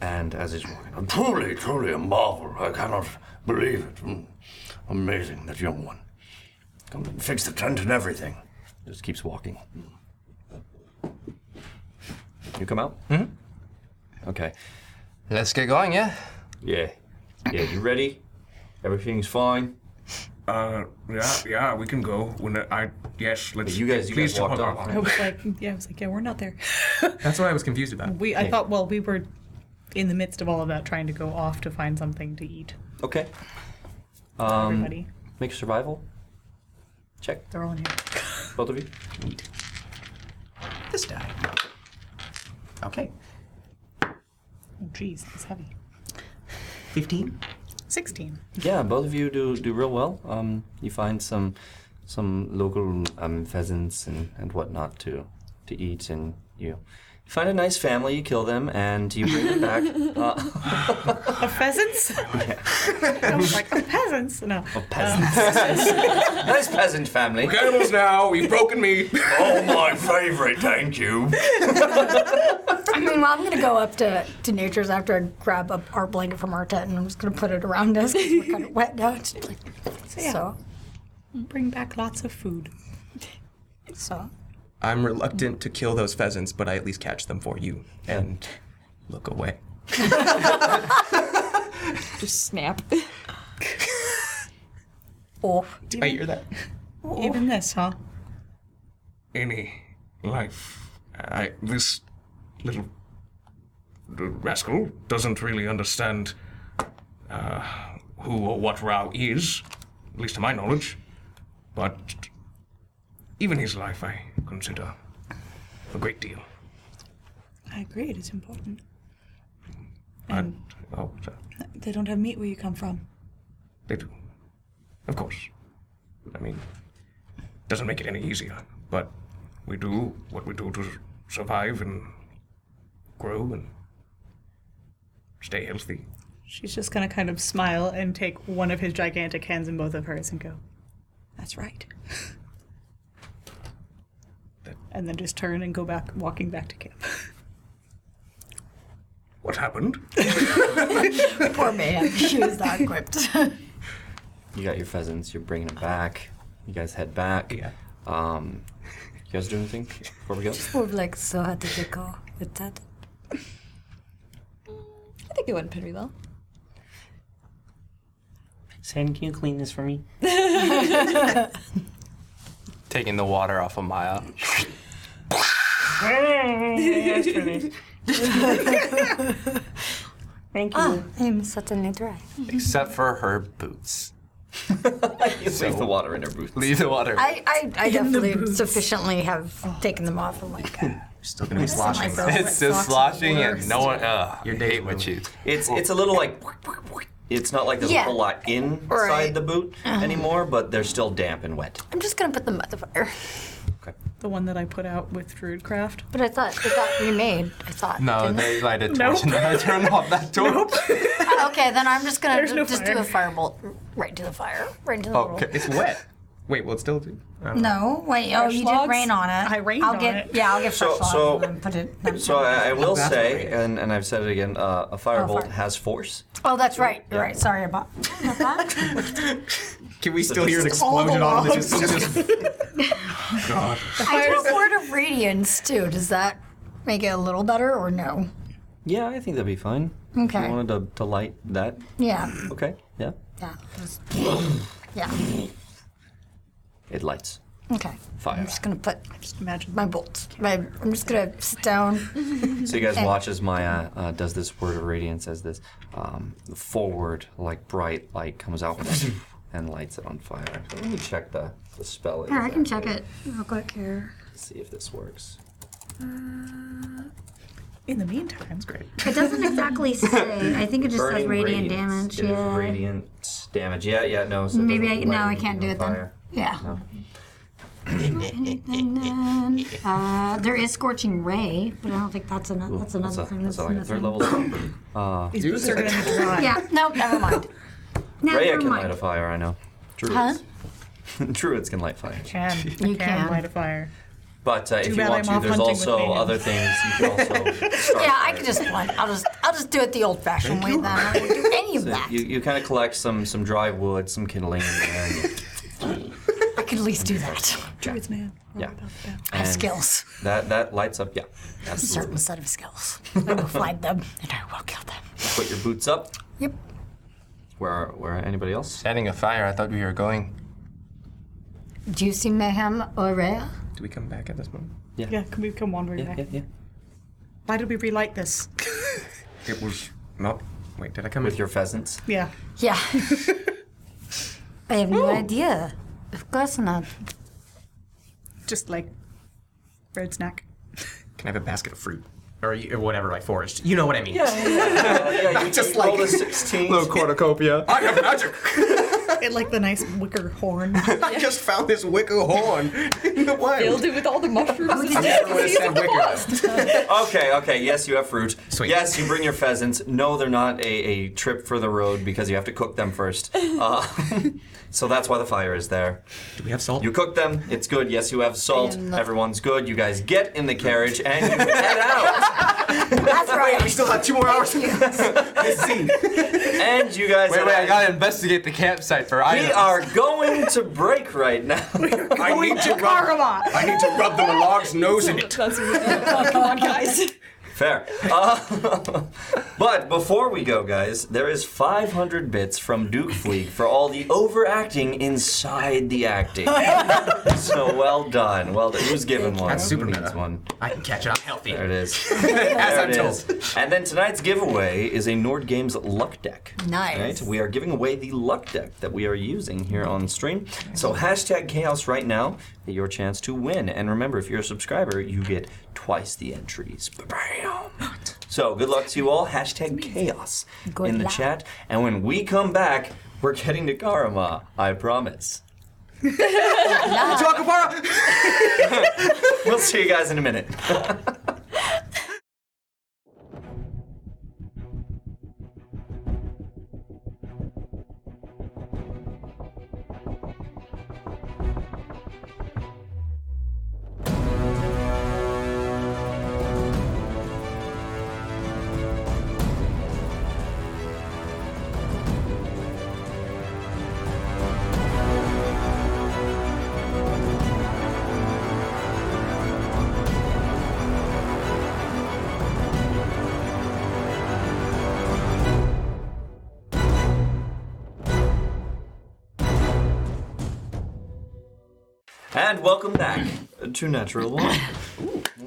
[SPEAKER 2] and as he's walking,
[SPEAKER 8] And truly, truly a marvel. I cannot believe it. Mm. Amazing, that young one. Come and fix the tent and everything.
[SPEAKER 2] Just keeps walking. You come out? Okay.
[SPEAKER 10] Hmm? Let's get going, yeah?
[SPEAKER 2] Yeah. Yeah, you ready? Everything's fine.
[SPEAKER 9] Uh, yeah, yeah, we can go. When I yes, let's.
[SPEAKER 2] You guys- you
[SPEAKER 9] please
[SPEAKER 2] guys walked
[SPEAKER 9] don't-
[SPEAKER 2] off.
[SPEAKER 3] I was like, yeah, I was like, yeah, we're not there.
[SPEAKER 4] That's what I was confused about.
[SPEAKER 3] We, I thought, well, we were in the midst of all of that trying to go off to find something to eat.
[SPEAKER 2] Okay. Um,
[SPEAKER 3] Everybody.
[SPEAKER 2] Make a survival. Check.
[SPEAKER 3] They're all in here.
[SPEAKER 2] Both of you.
[SPEAKER 4] This die.
[SPEAKER 2] Okay.
[SPEAKER 3] Oh, jeez, that's heavy.
[SPEAKER 2] 15?
[SPEAKER 3] 16.
[SPEAKER 2] Yeah, both of you do do real well. Um, you find some some local um, pheasants and, and whatnot to to eat, and you you find a nice family. You kill them and you bring them back. Uh,
[SPEAKER 3] Of pheasants? I was like, of peasants? No. Of
[SPEAKER 2] peasants. nice peasant family.
[SPEAKER 9] Animals now, you've broken me.
[SPEAKER 8] Oh, my favorite, thank you.
[SPEAKER 5] I mean, well, I'm gonna go up to, to nature's after I grab up our blanket from our tent and I'm just gonna put it around us 'cause we're kind of wet now. It's just like-
[SPEAKER 3] So, yeah.
[SPEAKER 5] so,
[SPEAKER 3] Um, Bring back lots of food.
[SPEAKER 5] so
[SPEAKER 4] I'm reluctant to kill those pheasants, but I at least catch them for you and look away.
[SPEAKER 6] Just snap.
[SPEAKER 5] Off.
[SPEAKER 4] I hear that.
[SPEAKER 3] Even this, huh?
[SPEAKER 9] Any life. I this little rascal doesn't really understand uh, who or what Rao is, at least to my knowledge. But even his life, I consider a great deal.
[SPEAKER 3] I agree, it is important.
[SPEAKER 9] And, oh, sorry.
[SPEAKER 3] They don't have meat where you come from.
[SPEAKER 9] They do. Of course. I mean, doesn't make it any easier, but we do what we do to s- survive and grow and stay healthy.
[SPEAKER 3] She's just gonna kind of smile and take one of his gigantic hands in both of hers and go, That's right. and then just turn and go back, walking back to camp.
[SPEAKER 9] What happened?
[SPEAKER 5] poor man, she was not equipped.
[SPEAKER 2] you got your pheasants. You're bringing them back. You guys head back. Yeah. Um, you guys do anything before we go?
[SPEAKER 5] We're like, so how did it go with that?
[SPEAKER 6] I think it went pretty well.
[SPEAKER 7] Sam, can you clean this for me?
[SPEAKER 10] Taking the water off of Maya.
[SPEAKER 7] Thank you.
[SPEAKER 5] Ah, I'm certainly dry.
[SPEAKER 10] Except for her boots.
[SPEAKER 2] leave the water in her boots.
[SPEAKER 10] Leave the water.
[SPEAKER 5] I, I, I
[SPEAKER 10] In the
[SPEAKER 5] definitely sufficiently have taken them off. I'm like, uh,
[SPEAKER 4] Still
[SPEAKER 5] gonna be sloshing.
[SPEAKER 10] It's just sloshing and no one. Ugh, I hate when you.
[SPEAKER 2] It's it's a little like it's not like there's
[SPEAKER 5] Yeah. Uh-huh.
[SPEAKER 2] a whole lot inside the boot anymore, but they're still damp and wet.
[SPEAKER 5] I'm just gonna put them at the fire.
[SPEAKER 3] The one that I put out with Druidcraft.
[SPEAKER 5] But I thought it got remade. I thought.
[SPEAKER 10] No,
[SPEAKER 5] didn't it?
[SPEAKER 10] they light a torch
[SPEAKER 5] Nope.
[SPEAKER 10] and I turn off that torch.
[SPEAKER 5] Ah, okay, then I'm just gonna
[SPEAKER 3] There's
[SPEAKER 5] ju-
[SPEAKER 3] no
[SPEAKER 4] Oh,
[SPEAKER 5] just do a firebolt right to the fire, right into the
[SPEAKER 10] Okay, it's wet.
[SPEAKER 4] Wait, will it still do? I don't know.
[SPEAKER 12] No, wait. oh,
[SPEAKER 5] Fresh
[SPEAKER 12] you
[SPEAKER 5] logs?
[SPEAKER 12] did rain on it.
[SPEAKER 5] I rained
[SPEAKER 12] I'll
[SPEAKER 5] on
[SPEAKER 12] get,
[SPEAKER 5] it.
[SPEAKER 12] Yeah, I'll get
[SPEAKER 2] So-
[SPEAKER 12] fresh
[SPEAKER 2] so-
[SPEAKER 12] logs and put it. Oh,
[SPEAKER 2] So I, I will
[SPEAKER 12] That's
[SPEAKER 2] say, and, and I've said it again, uh, a firebolt
[SPEAKER 12] fire.
[SPEAKER 2] has force.
[SPEAKER 12] Oh, that's right. You're right. Sorry about, about that.
[SPEAKER 4] Can we
[SPEAKER 2] So
[SPEAKER 4] still hear an
[SPEAKER 2] just- All the
[SPEAKER 4] explosion on
[SPEAKER 2] logs.
[SPEAKER 4] this? God.
[SPEAKER 5] I do a word of radiance too. Does that make it a little better or no?
[SPEAKER 13] Yeah, I think that'd be fine.
[SPEAKER 5] Okay.
[SPEAKER 13] You wanted to, to light that?
[SPEAKER 5] Yeah.
[SPEAKER 13] Okay, yeah.
[SPEAKER 5] Yeah. just- Yeah.
[SPEAKER 13] It lights.
[SPEAKER 5] Okay.
[SPEAKER 13] Fire.
[SPEAKER 5] I'm just gonna put. I just imagine my bolts. My, I'm just gonna sit down.
[SPEAKER 13] So you guys
[SPEAKER 5] and-
[SPEAKER 13] watch as Maya uh, does this word of radiance as this um, forward, like bright light comes out and lights it on fire. Let me check the, the spell.
[SPEAKER 5] Here, I can
[SPEAKER 13] exactly
[SPEAKER 5] check it real quick here.
[SPEAKER 13] to See if this works.
[SPEAKER 3] Uh, In the meantime, it's great.
[SPEAKER 5] It doesn't exactly say. I think it just says
[SPEAKER 13] Burning
[SPEAKER 5] radiant
[SPEAKER 13] radiance.
[SPEAKER 5] damage.
[SPEAKER 13] It is
[SPEAKER 5] yeah.
[SPEAKER 13] radiant damage. Yeah, yeah,
[SPEAKER 2] Oh,
[SPEAKER 13] no. So it
[SPEAKER 5] Maybe
[SPEAKER 13] doesn't
[SPEAKER 5] I-
[SPEAKER 13] light
[SPEAKER 5] no, I
[SPEAKER 13] anything
[SPEAKER 5] can't do
[SPEAKER 13] on
[SPEAKER 5] it then.
[SPEAKER 13] fire.
[SPEAKER 5] Yeah.
[SPEAKER 13] No.
[SPEAKER 5] And then uh, there is scorching ray, but I don't think that's another. That's another
[SPEAKER 13] That's a,
[SPEAKER 5] thing.
[SPEAKER 13] that's
[SPEAKER 5] That's,
[SPEAKER 13] like a
[SPEAKER 5] another
[SPEAKER 13] third level spell. Uh,
[SPEAKER 5] These boots are gonna be dry. Yeah. No, never mind. Never
[SPEAKER 13] Rhea can light
[SPEAKER 5] mind.
[SPEAKER 13] a fire, I know. Druids. Druids can light fire.
[SPEAKER 3] Can you can, light a fire?
[SPEAKER 13] But uh,
[SPEAKER 3] Too
[SPEAKER 13] if you
[SPEAKER 3] bad
[SPEAKER 13] want
[SPEAKER 3] I'm
[SPEAKER 13] to,
[SPEAKER 3] off
[SPEAKER 13] there's
[SPEAKER 3] hunting with
[SPEAKER 13] also
[SPEAKER 3] Megan.
[SPEAKER 13] other things you can also.
[SPEAKER 5] yeah, I could just blunt. I'll just I'll just do it the old-fashioned way then. I don't do any of
[SPEAKER 13] So
[SPEAKER 5] that.
[SPEAKER 13] you you kind of collect some some dry wood, some kindling, and
[SPEAKER 5] I could at least do that. Druids, man.
[SPEAKER 13] yeah,
[SPEAKER 5] I have
[SPEAKER 13] And
[SPEAKER 5] skills.
[SPEAKER 13] That that lights up. Yeah,
[SPEAKER 5] A certain
[SPEAKER 13] absolutely.
[SPEAKER 5] set of skills. I will find them and I will kill them.
[SPEAKER 13] Put your boots up.
[SPEAKER 5] Yep.
[SPEAKER 13] Where where anybody else?
[SPEAKER 10] Setting a fire. I thought we were going.
[SPEAKER 5] Do you see mayhem or Rhea?
[SPEAKER 4] Do we come back at this moment?
[SPEAKER 13] Yeah.
[SPEAKER 3] Yeah. Can we come wandering back? Yeah,
[SPEAKER 13] yeah.
[SPEAKER 3] Why did we relight this?
[SPEAKER 4] It was not. Wait, did I come
[SPEAKER 13] with your pheasants?
[SPEAKER 3] yeah.
[SPEAKER 5] Yeah. I have no idea. Of course not.
[SPEAKER 3] Just like road snack.
[SPEAKER 4] Can I have a basket of fruit or, y- or whatever I foraged? You know what I mean.
[SPEAKER 2] yeah,
[SPEAKER 4] you just like a
[SPEAKER 2] 16.
[SPEAKER 4] little cornucopia. I have magic.
[SPEAKER 3] it like the nice wicker horn.
[SPEAKER 4] I just found this wicker horn in the wild.
[SPEAKER 15] Filled it with all the mushrooms.
[SPEAKER 4] I never would have said wicker.
[SPEAKER 2] okay, okay. Yes, you have fruit. Yes, you bring your pheasants. No, they're not a, a trip for the road because you have to cook them first. Uh, so that's why the fire is there.
[SPEAKER 4] Do we have salt?
[SPEAKER 2] You cook them. It's good. Yes, you have salt.
[SPEAKER 5] am not-
[SPEAKER 2] Everyone's good. You guys get in the carriage and you head out.
[SPEAKER 5] That's right.
[SPEAKER 4] We still have two more hours.
[SPEAKER 2] I see. And you guys.
[SPEAKER 10] Wait,
[SPEAKER 2] head
[SPEAKER 10] wait. I
[SPEAKER 2] out.
[SPEAKER 10] gotta investigate the campsite for
[SPEAKER 2] We
[SPEAKER 10] items.
[SPEAKER 2] are going to break right now.
[SPEAKER 4] I need to rub. I need to rub the log's nose in it.
[SPEAKER 15] Come on, guys.
[SPEAKER 2] Fair. Uh, but before we go, guys, there is 500 bits from Duke Fleek for all the overacting inside the acting. so well done. Well done. Who's given one?
[SPEAKER 4] That's super
[SPEAKER 2] Who needs one.
[SPEAKER 4] I can catch it. I'm healthy.
[SPEAKER 2] There it is.
[SPEAKER 4] As
[SPEAKER 2] There
[SPEAKER 4] I'm
[SPEAKER 2] it
[SPEAKER 4] told.
[SPEAKER 2] is. And then tonight's giveaway is a Nord Games luck deck.
[SPEAKER 5] Nice.
[SPEAKER 2] Right? We are giving away the luck deck that we are using here on stream. So hashtag chaos right now, your chance to win. And remember, if you're a subscriber, you get twice the entries. Bam! So good luck to you all. Hashtag chaos
[SPEAKER 5] Good
[SPEAKER 2] in the
[SPEAKER 5] luck.
[SPEAKER 2] chat. And when we come back, we're getting to Karama. I promise. we'll see you guys in a minute. And welcome back to Natural One.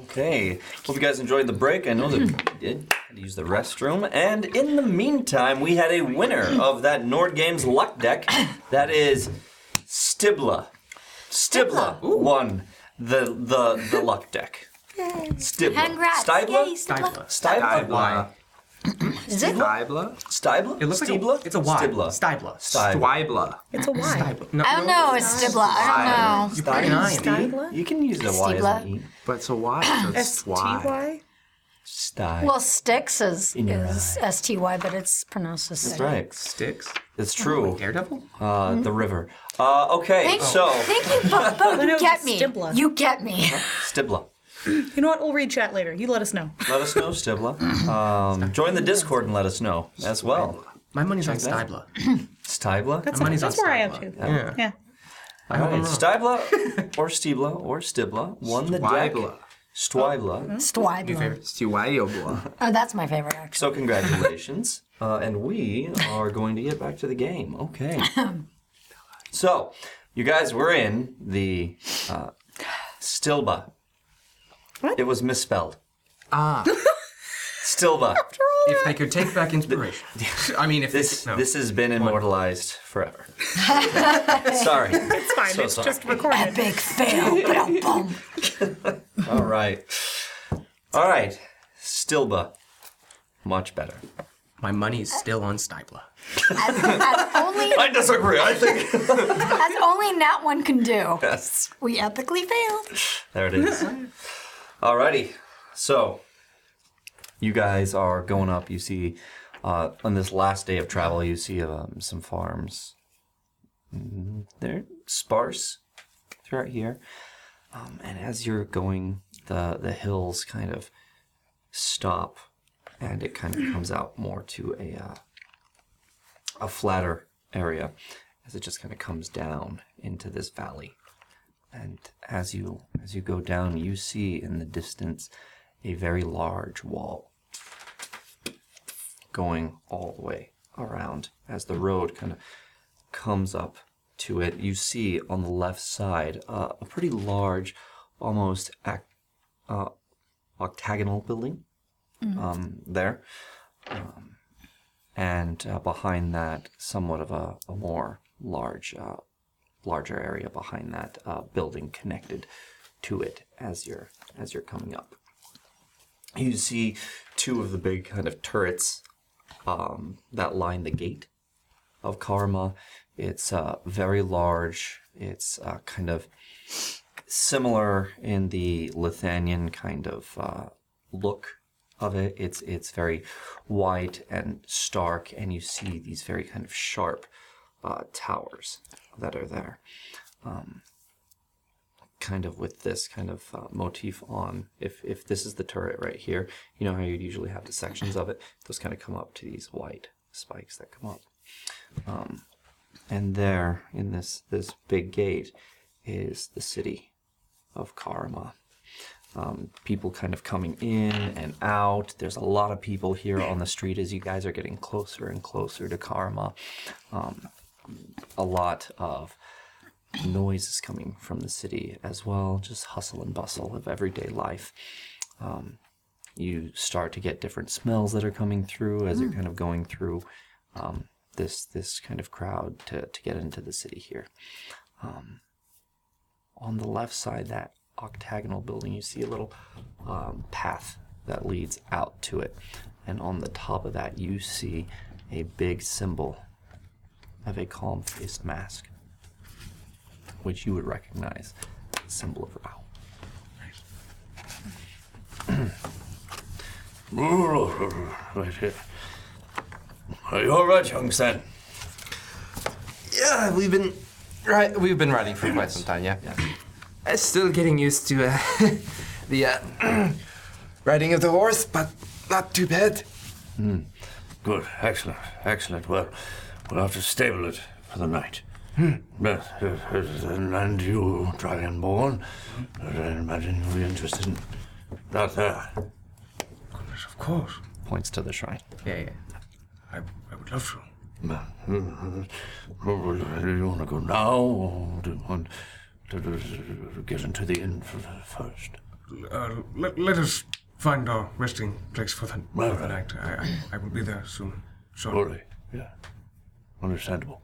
[SPEAKER 2] Okay. Hope you guys enjoyed the break. I know that you did. Had to use the restroom. And in the meantime, we had a winner of that Nord Games luck deck. That is Stibla. Stibla won the the the luck deck. Stibla.
[SPEAKER 5] Congrats.
[SPEAKER 2] Stibla?
[SPEAKER 5] Yay,
[SPEAKER 2] Stibla. Stibla.
[SPEAKER 5] Stibla. Is it?
[SPEAKER 4] Stibla?
[SPEAKER 2] Stibla? It looks
[SPEAKER 4] like a-
[SPEAKER 2] Stibla? it's a
[SPEAKER 4] Y.
[SPEAKER 2] Stibla.
[SPEAKER 4] Stibla.
[SPEAKER 2] Stibla.
[SPEAKER 3] It's a Y.
[SPEAKER 5] I don't know. It's Stibla. I don't know.
[SPEAKER 4] You put an I in. E.
[SPEAKER 2] You can use the Y as
[SPEAKER 5] Stibla.
[SPEAKER 2] an E.
[SPEAKER 11] But so why?
[SPEAKER 5] S T Y.
[SPEAKER 2] Sty.
[SPEAKER 5] Well, Styx is,
[SPEAKER 2] In your
[SPEAKER 5] is S-T-Y, but it's pronounced as
[SPEAKER 2] That's right.
[SPEAKER 4] Sticks?
[SPEAKER 2] It's true.
[SPEAKER 4] Daredevil?
[SPEAKER 2] Uh, The river. Uh, okay,
[SPEAKER 5] Thank,
[SPEAKER 2] so.
[SPEAKER 5] thank you, Bobo. You get me. You get me.
[SPEAKER 2] Stibla.
[SPEAKER 3] You know what? We'll read chat later. You let us know.
[SPEAKER 2] Let us know, Stibla. Um, join the Discord and let us know as well.
[SPEAKER 4] My money's on
[SPEAKER 2] Stibla. Stibla?
[SPEAKER 3] That's, that's where I am too.
[SPEAKER 2] Yeah.
[SPEAKER 3] yeah.
[SPEAKER 2] All right, Stibla or Stibla or Stibla won the deck. Stwibla.
[SPEAKER 5] Stwibla. Your favorite,
[SPEAKER 2] Stwibla.
[SPEAKER 5] Oh, that's my favorite, actually.
[SPEAKER 2] So congratulations, uh, and we are going to get back to the game. Okay. So, you guys were in the uh, Stilba. It was misspelled.
[SPEAKER 4] Ah.
[SPEAKER 2] Stilba.
[SPEAKER 4] If they could take back inspiration. I mean, if
[SPEAKER 2] this this has been immortalized forever. Sorry.
[SPEAKER 3] It's fine.
[SPEAKER 2] So
[SPEAKER 3] it's
[SPEAKER 2] sorry.
[SPEAKER 3] just recorded.
[SPEAKER 5] Epic fail. Boom.
[SPEAKER 2] All right. All right. Stilba. Much better.
[SPEAKER 4] My money is still on Stibla.
[SPEAKER 5] As only,
[SPEAKER 2] I disagree. I think.
[SPEAKER 5] as only Nat one can do.
[SPEAKER 2] Yes.
[SPEAKER 5] We epically failed.
[SPEAKER 2] There it is. Alrighty. So, you guys are going up. You see, uh, on this last day of travel, you see um, some farms. Mm, They're sparse throughout here. Um, and as you're going, the, the hills kind of stop and it kind of comes out more to a, uh, a flatter area as it just kind of comes down into this valley. And as you as you go down, you see in the distance a very large wall going all the way around. As the road kind of comes up to it, you see on the left side uh, a pretty large, almost ac- uh, octagonal building
[SPEAKER 13] Mhm.
[SPEAKER 2] um, there, um, and uh, behind that, somewhat of a, a more large, uh, larger area behind that uh, building connected to it as you're as you're coming up. You see two of the big kind of turrets um, that line the gate of Karma. It's uh, very large. It's uh, kind of similar in the Lithanian kind of uh, look of it. It's it's very white and stark, and you see these very kind of sharp uh, towers that are there, um, kind of with this kind of uh, motif on. If if this is the turret right here, you know how you'd usually have the sections of it. Those kind of come up to these white spikes that come up. Um, and there, in this this big gate, is the city of Karma. Um, people kind of coming in and out. There's a lot of people here on the street as you guys are getting closer and closer to Karma. Um, a lot of noise is coming from the city as well, just hustle and bustle of everyday life. Um, you start to get different smells that are coming through as you're
[SPEAKER 13] Mm.
[SPEAKER 2] kind of going through um, this this kind of crowd to, to get into the city here. Um, on the left side, that octagonal building, you see a little um, path that leads out to it. And on the top of that, you see a big symbol of a calm faced mask, which you would recognize as the symbol of Rao.
[SPEAKER 8] Right here. Are you all right, young son?
[SPEAKER 10] Yeah, we've been right. We've been riding for quite some time. Yeah. Uh, still getting used to uh, the uh, riding of the horse, but not too bad.
[SPEAKER 8] Hmm. Good. Excellent. Excellent. Well, we'll have to stable it for the night.
[SPEAKER 9] Hmm.
[SPEAKER 8] Yes, yes, yes, And and you, Dragonborn, I imagine you'll be interested in that there.
[SPEAKER 9] Of course.
[SPEAKER 2] Points to the shrine.
[SPEAKER 9] Yeah, yeah. I, I would love to.
[SPEAKER 8] Well, Do you want to go now, or do you want to to get into the inn f- first?
[SPEAKER 9] Uh, let, let us find our resting place for the,
[SPEAKER 8] Well,
[SPEAKER 9] for the night. I, I, I will be there soon. Sure.
[SPEAKER 8] Surely, yeah. Understandable.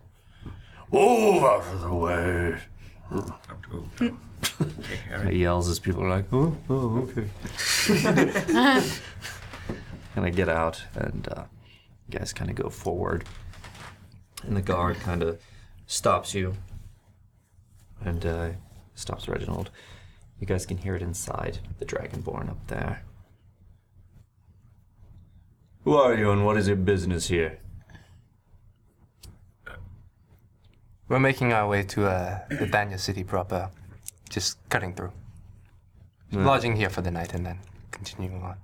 [SPEAKER 8] Move out of the way.
[SPEAKER 2] He yells as people are like, oh, oh okay. kind of get out, and uh, you guys kind of go forward. And the guard kind of stops you and uh, stops Reginald. You guys can hear it inside the Dragonborn up there.
[SPEAKER 18] Who are you and what is your business here?
[SPEAKER 10] We're making our way to uh, the Banya city proper, just cutting through. Lodging here for the night and then continuing on.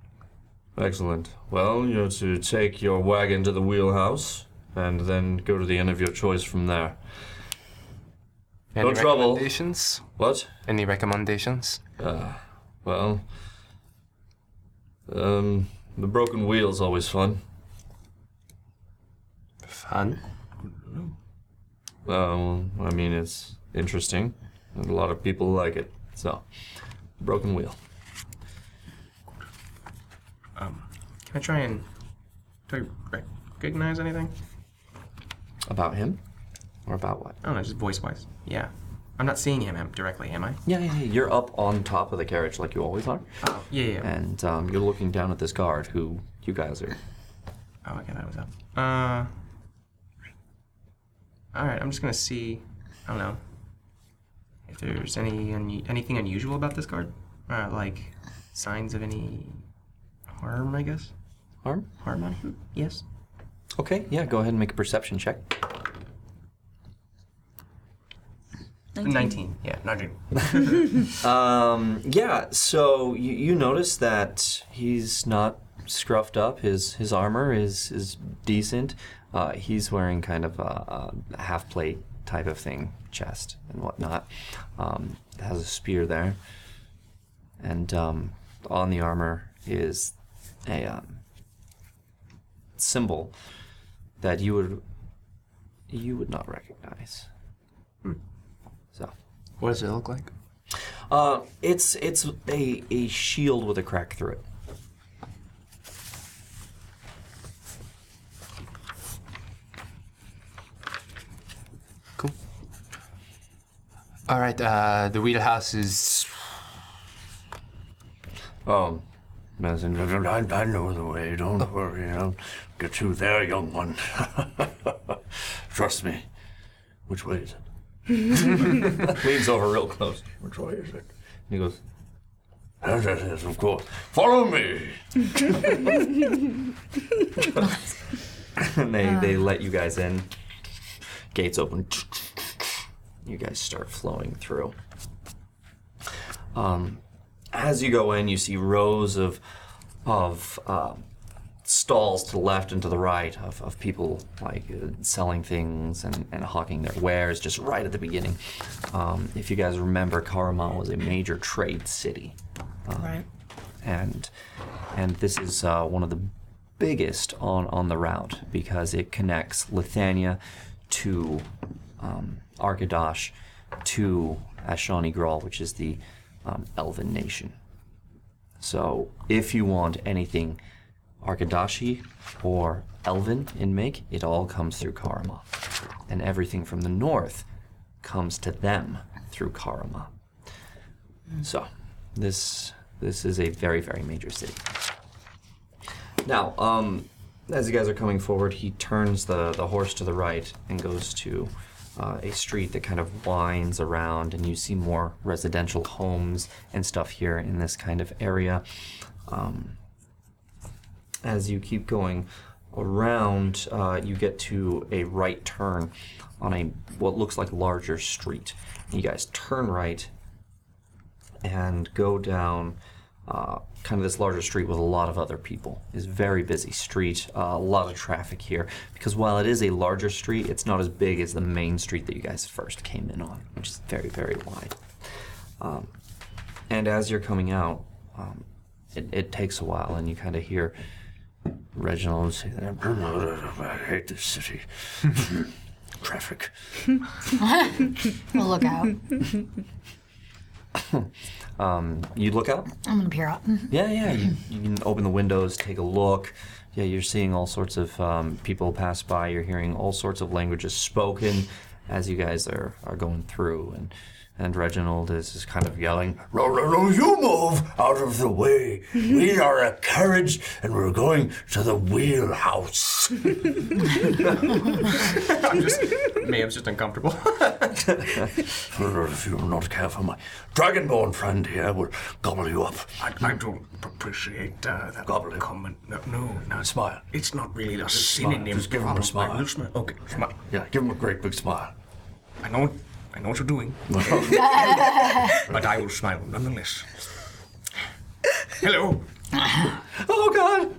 [SPEAKER 2] Excellent. Well, you're to take your wagon to the wheelhouse and then go to the inn of your choice from there.
[SPEAKER 10] Any
[SPEAKER 2] no trouble.
[SPEAKER 10] recommendations?
[SPEAKER 2] What?
[SPEAKER 10] Any recommendations?
[SPEAKER 2] Uh, well, um, the broken wheel's always fun.
[SPEAKER 10] Fun?
[SPEAKER 2] Well, Um, I mean, it's interesting. and A lot of people like it. So, broken wheel.
[SPEAKER 4] Um, can I try and do I recognize anything?
[SPEAKER 2] About him? Or about what?
[SPEAKER 4] I don't know, just voice wise. Yeah. I'm not seeing him am- directly, am I?
[SPEAKER 2] Yeah, yeah, yeah. You're up on top of the carriage like you always are.
[SPEAKER 4] Oh, yeah, yeah.
[SPEAKER 2] And um, you're looking down at this guard who you guys are.
[SPEAKER 4] Oh, okay, that was up. Uh. All right, I'm just gonna see. I don't know if there's any un- anything unusual about this card, uh, like signs of any harm, I guess.
[SPEAKER 2] Harm?
[SPEAKER 4] Harm on him? Yes.
[SPEAKER 2] Okay, yeah, go ahead and make a perception check.
[SPEAKER 4] 19. Yeah, 19.
[SPEAKER 2] um, yeah, so you, you notice that he's not scruffed up. His his armor is is decent. Uh, he's wearing kind of a, a half plate type of thing, chest and whatnot. Um, has a spear there, and um, on the armor is a um, symbol that you would you would not recognize. So.
[SPEAKER 10] What does it look like?
[SPEAKER 2] Uh, it's it's a, a shield with a crack through it.
[SPEAKER 10] All right, uh, the wheelhouse is.
[SPEAKER 2] Oh,
[SPEAKER 8] messenger, Um, I, I know the way. Don't worry, I'll get you there, young one. Trust me. Which way is it?
[SPEAKER 2] Leans over real close.
[SPEAKER 8] Which way is it?
[SPEAKER 2] He goes.
[SPEAKER 8] Yes, yes, yes, of course. Follow me.
[SPEAKER 2] and they, they let you guys in. Gates open. You guys start flowing through. Um, as you go in, you see rows of of uh, stalls to the left and to the right of, of people like uh, selling things and, and hawking their wares just right at the beginning. Um, if you guys remember, Karaman was a major trade city. Um,
[SPEAKER 19] Right.
[SPEAKER 2] and and this is uh, one of the biggest on on the route because it connects Lithania to um, Arkadosh to Ashani Gral, which is the um, Elven nation. So if you want anything Arkadashi or Elven in make, it all comes through Karama. And everything from the north comes to them through Karama. So this this is a very, very major city. Now, um, as you guys are coming forward, he turns the, the horse to the right and goes to uh, a street that kind of winds around, and you see more residential homes and stuff here in this kind of area. Um, as you keep going around, uh, you get to a right turn on a what looks like larger street. You guys turn right and go down uh, kind of this larger street with a lot of other people. It's a very busy street, uh, a lot of traffic here because while it is a larger street, it's not as big as the main street that you guys first came in on, which is very, very wide. Um, and as you're coming out, um, it, it takes a while, and you kind of hear Reginald say,
[SPEAKER 8] I hate this city.
[SPEAKER 2] Traffic.
[SPEAKER 5] we'll look out.
[SPEAKER 2] Um, you look out.
[SPEAKER 5] I'm gonna peer out.
[SPEAKER 2] Yeah, yeah. You, you can open the windows, take a look. Yeah, you're seeing all sorts of um, people pass by. You're hearing all sorts of languages spoken as you guys are, are going through, and And Reginald is just kind of yelling,
[SPEAKER 8] No, no, no, you move out of the way. We are a carriage and we're going to the wheelhouse.
[SPEAKER 20] I'm just, Mayhem's just uncomfortable.
[SPEAKER 8] if you're not careful, my dragonborn friend here will gobble you up.
[SPEAKER 9] I, I don't appreciate uh, that Goblin. comment. No, no, no.
[SPEAKER 8] Smile.
[SPEAKER 9] It's not really a
[SPEAKER 8] Just smile.
[SPEAKER 9] synonym.
[SPEAKER 8] Just give him a
[SPEAKER 9] Goblin.
[SPEAKER 8] smile.
[SPEAKER 9] Like, smile. Okay, smile.
[SPEAKER 8] Yeah, give him a great big smile.
[SPEAKER 9] I know, I know what you're doing, but I will smile nonetheless. Hello.
[SPEAKER 8] Oh God!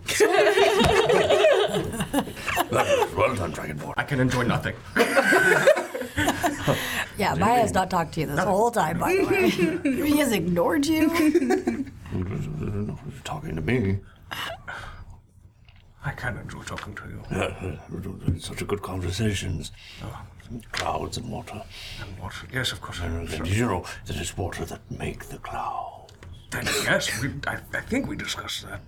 [SPEAKER 9] well done, Dragonborn. I can enjoy nothing.
[SPEAKER 5] Yeah, Maya has not talked to you this whole time, by the way. he has ignored you.
[SPEAKER 8] Talking to me.
[SPEAKER 9] I can enjoy talking to you.
[SPEAKER 8] Yeah, uh, such a good conversations.
[SPEAKER 9] Oh.
[SPEAKER 8] Clouds and water.
[SPEAKER 9] And water. Yes, of course.
[SPEAKER 8] And,
[SPEAKER 9] Sure.
[SPEAKER 8] and you know that it's water that make the clouds.
[SPEAKER 9] Then yes, we, I, I think we discussed that.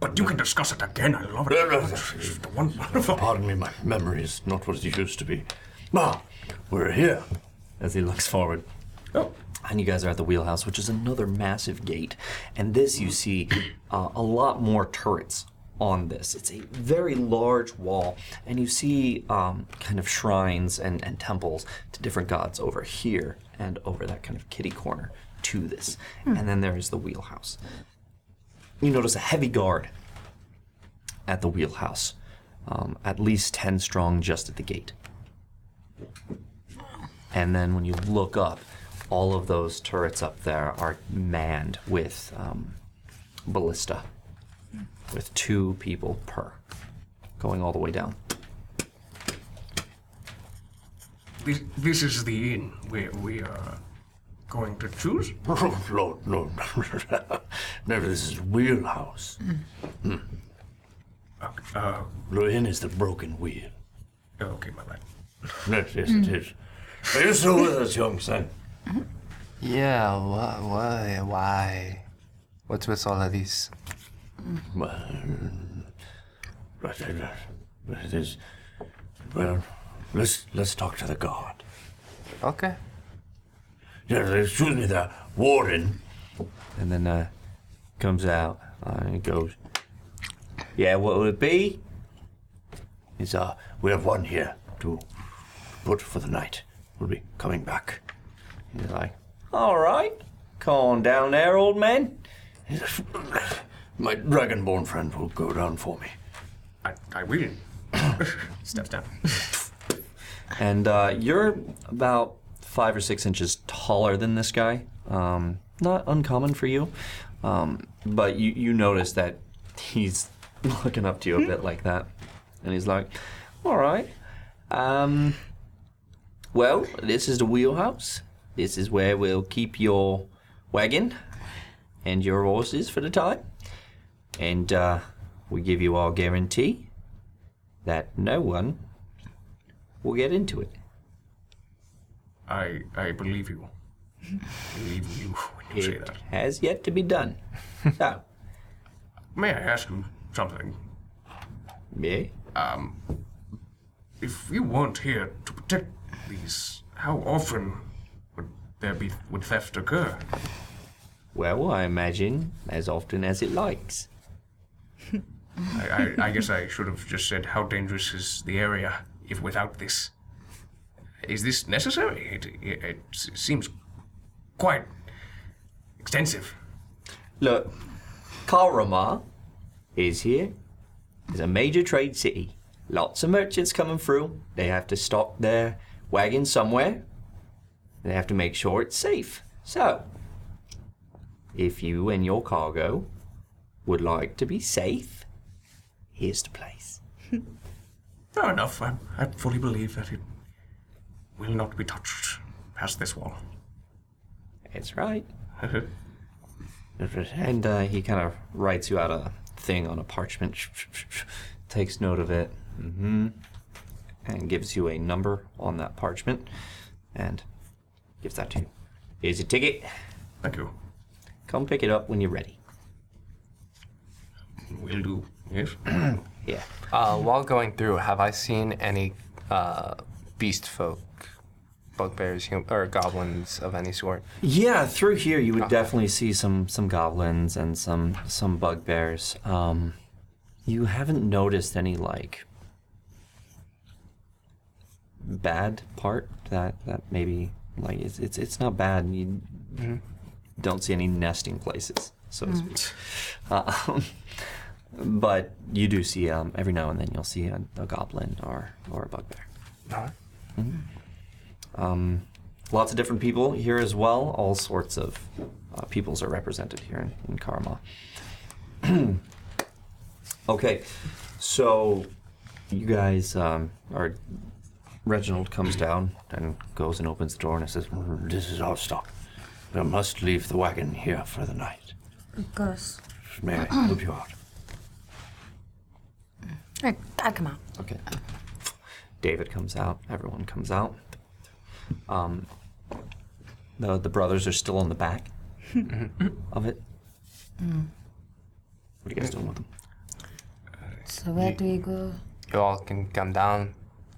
[SPEAKER 9] But you can discuss it again. I love it. The one
[SPEAKER 8] Pardon me, my memory is not what it used to be. Ma, we're here.
[SPEAKER 2] as he looks forward. And you guys are at the wheelhouse, which is another massive gate. And this, you see uh, a lot more turrets on this. It's a very large wall, and you see um, kind of shrines and, and temples to different gods over here and over that kind of kitty corner to this.
[SPEAKER 21] Hmm.
[SPEAKER 2] And then there is the wheelhouse. You notice a heavy guard at the wheelhouse, um, at least 10 strong just at the gate. And then when you look up, all of those turrets up there are manned with um, ballista, with two people per, going all the way down.
[SPEAKER 9] This, this is the inn where we are going to choose.
[SPEAKER 8] Lord, no, no, this is wheelhouse.
[SPEAKER 9] Mm.
[SPEAKER 8] Hmm. The inn is the broken wheel.
[SPEAKER 9] Oh, Okay, my bad. Mm.
[SPEAKER 8] Yes, yes, it is. Are you still with us, young son?
[SPEAKER 10] Yeah, why, why, why? What's with all of these?
[SPEAKER 8] But it, it is. Well, let's let's talk to the guard.
[SPEAKER 10] Okay.
[SPEAKER 8] Yeah, excuse me, the warden.
[SPEAKER 2] And then uh, comes out uh, and goes, Yeah, what will it be?
[SPEAKER 8] He's, uh, we have one here to put for the night. We'll be coming back.
[SPEAKER 2] He's like, All right, come on down there, old man.
[SPEAKER 8] My dragonborn friend will go down for me.
[SPEAKER 9] I, I will. Steps down.
[SPEAKER 2] And uh, you're about five or six inches taller than this guy. Um, not uncommon for you. Um, but you, you notice that he's looking up to you
[SPEAKER 9] Hmm?
[SPEAKER 2] a bit like that. And he's like, all right. Um, well, this is the wheelhouse. This is where we'll keep your wagon and your horses for the time. And uh, we give you our guarantee that no one will get into it.
[SPEAKER 9] I I believe you. believe you when you say that.
[SPEAKER 2] Has yet to be done. so,
[SPEAKER 9] may I ask you something?
[SPEAKER 2] Me?
[SPEAKER 9] Um, if you weren't here to protect these, how often would there be would theft occur?
[SPEAKER 2] Well, I imagine as often as it likes.
[SPEAKER 9] I, I, I guess I should have just said how dangerous is the area if without this. Is this necessary? It, it, it s- seems quite extensive.
[SPEAKER 2] Look, Karama is here. It's a major trade city. Lots of merchants coming through. They have to stock their wagon somewhere. They have to make sure it's safe. So, if you and your cargo would like to be safe, here's the place.
[SPEAKER 9] Fair enough. I, I fully believe that it will not be touched past this wall.
[SPEAKER 2] That's right.
[SPEAKER 9] Uh-huh.
[SPEAKER 2] And uh, he kind of writes you out a thing on a parchment, takes note of it, hmm and gives you a number on that parchment, and gives that to you. Here's your ticket.
[SPEAKER 9] Thank you.
[SPEAKER 2] Come pick it up when you're ready.
[SPEAKER 9] Will do. Yes.
[SPEAKER 2] yeah.
[SPEAKER 10] Uh, while going through, have I seen any uh, beast folk bugbears hum- or goblins of any sort?
[SPEAKER 2] Yeah, through here you would definitely see some some goblins and some some bugbears. Um, you haven't noticed any like bad part that that maybe like it's it's, it's not bad. You
[SPEAKER 10] Mhm.
[SPEAKER 2] don't see any nesting places, so to
[SPEAKER 10] Mm.
[SPEAKER 2] speak. Um, but you do see um, every now and then you'll see a, a goblin or or a bugbear. Um, lots of different people here as well. All sorts of uh, peoples are represented here in, in Karma. okay, so you guys um, are. Reginald comes down and goes and opens the door and says, "Mm,
[SPEAKER 8] This is our stop. We must leave the wagon here for the night.
[SPEAKER 22] Of course.
[SPEAKER 8] May I help you out?
[SPEAKER 22] I,
[SPEAKER 5] uh,
[SPEAKER 22] I come out.
[SPEAKER 2] Okay. David comes out. Everyone comes out. Um, the the brothers are still on the back of it.
[SPEAKER 16] Mm.
[SPEAKER 2] What are you guys doing with them?
[SPEAKER 16] So where do we go?
[SPEAKER 10] You all can come down.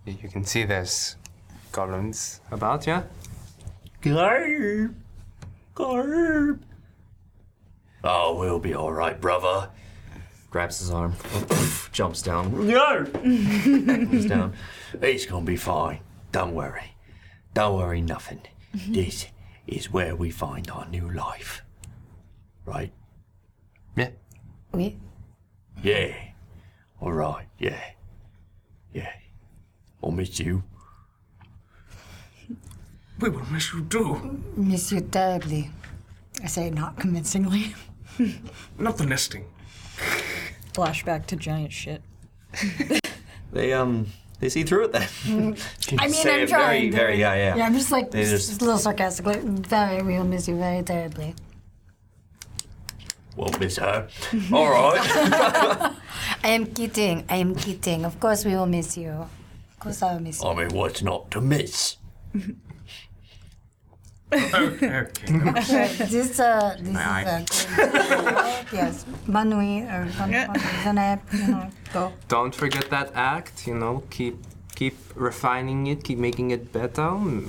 [SPEAKER 10] You you can see there's goblins about, yeah?
[SPEAKER 8] Garb. Garb. Oh, we'll be all right, brother.
[SPEAKER 2] Grabs his arm, jumps down.
[SPEAKER 8] No.
[SPEAKER 2] He's down.
[SPEAKER 8] It's gonna be fine. Don't worry. Don't worry, nothing. This is where we find our new life. Right? Yeah.
[SPEAKER 16] We?
[SPEAKER 8] Yeah. All right. Yeah. Yeah. I'll miss you.
[SPEAKER 9] We will miss you too.
[SPEAKER 16] Miss you terribly. I say not convincingly.
[SPEAKER 9] Not the nesting.
[SPEAKER 5] Flashback to giant shit.
[SPEAKER 2] They um they see through it then.
[SPEAKER 16] I
[SPEAKER 2] Say
[SPEAKER 16] mean, I'm
[SPEAKER 2] it Very
[SPEAKER 16] trying.
[SPEAKER 2] very yeah yeah.
[SPEAKER 16] Yeah, I'm just like
[SPEAKER 2] They just-
[SPEAKER 16] just a little sarcastically. Very, we will miss you very terribly.
[SPEAKER 8] Won't miss her. All right.
[SPEAKER 16] I am kidding. I am kidding. Of course, we will miss you. Of course, I will miss you.
[SPEAKER 8] I mean, what's not to miss?
[SPEAKER 16] Okay, this uh, this
[SPEAKER 8] Aye, aye.
[SPEAKER 16] is uh, yes, Manui or Zanab, you know, go.
[SPEAKER 10] Don't forget that act, you know, keep keep refining it, keep making it better. mm.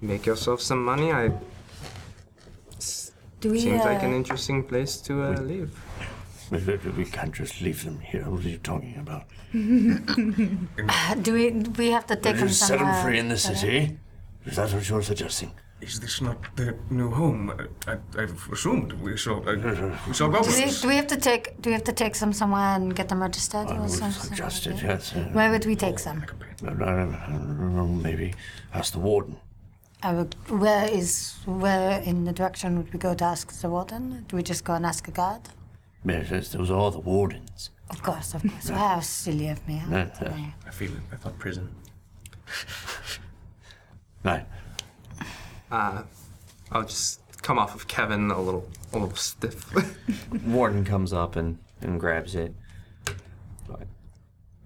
[SPEAKER 10] Make yourself some money. I s-
[SPEAKER 16] Do we,
[SPEAKER 10] seems like
[SPEAKER 16] uh,
[SPEAKER 10] an interesting place to uh, live.
[SPEAKER 8] We can't just leave them here. What are you talking about?
[SPEAKER 16] Uh, Do we do we have to
[SPEAKER 8] Let
[SPEAKER 16] take him
[SPEAKER 8] us set
[SPEAKER 16] somewhere?
[SPEAKER 8] them free in the
[SPEAKER 16] better?
[SPEAKER 8] city. Is that what you're suggesting?
[SPEAKER 9] Is this not their new home? I, I, I've assumed we saw uh,
[SPEAKER 8] Mm-hmm.
[SPEAKER 9] we saw
[SPEAKER 16] Do we,
[SPEAKER 9] goblins.
[SPEAKER 16] do we have to take do we have to take some somewhere and get them registered?
[SPEAKER 8] I
[SPEAKER 16] or
[SPEAKER 8] would
[SPEAKER 16] some-
[SPEAKER 8] suggest it, yes.
[SPEAKER 16] Where would we take them?
[SPEAKER 8] Maybe ask the warden.
[SPEAKER 16] I would, where is where in the direction would we go to ask the warden? Do we just go and ask a guard?
[SPEAKER 8] Yes, those are the wardens.
[SPEAKER 16] Of course, of course. How silly of me.
[SPEAKER 8] No,
[SPEAKER 16] huh?
[SPEAKER 8] no.
[SPEAKER 23] I feel it. I thought prison.
[SPEAKER 8] Right.
[SPEAKER 10] Uh, I'll just come off of Kevin a little a little stiff.
[SPEAKER 2] Warden comes up and and grabs it.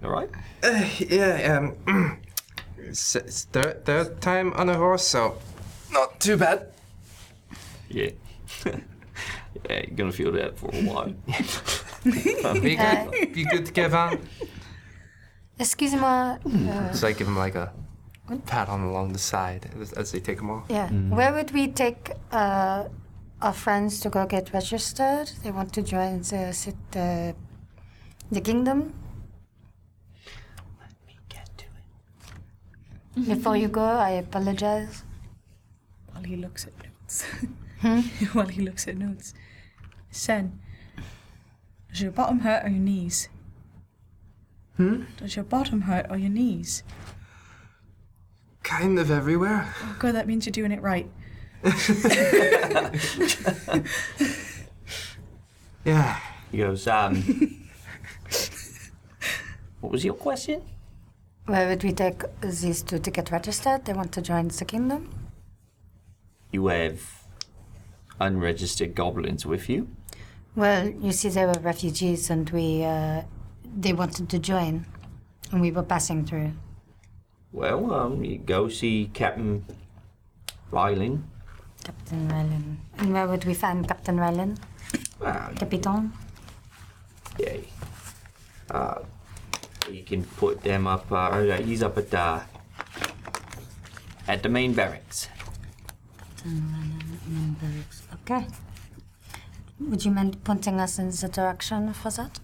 [SPEAKER 2] All right.
[SPEAKER 10] Uh, yeah, um, it's, it's third, third time on a horse, so not too bad.
[SPEAKER 2] Yeah. yeah, you're gonna feel that for a while.
[SPEAKER 10] be good, be good, Kevin.
[SPEAKER 16] Excuse me. Uh,
[SPEAKER 8] Hmm.
[SPEAKER 10] So I give him like a pat on along the side as, as they take him off.
[SPEAKER 16] yeah. Where would we take uh, our friends to go get registered? They want to join the sit the, the kingdom. Let me get to it. Mm-hmm. Before you go, I apologize.
[SPEAKER 3] While he looks at notes.
[SPEAKER 16] Hmm?
[SPEAKER 3] While he looks at notes. Sen, does your bottom hurt or your knees?
[SPEAKER 10] Hmm?
[SPEAKER 3] Does your bottom hurt or your knees?
[SPEAKER 10] Kind of everywhere.
[SPEAKER 3] Oh, God, that means you're doing it right.
[SPEAKER 10] Yeah.
[SPEAKER 2] He goes, um. what was your question?
[SPEAKER 16] Where would we take these two to get registered? They want to join the kingdom.
[SPEAKER 2] You have unregistered goblins with you.
[SPEAKER 16] Well, you see, they were refugees, and we uh, they wanted to join, and we were passing through.
[SPEAKER 2] Well, um, you go see Captain Rylan.
[SPEAKER 16] Captain Rylan. And where would we find Captain Rylan? Capitan.
[SPEAKER 2] Yeah. Uh, oh, you can put them up. Uh, he's up at uh, at the main barracks.
[SPEAKER 16] Okay. Would you mind pointing us in the direction for that?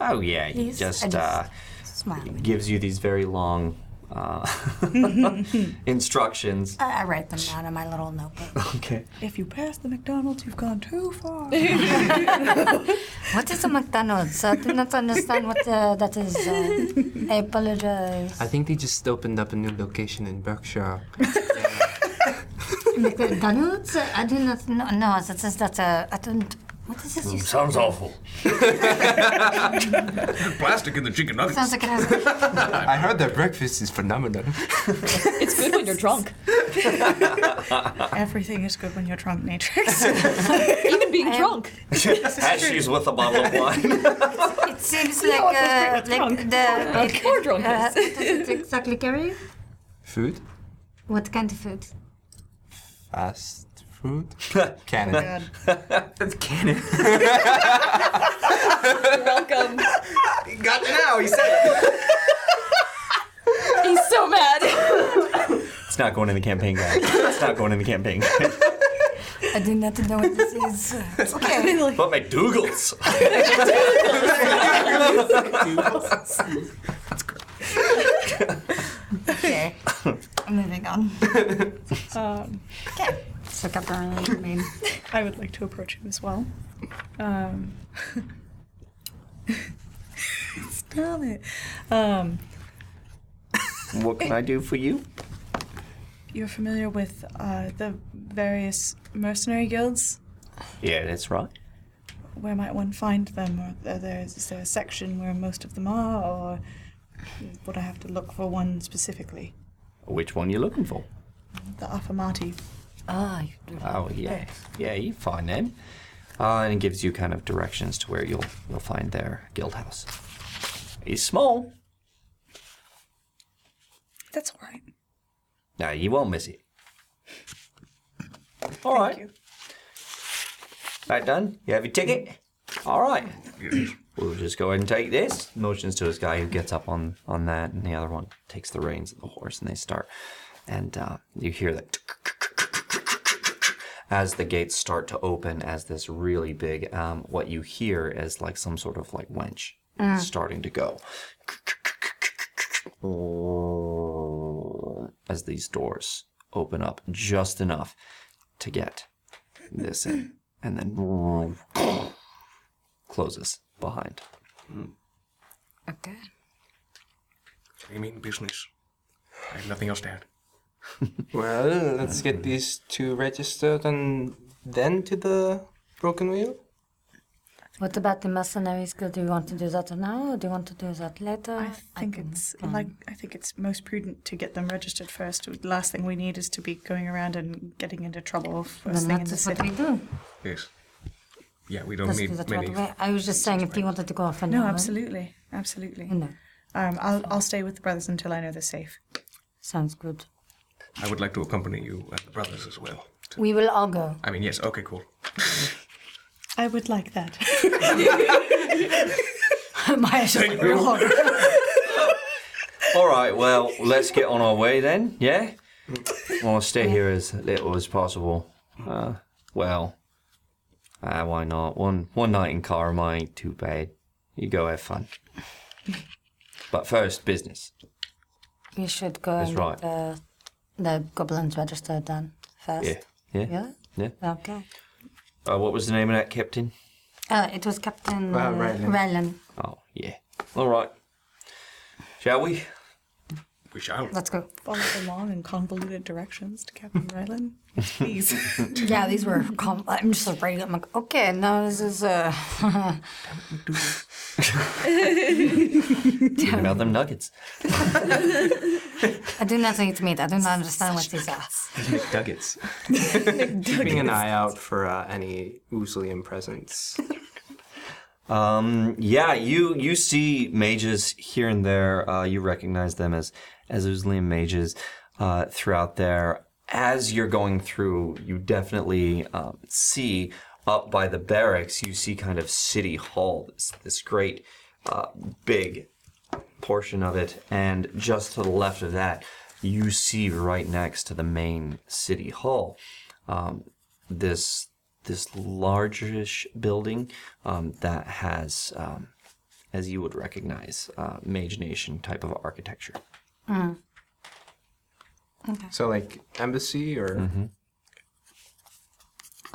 [SPEAKER 2] Oh yeah, he
[SPEAKER 16] Please, I
[SPEAKER 2] just,
[SPEAKER 16] just-
[SPEAKER 2] uh,
[SPEAKER 16] Smile.
[SPEAKER 2] gives you these very long uh, instructions.
[SPEAKER 16] I, I write them down in my little notebook.
[SPEAKER 2] Okay.
[SPEAKER 24] If you pass the McDonald's, you've gone too far.
[SPEAKER 16] what is a McDonald's? I do not understand what uh, that is. Uh, I apologize.
[SPEAKER 10] I think they just opened up a new location in Berkshire.
[SPEAKER 16] McDonald's? I do not know. No, that is that. Uh, I don't. What is this? you said?
[SPEAKER 9] Sounds awful. Plastic in the chicken nuggets.
[SPEAKER 16] Sounds like it has.
[SPEAKER 10] I heard their breakfast is phenomenal.
[SPEAKER 12] It's good when you're drunk.
[SPEAKER 3] Everything is good when you're drunk, Matrix.
[SPEAKER 12] Even being drunk.
[SPEAKER 5] As she's with a bottle of wine.
[SPEAKER 16] It seems like, uh, like the. it-
[SPEAKER 12] Or drunk.
[SPEAKER 16] uh, does it exactly carry?
[SPEAKER 10] Food?
[SPEAKER 16] What kind of food?
[SPEAKER 10] Fast food?
[SPEAKER 16] Oh
[SPEAKER 10] Cannon.
[SPEAKER 25] That's canon.
[SPEAKER 12] Welcome.
[SPEAKER 25] Got it now. He said.
[SPEAKER 12] He's so mad.
[SPEAKER 5] It's not going in the campaign guide. It's not going in the campaign guide.
[SPEAKER 16] I do not know what this is. It's okay.
[SPEAKER 5] But McDougal's.
[SPEAKER 16] okay. I'm moving on.
[SPEAKER 3] um,
[SPEAKER 16] Okay. So, Captain, I mean,
[SPEAKER 3] I would like to approach him as well. Um, stop it. Um,
[SPEAKER 2] What can I do for you?
[SPEAKER 3] you're familiar with uh, the various mercenary guilds?
[SPEAKER 2] Yeah, that's right.
[SPEAKER 3] Where might one find them? Or are there, is there a section where most of them are? Or would I have to look for one specifically?
[SPEAKER 2] Which one you looking for?
[SPEAKER 3] The Afamati.
[SPEAKER 16] Ah,
[SPEAKER 2] Oh yeah, yeah, you find them, uh, and it gives you kind of directions to where you'll you'll find their guild house. It's small.
[SPEAKER 3] That's all right.
[SPEAKER 2] Now you won't miss it. All right. That done? You have your ticket? All right. We'll just go ahead and take this. Motions to his guy who gets up on, on that, and the other one takes the reins of the horse, and they start. And uh, you hear that as the gates start to open, as this really big, um, what you hear is like some sort of like wench
[SPEAKER 26] Mm.
[SPEAKER 2] starting to go. As these doors open up just enough to get this in, and then closes behind. Hmm.
[SPEAKER 16] Okay.
[SPEAKER 9] I mean business. I have nothing else to add.
[SPEAKER 10] well, let's get these two registered and then to the broken wheel.
[SPEAKER 16] what about the mercenaries? Guild? Do you want to do that now, or do you want to do that later? I
[SPEAKER 3] I think it's
[SPEAKER 16] Mm,
[SPEAKER 3] like I think it's most prudent to get them registered first. The last thing we need is to be going around and getting into trouble first
[SPEAKER 16] Then
[SPEAKER 3] thing in
[SPEAKER 16] that
[SPEAKER 3] the
[SPEAKER 16] is what
[SPEAKER 3] city.
[SPEAKER 16] we do.
[SPEAKER 9] Yes. Yeah, we don't
[SPEAKER 16] Let's do
[SPEAKER 9] need
[SPEAKER 16] that right
[SPEAKER 9] many.
[SPEAKER 16] away. I was just saying if you wanted to go off and
[SPEAKER 3] No,
[SPEAKER 16] on.
[SPEAKER 3] absolutely, absolutely.
[SPEAKER 16] No.
[SPEAKER 3] Um, I'll I'll stay with the brothers until I know they're safe.
[SPEAKER 16] Sounds good.
[SPEAKER 9] I would like to accompany you and the brothers as well.
[SPEAKER 16] We will all go.
[SPEAKER 9] I mean, yes. Okay, cool.
[SPEAKER 3] I would like that.
[SPEAKER 16] Maya's just
[SPEAKER 9] Thank
[SPEAKER 16] like,
[SPEAKER 9] you.
[SPEAKER 16] "Lord."
[SPEAKER 2] All right, well, let's get on our way then, yeah? I want to stay here as little as possible. Uh, well, uh, why not? One one night in Karma ain't too bad. You go have fun. But first, business.
[SPEAKER 16] We should go
[SPEAKER 2] That's
[SPEAKER 16] and
[SPEAKER 2] right.
[SPEAKER 16] get uh, the goblins registered done first.
[SPEAKER 2] Yeah. Yeah.
[SPEAKER 16] Yeah?
[SPEAKER 2] Yeah.
[SPEAKER 16] Okay.
[SPEAKER 2] Uh, what was the name of that captain?
[SPEAKER 16] Uh, it was Captain
[SPEAKER 2] Uh,
[SPEAKER 16] uh,
[SPEAKER 2] Rylan.
[SPEAKER 16] Rylan.
[SPEAKER 2] Oh, yeah. All right. Shall we?
[SPEAKER 9] We shall.
[SPEAKER 16] Let's go.
[SPEAKER 3] Follow along in convoluted directions to Captain Ryland. Please.
[SPEAKER 16] yeah, these were. Com- I'm just like writing. I'm like, okay, now this is. Uh,
[SPEAKER 2] Thinking about them nuggets.
[SPEAKER 16] I do not eat meat. I do not understand what these are.
[SPEAKER 10] McDuggets. Keeping an eye out for uh, any Oozlian presence.
[SPEAKER 2] Um, yeah, you you see mages here and there. Uh, you recognize them as as Uzlian mages uh, throughout there. As you're going through, you definitely um, see up by the barracks. You see kind of city hall, this, this great uh, big portion of it, and just to the left of that, you see right next to the main city hall um, this this largish building um, that has, um, as you would recognize, uh, Mage Nation type of architecture.
[SPEAKER 16] Mm.
[SPEAKER 10] So like embassy or
[SPEAKER 9] Mm-hmm.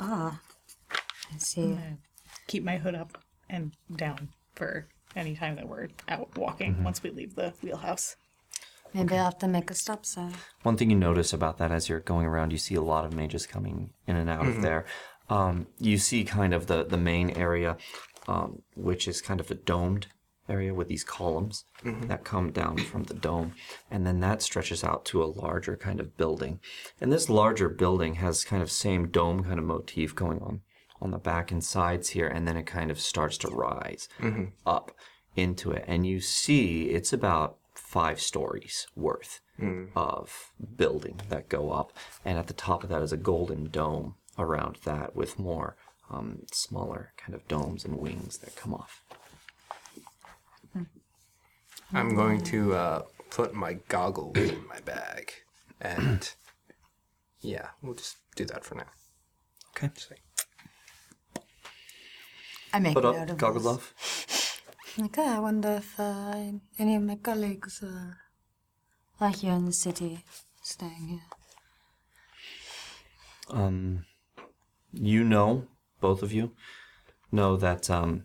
[SPEAKER 3] Ah,
[SPEAKER 16] I see.
[SPEAKER 3] Keep my hood up and down for any time that we're out walking once we leave the wheelhouse.
[SPEAKER 16] Maybe I'll have to make a stop sign.
[SPEAKER 2] One thing you notice about that as you're going around, you see a lot of mages coming in and out
[SPEAKER 16] Mhm.
[SPEAKER 2] of there. Um, you see kind of the, the main area, um, which is kind of a domed area with these columns
[SPEAKER 13] Mhm.
[SPEAKER 2] that come down from the dome. And then that stretches out to a larger kind of building. And this larger building has kind of same dome kind of motif going on on the back and sides here. And then it kind of starts to rise
[SPEAKER 10] Mhm.
[SPEAKER 2] up into it. And you see it's about five stories worth
[SPEAKER 10] Mm.
[SPEAKER 2] of building that go up, and at the top of that is a golden dome around that with more um, smaller kind of domes and wings that come off.
[SPEAKER 10] I'm going to uh, put my goggles in my bag, and yeah, we'll just do that for now.
[SPEAKER 2] Okay.
[SPEAKER 16] I make
[SPEAKER 2] Put
[SPEAKER 16] note of
[SPEAKER 2] up, goggles
[SPEAKER 16] this.
[SPEAKER 2] off.
[SPEAKER 16] Okay, "Oh, I wonder if uh, any of my colleagues are, are here in the city, staying here.
[SPEAKER 2] Um, you know, both of you know that um,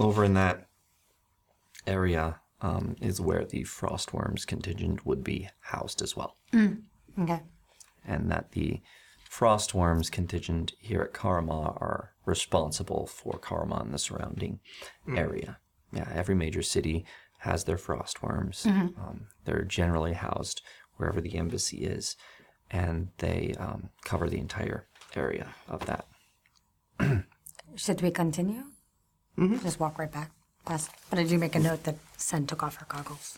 [SPEAKER 2] over in that area um, is where the frostworms contingent would be housed as well.
[SPEAKER 16] Mm. Okay.
[SPEAKER 2] and that the frostworms contingent here at Karama are responsible for Karama and the surrounding
[SPEAKER 13] Mm.
[SPEAKER 2] area. Yeah, every major city has their frostworms.
[SPEAKER 4] Mm-hmm.
[SPEAKER 13] Mhm.
[SPEAKER 16] Mm-hmm.
[SPEAKER 2] Um, they're generally housed wherever the embassy is, and they um, cover the entire area of that.
[SPEAKER 16] Should we continue? Just walk right back past. But I do make a note that Sen took off her goggles.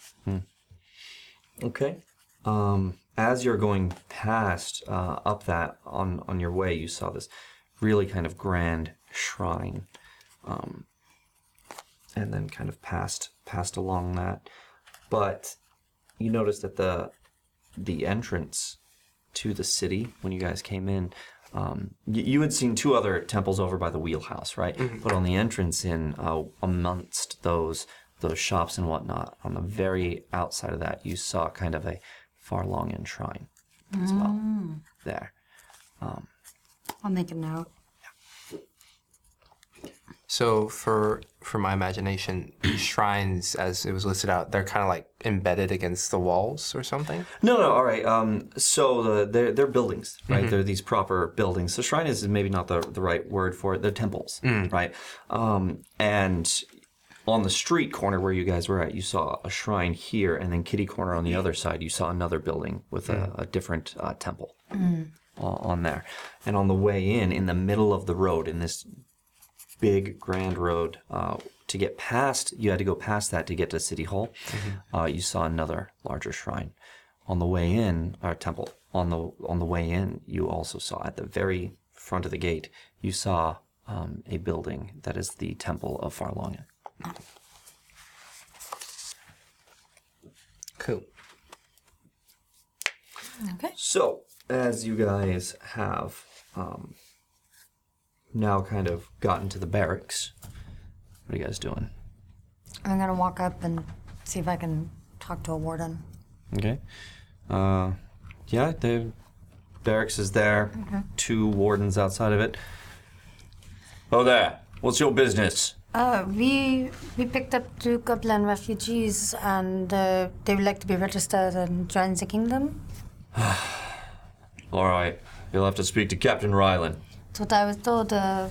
[SPEAKER 2] Okay. Um, as you're going past uh, up that on on your way, you saw this really kind of grand shrine, um, and then kind of passed passed along that. But you noticed that the the entrance to the city when you guys came in. Um, y- you had seen two other temples over by the wheelhouse, right?
[SPEAKER 13] Mhm.
[SPEAKER 2] But on the entrance in uh, amongst those those shops and whatnot, on the very outside of that, you saw kind of a Farlongan shrine
[SPEAKER 16] Mm.
[SPEAKER 2] there. Um,
[SPEAKER 16] I'll make a note.
[SPEAKER 10] So for for my imagination, shrines, as it was listed out, they're kind of like embedded against the walls or something.
[SPEAKER 2] No, no, all right. Um, so the, they're they're buildings, right?
[SPEAKER 10] Mhm.
[SPEAKER 2] They're these proper buildings. So shrine is maybe not the the right word for it. They're temples,
[SPEAKER 10] Mm.
[SPEAKER 2] right? Um, and on the street corner where you guys were at, you saw a shrine here, and then kitty corner on the other side, you saw another building with a, a different uh, temple
[SPEAKER 13] Mm.
[SPEAKER 2] o- on there. And on the way in, in the middle of the road, in this big grand road uh, to get past you had to go past that to get to city hall uh, you saw another larger shrine on the way in or temple on the on the way in you also saw at the very front of the gate you saw um, a building that is the temple of farlonga cool
[SPEAKER 16] Okay.
[SPEAKER 2] so as you guys have um, now kind of gotten to the barracks what are you guys doing
[SPEAKER 16] I'm gonna walk up and see if I can talk to a warden.
[SPEAKER 2] Okay. Uh, yeah, the barracks is there.
[SPEAKER 16] Mhm.
[SPEAKER 2] Two wardens outside of it. Oh, there. What's your business?
[SPEAKER 16] Uh, we we picked up two Goblin refugees, and uh, they would like to be registered and join the kingdom.
[SPEAKER 2] All right. You'll have to speak to Captain Ryland.
[SPEAKER 16] That's what I was told. Uh,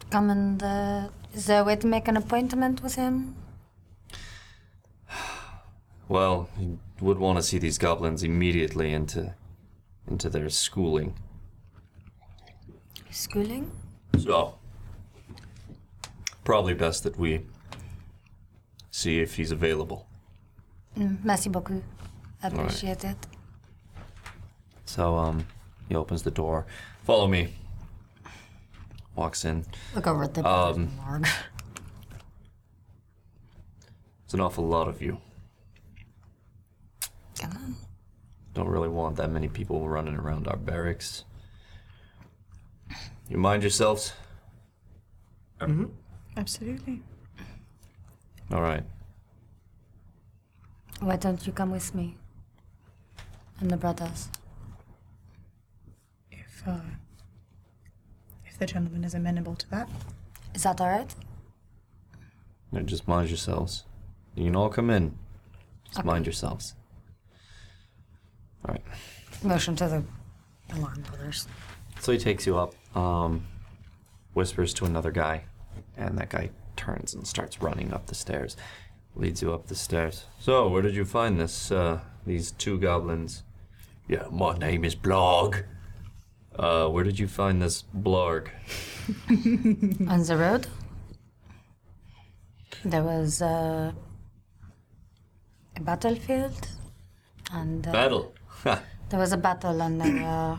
[SPEAKER 16] to come and uh, is there a way to make an appointment with him?
[SPEAKER 2] Well, you would want to see these goblins immediately into into their schooling.
[SPEAKER 16] Schooling?
[SPEAKER 8] So, probably best that we see if he's available.
[SPEAKER 16] Mm, merci beaucoup. I
[SPEAKER 2] right.
[SPEAKER 16] appreciate it.
[SPEAKER 2] So, um, he opens the door. Follow me. Walks in.
[SPEAKER 16] Look over at the
[SPEAKER 2] um,
[SPEAKER 16] Marg.
[SPEAKER 2] It's an awful lot of you.
[SPEAKER 16] Come
[SPEAKER 2] Don't really want that many people running around our barracks. You mind yourselves?
[SPEAKER 3] Absolutely.
[SPEAKER 2] All right.
[SPEAKER 16] Why don't you come with me? And the brothers.
[SPEAKER 3] If, uh, if the gentleman is amenable to that.
[SPEAKER 16] Is that alright?
[SPEAKER 2] No, just mind yourselves. You can all come in. Just mind yourselves. All right.
[SPEAKER 16] Motion to the alarm brothers.
[SPEAKER 2] So he takes you up, um, whispers to another guy, and that guy turns and starts running up the stairs. Leads you up the stairs.
[SPEAKER 27] So, where did you find this, uh, these two goblins? Yeah, my name is Blog.
[SPEAKER 2] Uh, where did you find this blarg?
[SPEAKER 16] On the road, there was uh, a battlefield, and uh,
[SPEAKER 2] Battle. Ha,
[SPEAKER 16] There was a battle, and they were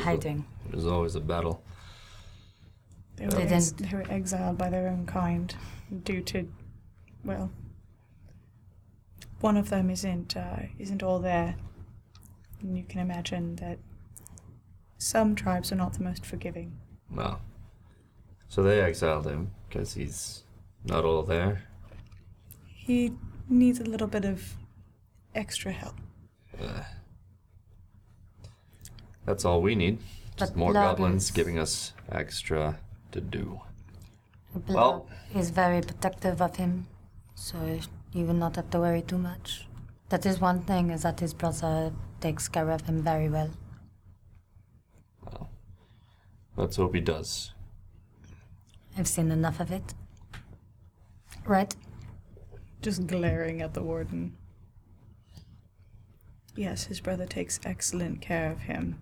[SPEAKER 16] hiding.
[SPEAKER 2] There's always a battle.
[SPEAKER 3] They
[SPEAKER 2] Yeah.
[SPEAKER 3] were,
[SPEAKER 2] They
[SPEAKER 3] ex- they were exiled by their own kind due to, well, one of them isn't uh, isn't all there, and you can imagine that some tribes are not the most forgiving.
[SPEAKER 2] Well, so they exiled him because he's not all there.
[SPEAKER 3] He needs a little bit of extra help.
[SPEAKER 2] Uh, that's all we need. Just
[SPEAKER 16] But
[SPEAKER 2] more
[SPEAKER 16] Blog
[SPEAKER 2] goblins
[SPEAKER 16] is-
[SPEAKER 2] giving us extra to do.
[SPEAKER 16] Well, is very protective of him, so you will not have to worry too much. That is one thing is that his brother takes care of him very well.
[SPEAKER 2] Let's hope he does.
[SPEAKER 16] I've seen enough of it. Right?
[SPEAKER 3] Just glaring at the warden. Yes, his brother takes excellent care of him.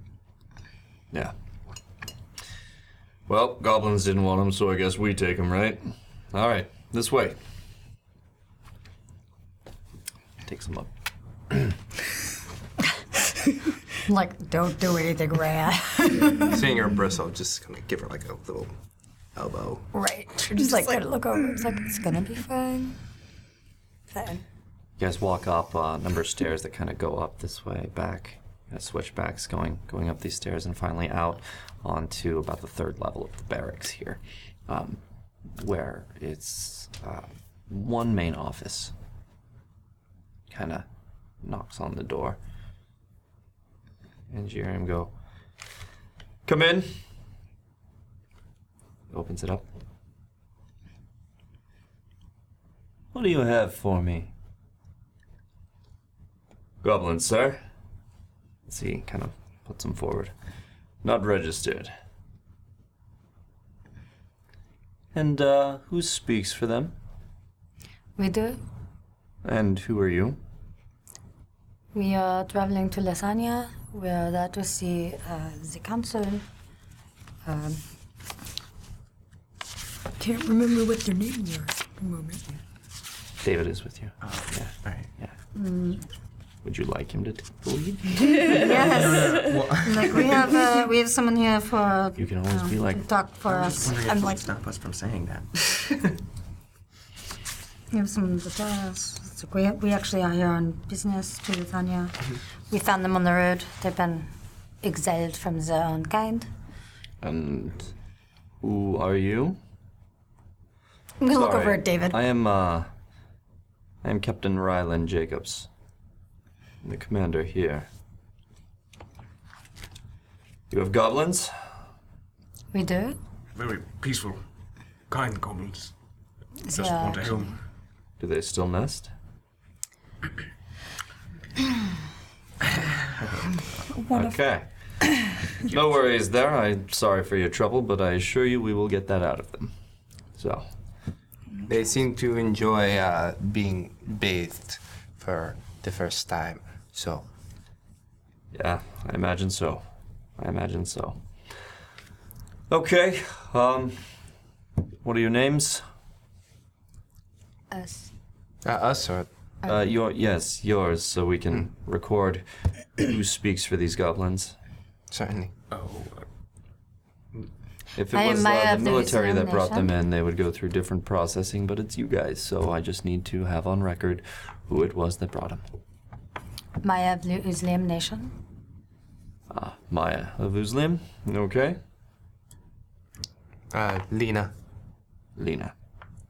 [SPEAKER 2] Yeah. Well, goblins didn't want him, so I guess we take him, right? All right, this way. Takes him up.
[SPEAKER 5] Like, don't do anything rad.
[SPEAKER 4] Seeing her bristle, just gonna give her like a little elbow.
[SPEAKER 5] right. Just, just like, gonna look over. It's like, it's gonna be fine. Fine.
[SPEAKER 2] You guys walk up uh, a number of stairs that kind of go up this way, back, kind of switchbacks going going up these stairs, and finally out onto about the third level of the barracks here, um, where it's uh, one main office. Kind of knocks on the door, and you hear him go, "Come in." Opens it up.
[SPEAKER 27] What do you have for me?
[SPEAKER 2] Goblin, sir. Let's see, kind of puts him forward. Not registered. And uh, who speaks for them?
[SPEAKER 16] We do.
[SPEAKER 2] And who are you?
[SPEAKER 16] We are traveling to Lasagna. We are there to see uh, the council. Um,
[SPEAKER 5] Can't remember what their names are at the moment.
[SPEAKER 2] David is with you. Oh, yeah. All right. Yeah.
[SPEAKER 5] Mm.
[SPEAKER 2] Would you like him to take the lead?
[SPEAKER 16] yes. like we have uh, we have someone here for
[SPEAKER 2] You can always
[SPEAKER 16] um,
[SPEAKER 2] be like,
[SPEAKER 16] to talk for us.
[SPEAKER 4] I'm
[SPEAKER 16] I'm
[SPEAKER 4] like,
[SPEAKER 16] like
[SPEAKER 4] stop us from saying that.
[SPEAKER 16] we have someone to tell us. It's like we we actually are here on business to Lithuania.
[SPEAKER 2] Mm-hmm.
[SPEAKER 16] We found them on the road. They've been exiled from their own kind.
[SPEAKER 2] And who are you?
[SPEAKER 5] I'm gonna look
[SPEAKER 2] Sorry.
[SPEAKER 5] over at David.
[SPEAKER 2] I am uh I am Captain Ryland Jacobs. I'm the commander here. You have goblins?
[SPEAKER 16] We do.
[SPEAKER 8] Very peaceful, kind goblins. Just
[SPEAKER 16] Yeah,
[SPEAKER 8] want a home.
[SPEAKER 2] Do they still nest? okay. no worries there. I'm sorry for your trouble, but I assure you we will get that out of them. So,
[SPEAKER 10] They seem to enjoy uh, being bathed for the first time. So,
[SPEAKER 2] yeah, I imagine so. I imagine so. Okay. Um what are your names?
[SPEAKER 16] Us.
[SPEAKER 2] Uh, us or uh, your yes, yours, so we can record who speaks for these goblins. Certainly.
[SPEAKER 8] Oh.
[SPEAKER 2] If it
[SPEAKER 16] I
[SPEAKER 2] was
[SPEAKER 16] am Maya
[SPEAKER 2] uh,
[SPEAKER 16] of
[SPEAKER 2] the
[SPEAKER 16] the
[SPEAKER 2] military that brought them
[SPEAKER 16] Nation.
[SPEAKER 2] in, they would go through different processing, but it's you guys, so I just need to have on record who it was that brought them.
[SPEAKER 16] Maya of Lu- Uzlim Nation.
[SPEAKER 2] Ah, Maya of Uzlim. Okay.
[SPEAKER 10] Uh, Lena.
[SPEAKER 2] Lena.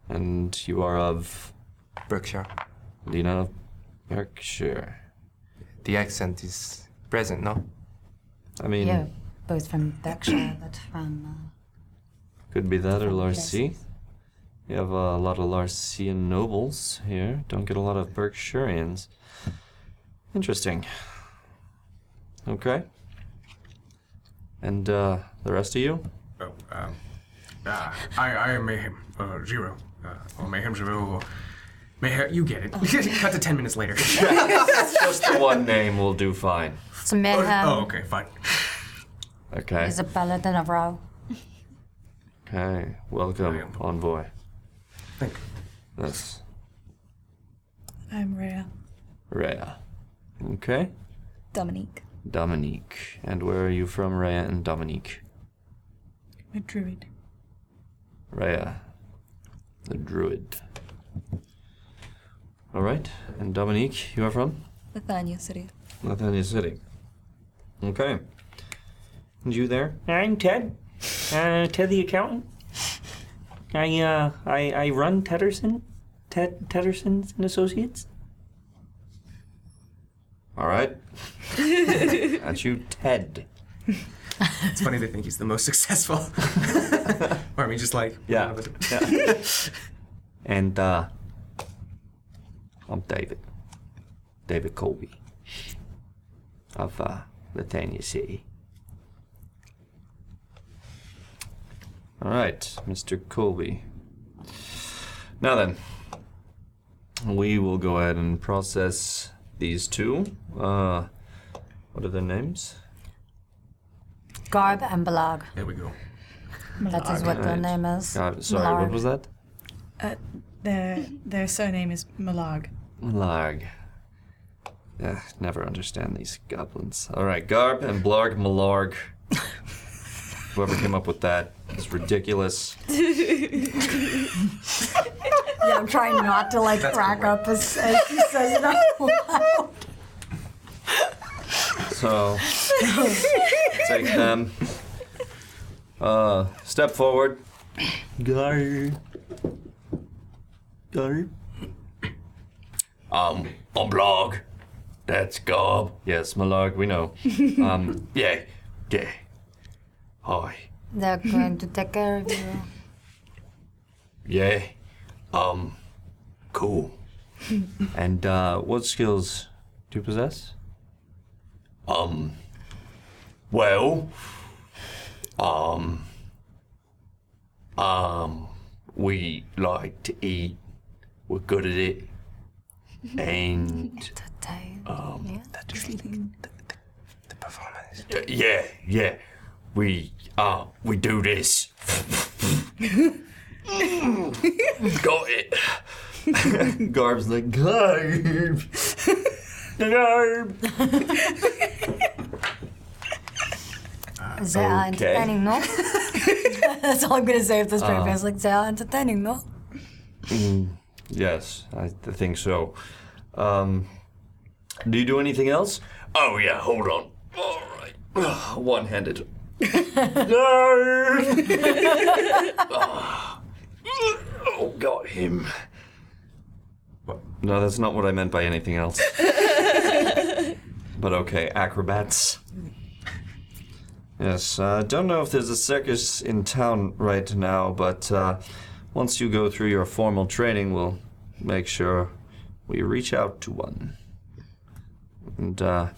[SPEAKER 2] And you are of?
[SPEAKER 10] Berkshire.
[SPEAKER 2] Lena of Berkshire.
[SPEAKER 10] The accent is present, no?
[SPEAKER 2] I mean,
[SPEAKER 16] yeah, both from Berkshire, but from. uh,
[SPEAKER 2] could be that or Larcy. You have a lot of Larcian nobles here. Don't get a lot of Berkshirians. Interesting. Okay. And uh, the rest of you?
[SPEAKER 9] Oh, um, uh,
[SPEAKER 4] Ah,
[SPEAKER 9] I, I am Mayhem uh, Zero, uh, or Mayhem Zero, or Mayhem. You get it. Cut to ten minutes later.
[SPEAKER 2] Just the one name will do fine.
[SPEAKER 16] So Mayhem
[SPEAKER 9] Oh, okay, fine.
[SPEAKER 2] Okay.
[SPEAKER 16] is a paladin of Rao.
[SPEAKER 2] Okay. Welcome, envoy. Thank you. That's
[SPEAKER 6] I'm Rhea.
[SPEAKER 2] Rhea. Okay.
[SPEAKER 6] Dominique.
[SPEAKER 2] Dominique. And where are you from, Rhea and Dominique?
[SPEAKER 3] I'm a druid.
[SPEAKER 2] Rhea, the druid. All right. And Dominique, you are from?
[SPEAKER 6] Nathania City.
[SPEAKER 2] Nathania City. Okay. And you there?
[SPEAKER 7] I'm Ted. Uh, Ted the accountant. I uh, I, I run Tedderson, Ted Teddersons and Associates.
[SPEAKER 2] All right. That's you, Ted.
[SPEAKER 4] It's funny they think he's the most successful. or I mean, just like
[SPEAKER 2] yeah. yeah. and uh, I'm David. David Colby of uh, Latania City. All right, Mr. Colby. Now then, we will go ahead and process these two. Uh, what are their names?
[SPEAKER 16] Garb and Balag.
[SPEAKER 9] There we go.
[SPEAKER 16] That is what their
[SPEAKER 2] Alright.
[SPEAKER 16] name is.
[SPEAKER 2] Gar- sorry, what
[SPEAKER 16] Malarg.
[SPEAKER 2] was that?
[SPEAKER 3] Uh, their their surname is Malag.
[SPEAKER 2] Malarg. Ugh, never understand these goblins. All right, Garb and Blarg Malarg. Whoever came up with that is ridiculous.
[SPEAKER 5] yeah, I'm trying not to like crack up as, as she says it out loud.
[SPEAKER 2] So take them. Uh, step forward. Garb. Garb.
[SPEAKER 8] Um, on blog. That's Gob.
[SPEAKER 2] Yes, Malarg, we know. Um, yeah, yeah. Hi.
[SPEAKER 16] They're going to take care of you.
[SPEAKER 8] Yeah. Um, cool.
[SPEAKER 2] And uh, what skills do you possess?
[SPEAKER 8] Um, well, um, um, we like to eat. We're good at it. And, um, D- yeah, yeah. We uh we do this. Got it.
[SPEAKER 2] Garb's like, Garb! Garb!
[SPEAKER 16] They are
[SPEAKER 2] Okay.
[SPEAKER 16] entertaining, no?
[SPEAKER 5] That's all I'm gonna say if this
[SPEAKER 2] Uh.
[SPEAKER 5] uh. is like they are entertaining, no?
[SPEAKER 2] Mm, yes, I th- think so. Um, do you do anything else?
[SPEAKER 8] Oh yeah, hold on.
[SPEAKER 2] One handed.
[SPEAKER 8] Oh, got him.
[SPEAKER 2] No, that's not what I meant by anything else. but okay, acrobats. Yes, I uh, don't know if there's a circus in town right now, but uh, once you go through your formal training, we'll make sure we reach out to one. And uh,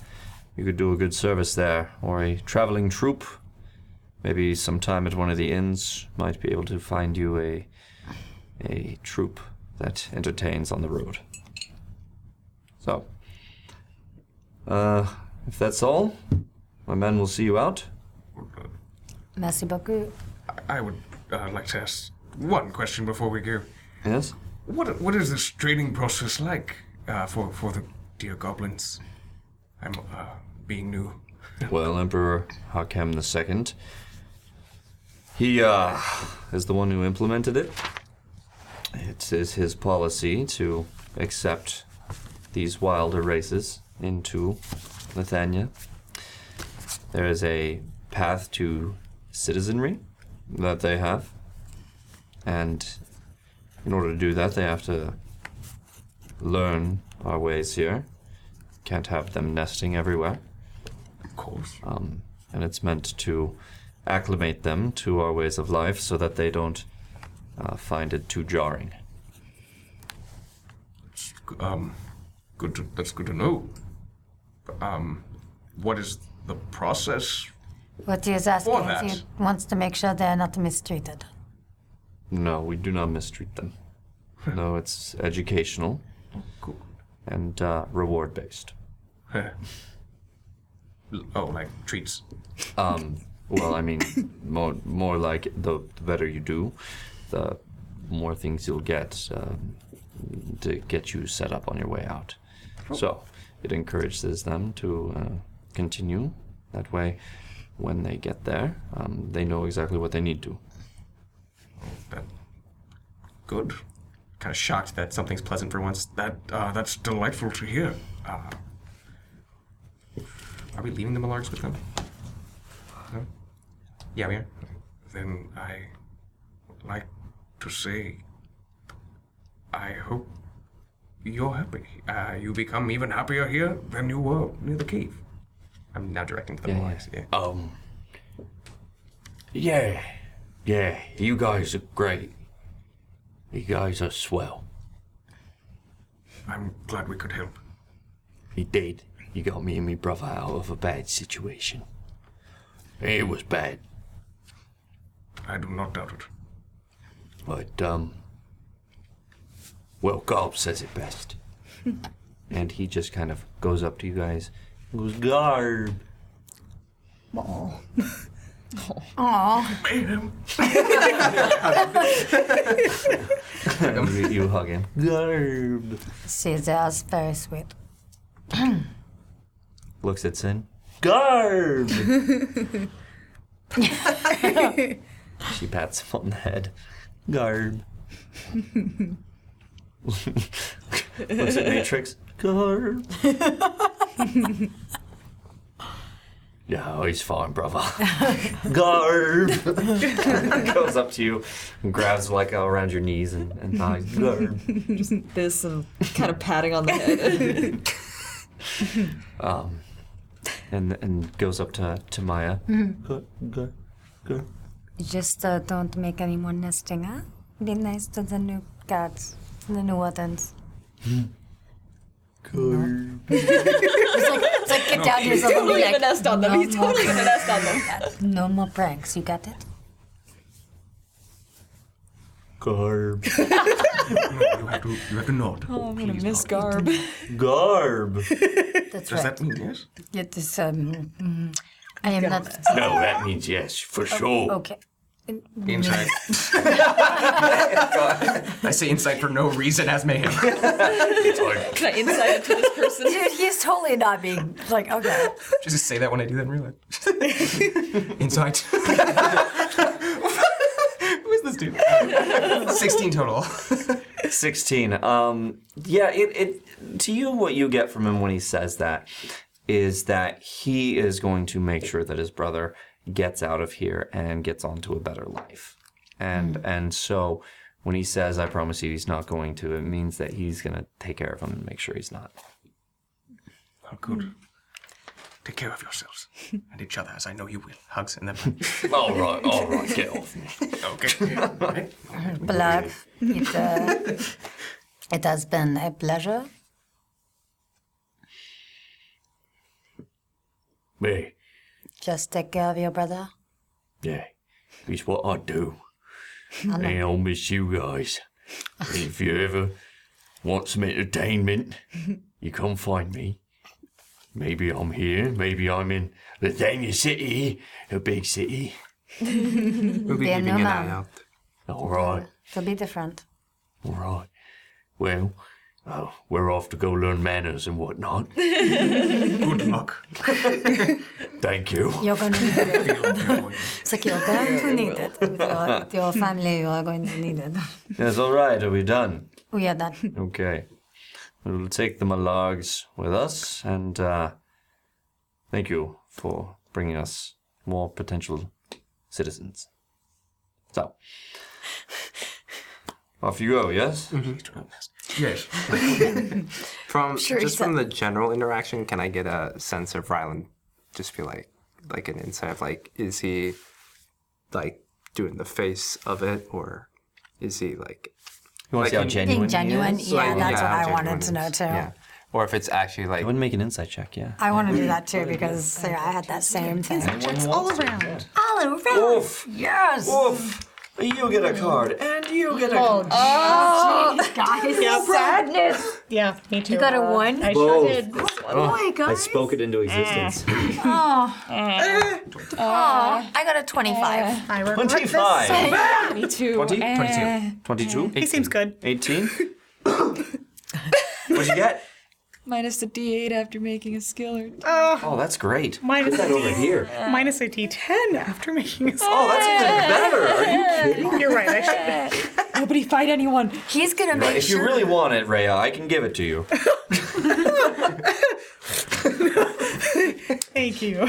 [SPEAKER 2] you could do a good service there, or a traveling troupe. Maybe sometime at one of the inns might be able to find you a a troupe that entertains on the road. So, uh, if that's all, my men will see you out.
[SPEAKER 16] Merci beaucoup.
[SPEAKER 9] I would uh, like to ask one question before we go.
[SPEAKER 2] Yes?
[SPEAKER 9] What what is this training process like uh, for for the dear goblins? I'm uh, being new.
[SPEAKER 2] Well, Emperor Hakem II, he uh, is the one who implemented it. It is his policy to accept these wilder races into Lithania. There is a path to citizenry that they have, and in order to do that, they have to learn our ways here. Can't have them nesting everywhere. Of course. Um, and it's meant to acclimate them to our ways of life so that they don't uh, find it too jarring.
[SPEAKER 9] Um, good. To, that's good to know. Um, what is the process?
[SPEAKER 16] What he is asking
[SPEAKER 9] For
[SPEAKER 16] is
[SPEAKER 9] that.
[SPEAKER 16] he wants to make sure they are not mistreated.
[SPEAKER 2] No, we do not mistreat them. no, it's educational and uh, reward based.
[SPEAKER 9] oh, like treats.
[SPEAKER 2] Um, well, I mean, more more like the, the better you do, the more things you'll get um, to get you set up on your way out. So it encourages them to uh, continue that way. When they get there, um, they know exactly what they need to.
[SPEAKER 9] Good.
[SPEAKER 4] Kind of shocked that something's pleasant for once.
[SPEAKER 9] That uh, that's delightful to hear. Uh,
[SPEAKER 4] Are we leaving the Millards with them? No? Yeah, we are.
[SPEAKER 9] then I would like to say, I hope you're happy. Uh, you become even happier here than you were near the cave.
[SPEAKER 4] I'm now directing to the
[SPEAKER 9] Yeah,
[SPEAKER 4] Millards. Yeah.
[SPEAKER 8] Um. Yeah, yeah, you guys are great. You guys are swell.
[SPEAKER 9] I'm glad we could help.
[SPEAKER 8] You did. You got me and me brother out of a bad situation. It was bad.
[SPEAKER 9] I do not doubt it.
[SPEAKER 8] But, um. Well, Gob says it best.
[SPEAKER 2] And he just kind of goes up to you guys, and goes garb.
[SPEAKER 12] Aww.
[SPEAKER 2] And you, you hug him. Garb.
[SPEAKER 16] See, they are very sweet.
[SPEAKER 2] Looks at Sin. Garb. She pats him on the head. Garb. Looks at Matrix. Garb.
[SPEAKER 8] No, he's fine, brother.
[SPEAKER 2] Garb. Goes up to you and grabs like uh, around your knees and, and thighs. Garb.
[SPEAKER 6] Just this and kind of patting on the head.
[SPEAKER 2] Um, and and goes up to, to Maya.
[SPEAKER 16] Mhm.
[SPEAKER 2] Garb. Garb. Garb.
[SPEAKER 16] Just uh, don't make any more nesting, huh? Be nice to the new gods, the new ones.
[SPEAKER 12] it's
[SPEAKER 16] like, it's like
[SPEAKER 12] get down here. something like, no more pranks.
[SPEAKER 16] them. No more pranks, you got it?
[SPEAKER 2] Garb.
[SPEAKER 9] You have to, you have to nod.
[SPEAKER 6] oh, I'm gonna miss Garb.
[SPEAKER 2] Garb.
[SPEAKER 16] That's
[SPEAKER 9] Does
[SPEAKER 16] right.
[SPEAKER 9] that mean yes?
[SPEAKER 16] Get this, um, mm, I am not.
[SPEAKER 8] No, that means yes, for
[SPEAKER 16] Oh,
[SPEAKER 8] sure.
[SPEAKER 16] Okay. Mm,
[SPEAKER 4] Insight. I say insight for no reason as mayhem.
[SPEAKER 6] Can I insight into this person?
[SPEAKER 5] Dude, he's totally not being like, okay.
[SPEAKER 4] Just say that when I do that in real life. insight. Who is this dude? 16 total.
[SPEAKER 2] 16 um yeah it, it to you what you get from him when he says that is that he is going to make sure that his brother gets out of here and gets onto a better life and and so when he says i promise you he's not going to it means that he's going to take care of him and make sure he's not
[SPEAKER 4] Oh, good. Take care of yourselves and each other, as I know you will. Hugs and then.
[SPEAKER 8] all right, all right, get off me.
[SPEAKER 4] Okay. All right.
[SPEAKER 16] Blab. It, uh, it has been a pleasure.
[SPEAKER 8] Me,
[SPEAKER 16] Just take care of your brother.
[SPEAKER 8] yeah, it's what I do.
[SPEAKER 16] I know.
[SPEAKER 8] And I'll miss you guys. And if you ever want some entertainment, you come find me. Maybe I'm here, maybe I'm in Lithuania City, a big city.
[SPEAKER 16] we'll
[SPEAKER 8] be keeping an eye
[SPEAKER 16] out.
[SPEAKER 8] All right,
[SPEAKER 16] It'll be different.
[SPEAKER 8] all right. Well, uh, we're off to go learn manners and whatnot.
[SPEAKER 4] Good luck.
[SPEAKER 8] Thank you.
[SPEAKER 16] You're going to need it. it's like you're going to need it. With your, with your family, you are going to need it.
[SPEAKER 2] that's all right are we done
[SPEAKER 16] We are done.
[SPEAKER 2] okay
[SPEAKER 13] We'll take the Malags with us, and uh, thank you for bringing us more potential citizens. So, off you go, yes?
[SPEAKER 4] Yes.
[SPEAKER 10] From
[SPEAKER 5] Sure,
[SPEAKER 10] just
[SPEAKER 5] he's
[SPEAKER 10] from
[SPEAKER 5] up.
[SPEAKER 10] the general interaction, can I get a sense of Rylan? Just feel like like an insight of like, is he like doing the face of it, or is he like?
[SPEAKER 13] You wanna see how genuine
[SPEAKER 5] he Genuine? is? Yeah, that's what
[SPEAKER 10] how
[SPEAKER 5] I
[SPEAKER 10] genuine
[SPEAKER 5] wanted
[SPEAKER 10] he
[SPEAKER 5] to know,
[SPEAKER 10] is.
[SPEAKER 5] too.
[SPEAKER 10] Yeah. Or if it's actually like. I
[SPEAKER 13] wouldn't make an insight check. Yeah.
[SPEAKER 5] I want to do that too because yeah, I had that same thing.
[SPEAKER 13] Checks
[SPEAKER 5] all around. All around.
[SPEAKER 2] Oof.
[SPEAKER 5] Yes.
[SPEAKER 2] Oof. You get a card, and you get a
[SPEAKER 5] Oh,
[SPEAKER 2] card.
[SPEAKER 5] Oh,
[SPEAKER 16] jeez,
[SPEAKER 5] guys.
[SPEAKER 3] Yeah, bro.
[SPEAKER 16] Sadness.
[SPEAKER 3] Yeah, me too.
[SPEAKER 16] You got a
[SPEAKER 3] Uh,
[SPEAKER 16] one?
[SPEAKER 3] I sure
[SPEAKER 28] Both.
[SPEAKER 3] did.
[SPEAKER 28] Oh, I spoke it into existence.
[SPEAKER 16] Oh. oh. I got a 25.
[SPEAKER 3] I regret
[SPEAKER 28] 25.
[SPEAKER 16] this so bad.
[SPEAKER 15] Me too.
[SPEAKER 2] 20?
[SPEAKER 16] Eh,
[SPEAKER 2] 22. 22?
[SPEAKER 3] He seems good.
[SPEAKER 2] 18? What'd you get?
[SPEAKER 15] Minus a D8 after making a skill or.
[SPEAKER 2] Oh, that's great.
[SPEAKER 3] Minus
[SPEAKER 2] Put that
[SPEAKER 3] a
[SPEAKER 2] over
[SPEAKER 3] D- Uh,
[SPEAKER 2] here.
[SPEAKER 3] Minus a D10 after making a
[SPEAKER 2] Oh, that's even better. Are you kidding?
[SPEAKER 3] You're right. I should.
[SPEAKER 15] Nobody fight anyone.
[SPEAKER 16] He's gonna
[SPEAKER 2] Right, if you really want it, Rhea, I can give it to you.
[SPEAKER 3] Thank you.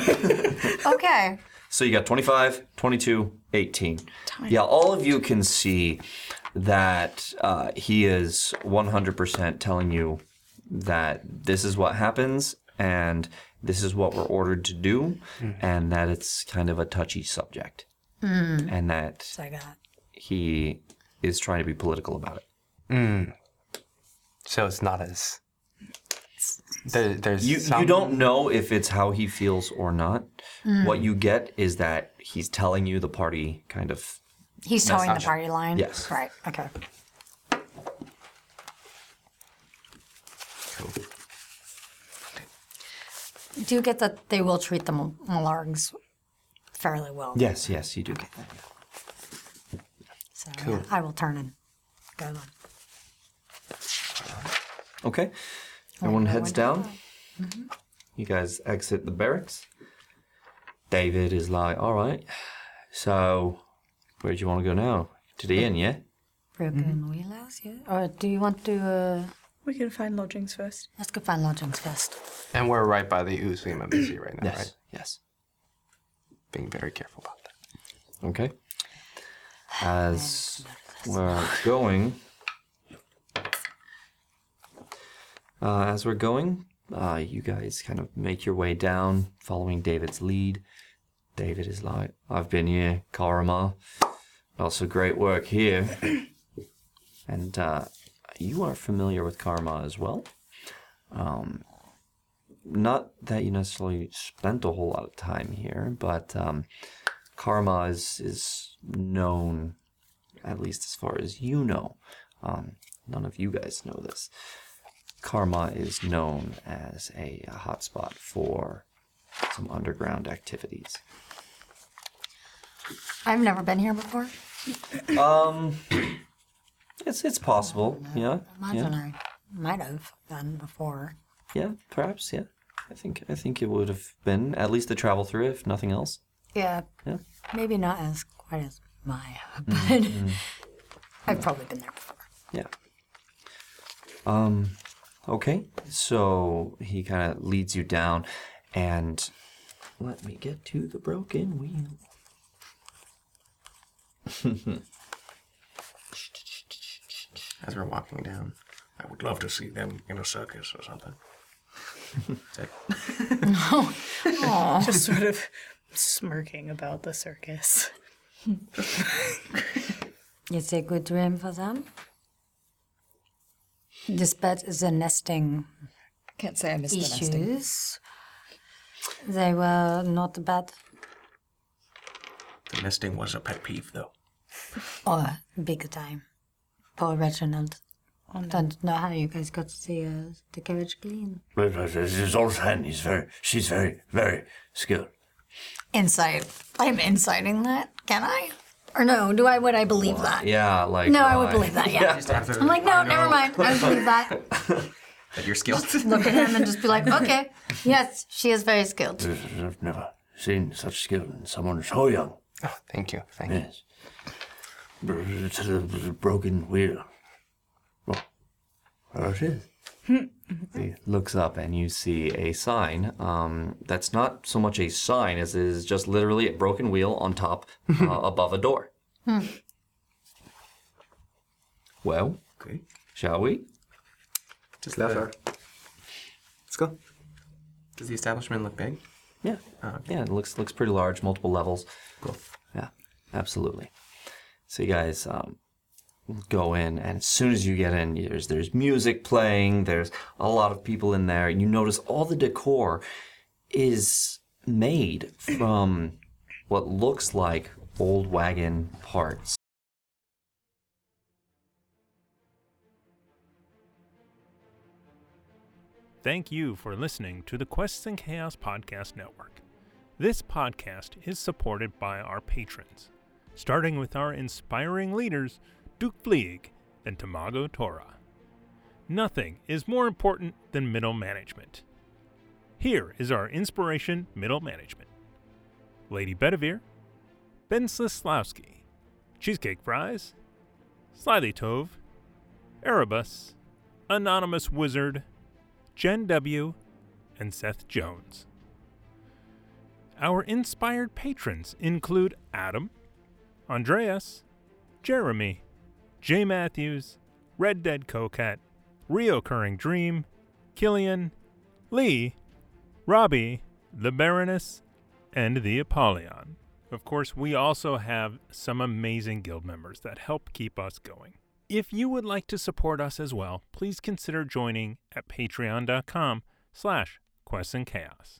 [SPEAKER 16] okay.
[SPEAKER 2] So you got 25, 22, 18. Yeah, all of you can see that uh, he is 100% telling you that this is what happens and this is what we're ordered to do
[SPEAKER 10] Hmm.
[SPEAKER 2] and that it's kind of a touchy subject
[SPEAKER 5] Mm.
[SPEAKER 2] and that
[SPEAKER 5] So I got.
[SPEAKER 2] he is trying to be political about it.
[SPEAKER 10] Mm. So it's not as. There, there's
[SPEAKER 2] You,
[SPEAKER 10] some-
[SPEAKER 2] you don't know if it's how he feels or not.
[SPEAKER 16] Mm.
[SPEAKER 2] What you get is that he's telling you the party kind of
[SPEAKER 16] He's towing the
[SPEAKER 2] message.
[SPEAKER 16] party line.
[SPEAKER 2] Yes.
[SPEAKER 16] Right. Okay. Do you get that they will treat the Mal- Malargs fairly well?
[SPEAKER 2] Yes, yes, you do get that.
[SPEAKER 16] So
[SPEAKER 2] Cool.
[SPEAKER 16] yeah, I will turn and go on.
[SPEAKER 2] Okay. Everyone heads down.
[SPEAKER 16] Mm-hmm.
[SPEAKER 2] You guys exit the barracks. David is like, all right, so where do you want to go now? To the inn, yeah?
[SPEAKER 16] Broken
[SPEAKER 3] Mm-hmm.
[SPEAKER 16] wheelhouse, yeah? Or do you want to. Uh...
[SPEAKER 3] We can find lodgings first.
[SPEAKER 16] Let's go find lodgings first.
[SPEAKER 10] And we're right by the Uzum embassy right now,
[SPEAKER 2] Yes,
[SPEAKER 10] right?
[SPEAKER 2] Yes.
[SPEAKER 10] Being very careful about that.
[SPEAKER 2] Okay. As we're going, uh, as we're going, uh, you guys kind of make your way down, following David's lead. David is like, "I've been here, Karama. Lots of great work here." and uh, you are familiar with Karma as well. Um, not that you necessarily spent a whole lot of time here, but um, Karma is is known, at least as far as you know. Um, none of you guys know this. Karma is known as a, a hotspot for some underground activities.
[SPEAKER 16] I've never been here before.
[SPEAKER 2] Um, it's it's possible, yeah,
[SPEAKER 16] Imagine
[SPEAKER 2] yeah,
[SPEAKER 16] I might have done before.
[SPEAKER 2] yeah, perhaps, yeah. I think I think it would have been at least the travel through, if nothing else.
[SPEAKER 16] Yeah.
[SPEAKER 2] Yeah.
[SPEAKER 16] Maybe not as quite as Maya, but
[SPEAKER 2] mm.
[SPEAKER 16] I've probably been there before.
[SPEAKER 2] Yeah. Um, okay. So he kind of leads you down, and let me get to the broken wheel.
[SPEAKER 9] As we're walking down, I would love to see them in a circus or something.
[SPEAKER 16] Aw.
[SPEAKER 3] Oh, Just sort of smirking about the circus.
[SPEAKER 16] It's a good dream for them. Despite the nesting
[SPEAKER 6] Can't say I missed the nesting.
[SPEAKER 16] issues, they were not bad
[SPEAKER 9] The nesting was a pet peeve, though.
[SPEAKER 16] or big time. Poor Reginald.
[SPEAKER 6] Oh,
[SPEAKER 16] I don't know how you guys got the, uh, the carriage clean.
[SPEAKER 8] But but it's all hand. He's very, she's very, very skilled.
[SPEAKER 5] Insight.
[SPEAKER 16] I'm inciting that. Can I? Or no? Do I? Would I believe that?
[SPEAKER 2] yeah, like uh,
[SPEAKER 16] no, I would
[SPEAKER 2] why?
[SPEAKER 16] believe that. Yeah.
[SPEAKER 2] Yeah.
[SPEAKER 16] I'm like, no, never mind. I would believe that.
[SPEAKER 4] That you're skilled.
[SPEAKER 16] Look at him and just be like, okay, yes, she is very skilled.
[SPEAKER 8] I've never seen such skill in someone so young.
[SPEAKER 10] Oh, thank you. Thank
[SPEAKER 8] yes. you. To the broken wheel. Well, there it is.
[SPEAKER 2] He looks up and you see a sign. Um, that's not so much a sign as it is just literally a broken wheel on top uh, above a door.
[SPEAKER 12] Hmm.
[SPEAKER 2] Well,
[SPEAKER 29] Okay.
[SPEAKER 2] shall we?
[SPEAKER 4] Just
[SPEAKER 2] left
[SPEAKER 4] her. Let's go. Does the establishment look big?
[SPEAKER 2] Yeah. Uh, Yeah, it looks looks pretty large, multiple levels. Yeah, absolutely. So you guys um, go in, and as soon as you get in, there's there's music playing. There's a lot of people in there. You notice all the decor is made from what looks like old wagon parts.
[SPEAKER 1] Thank you for listening to the Quests and Chaos Podcast Network. This podcast is supported by our patrons, starting with our inspiring leaders, Duke Fleeg and Tamago Tora. Nothing is more important than middle management. Here is our inspiration middle management Lady Bedivere, Ben Slislawski, Cheesecake Fries, Slyly Tove, Erebus, Anonymous Wizard, Jen W., and Seth Jones. Our inspired patrons include Adam, Andreas, Jeremy, Jay Matthews, Red Dead Coquette, Reoccurring Dream, Killian, Lee, Robbie, the Baroness, and the Apollyon. Of course, we also have some amazing guild members that help keep us going. If you would like to support us as well, please consider joining at patreon.com slash quests and chaos.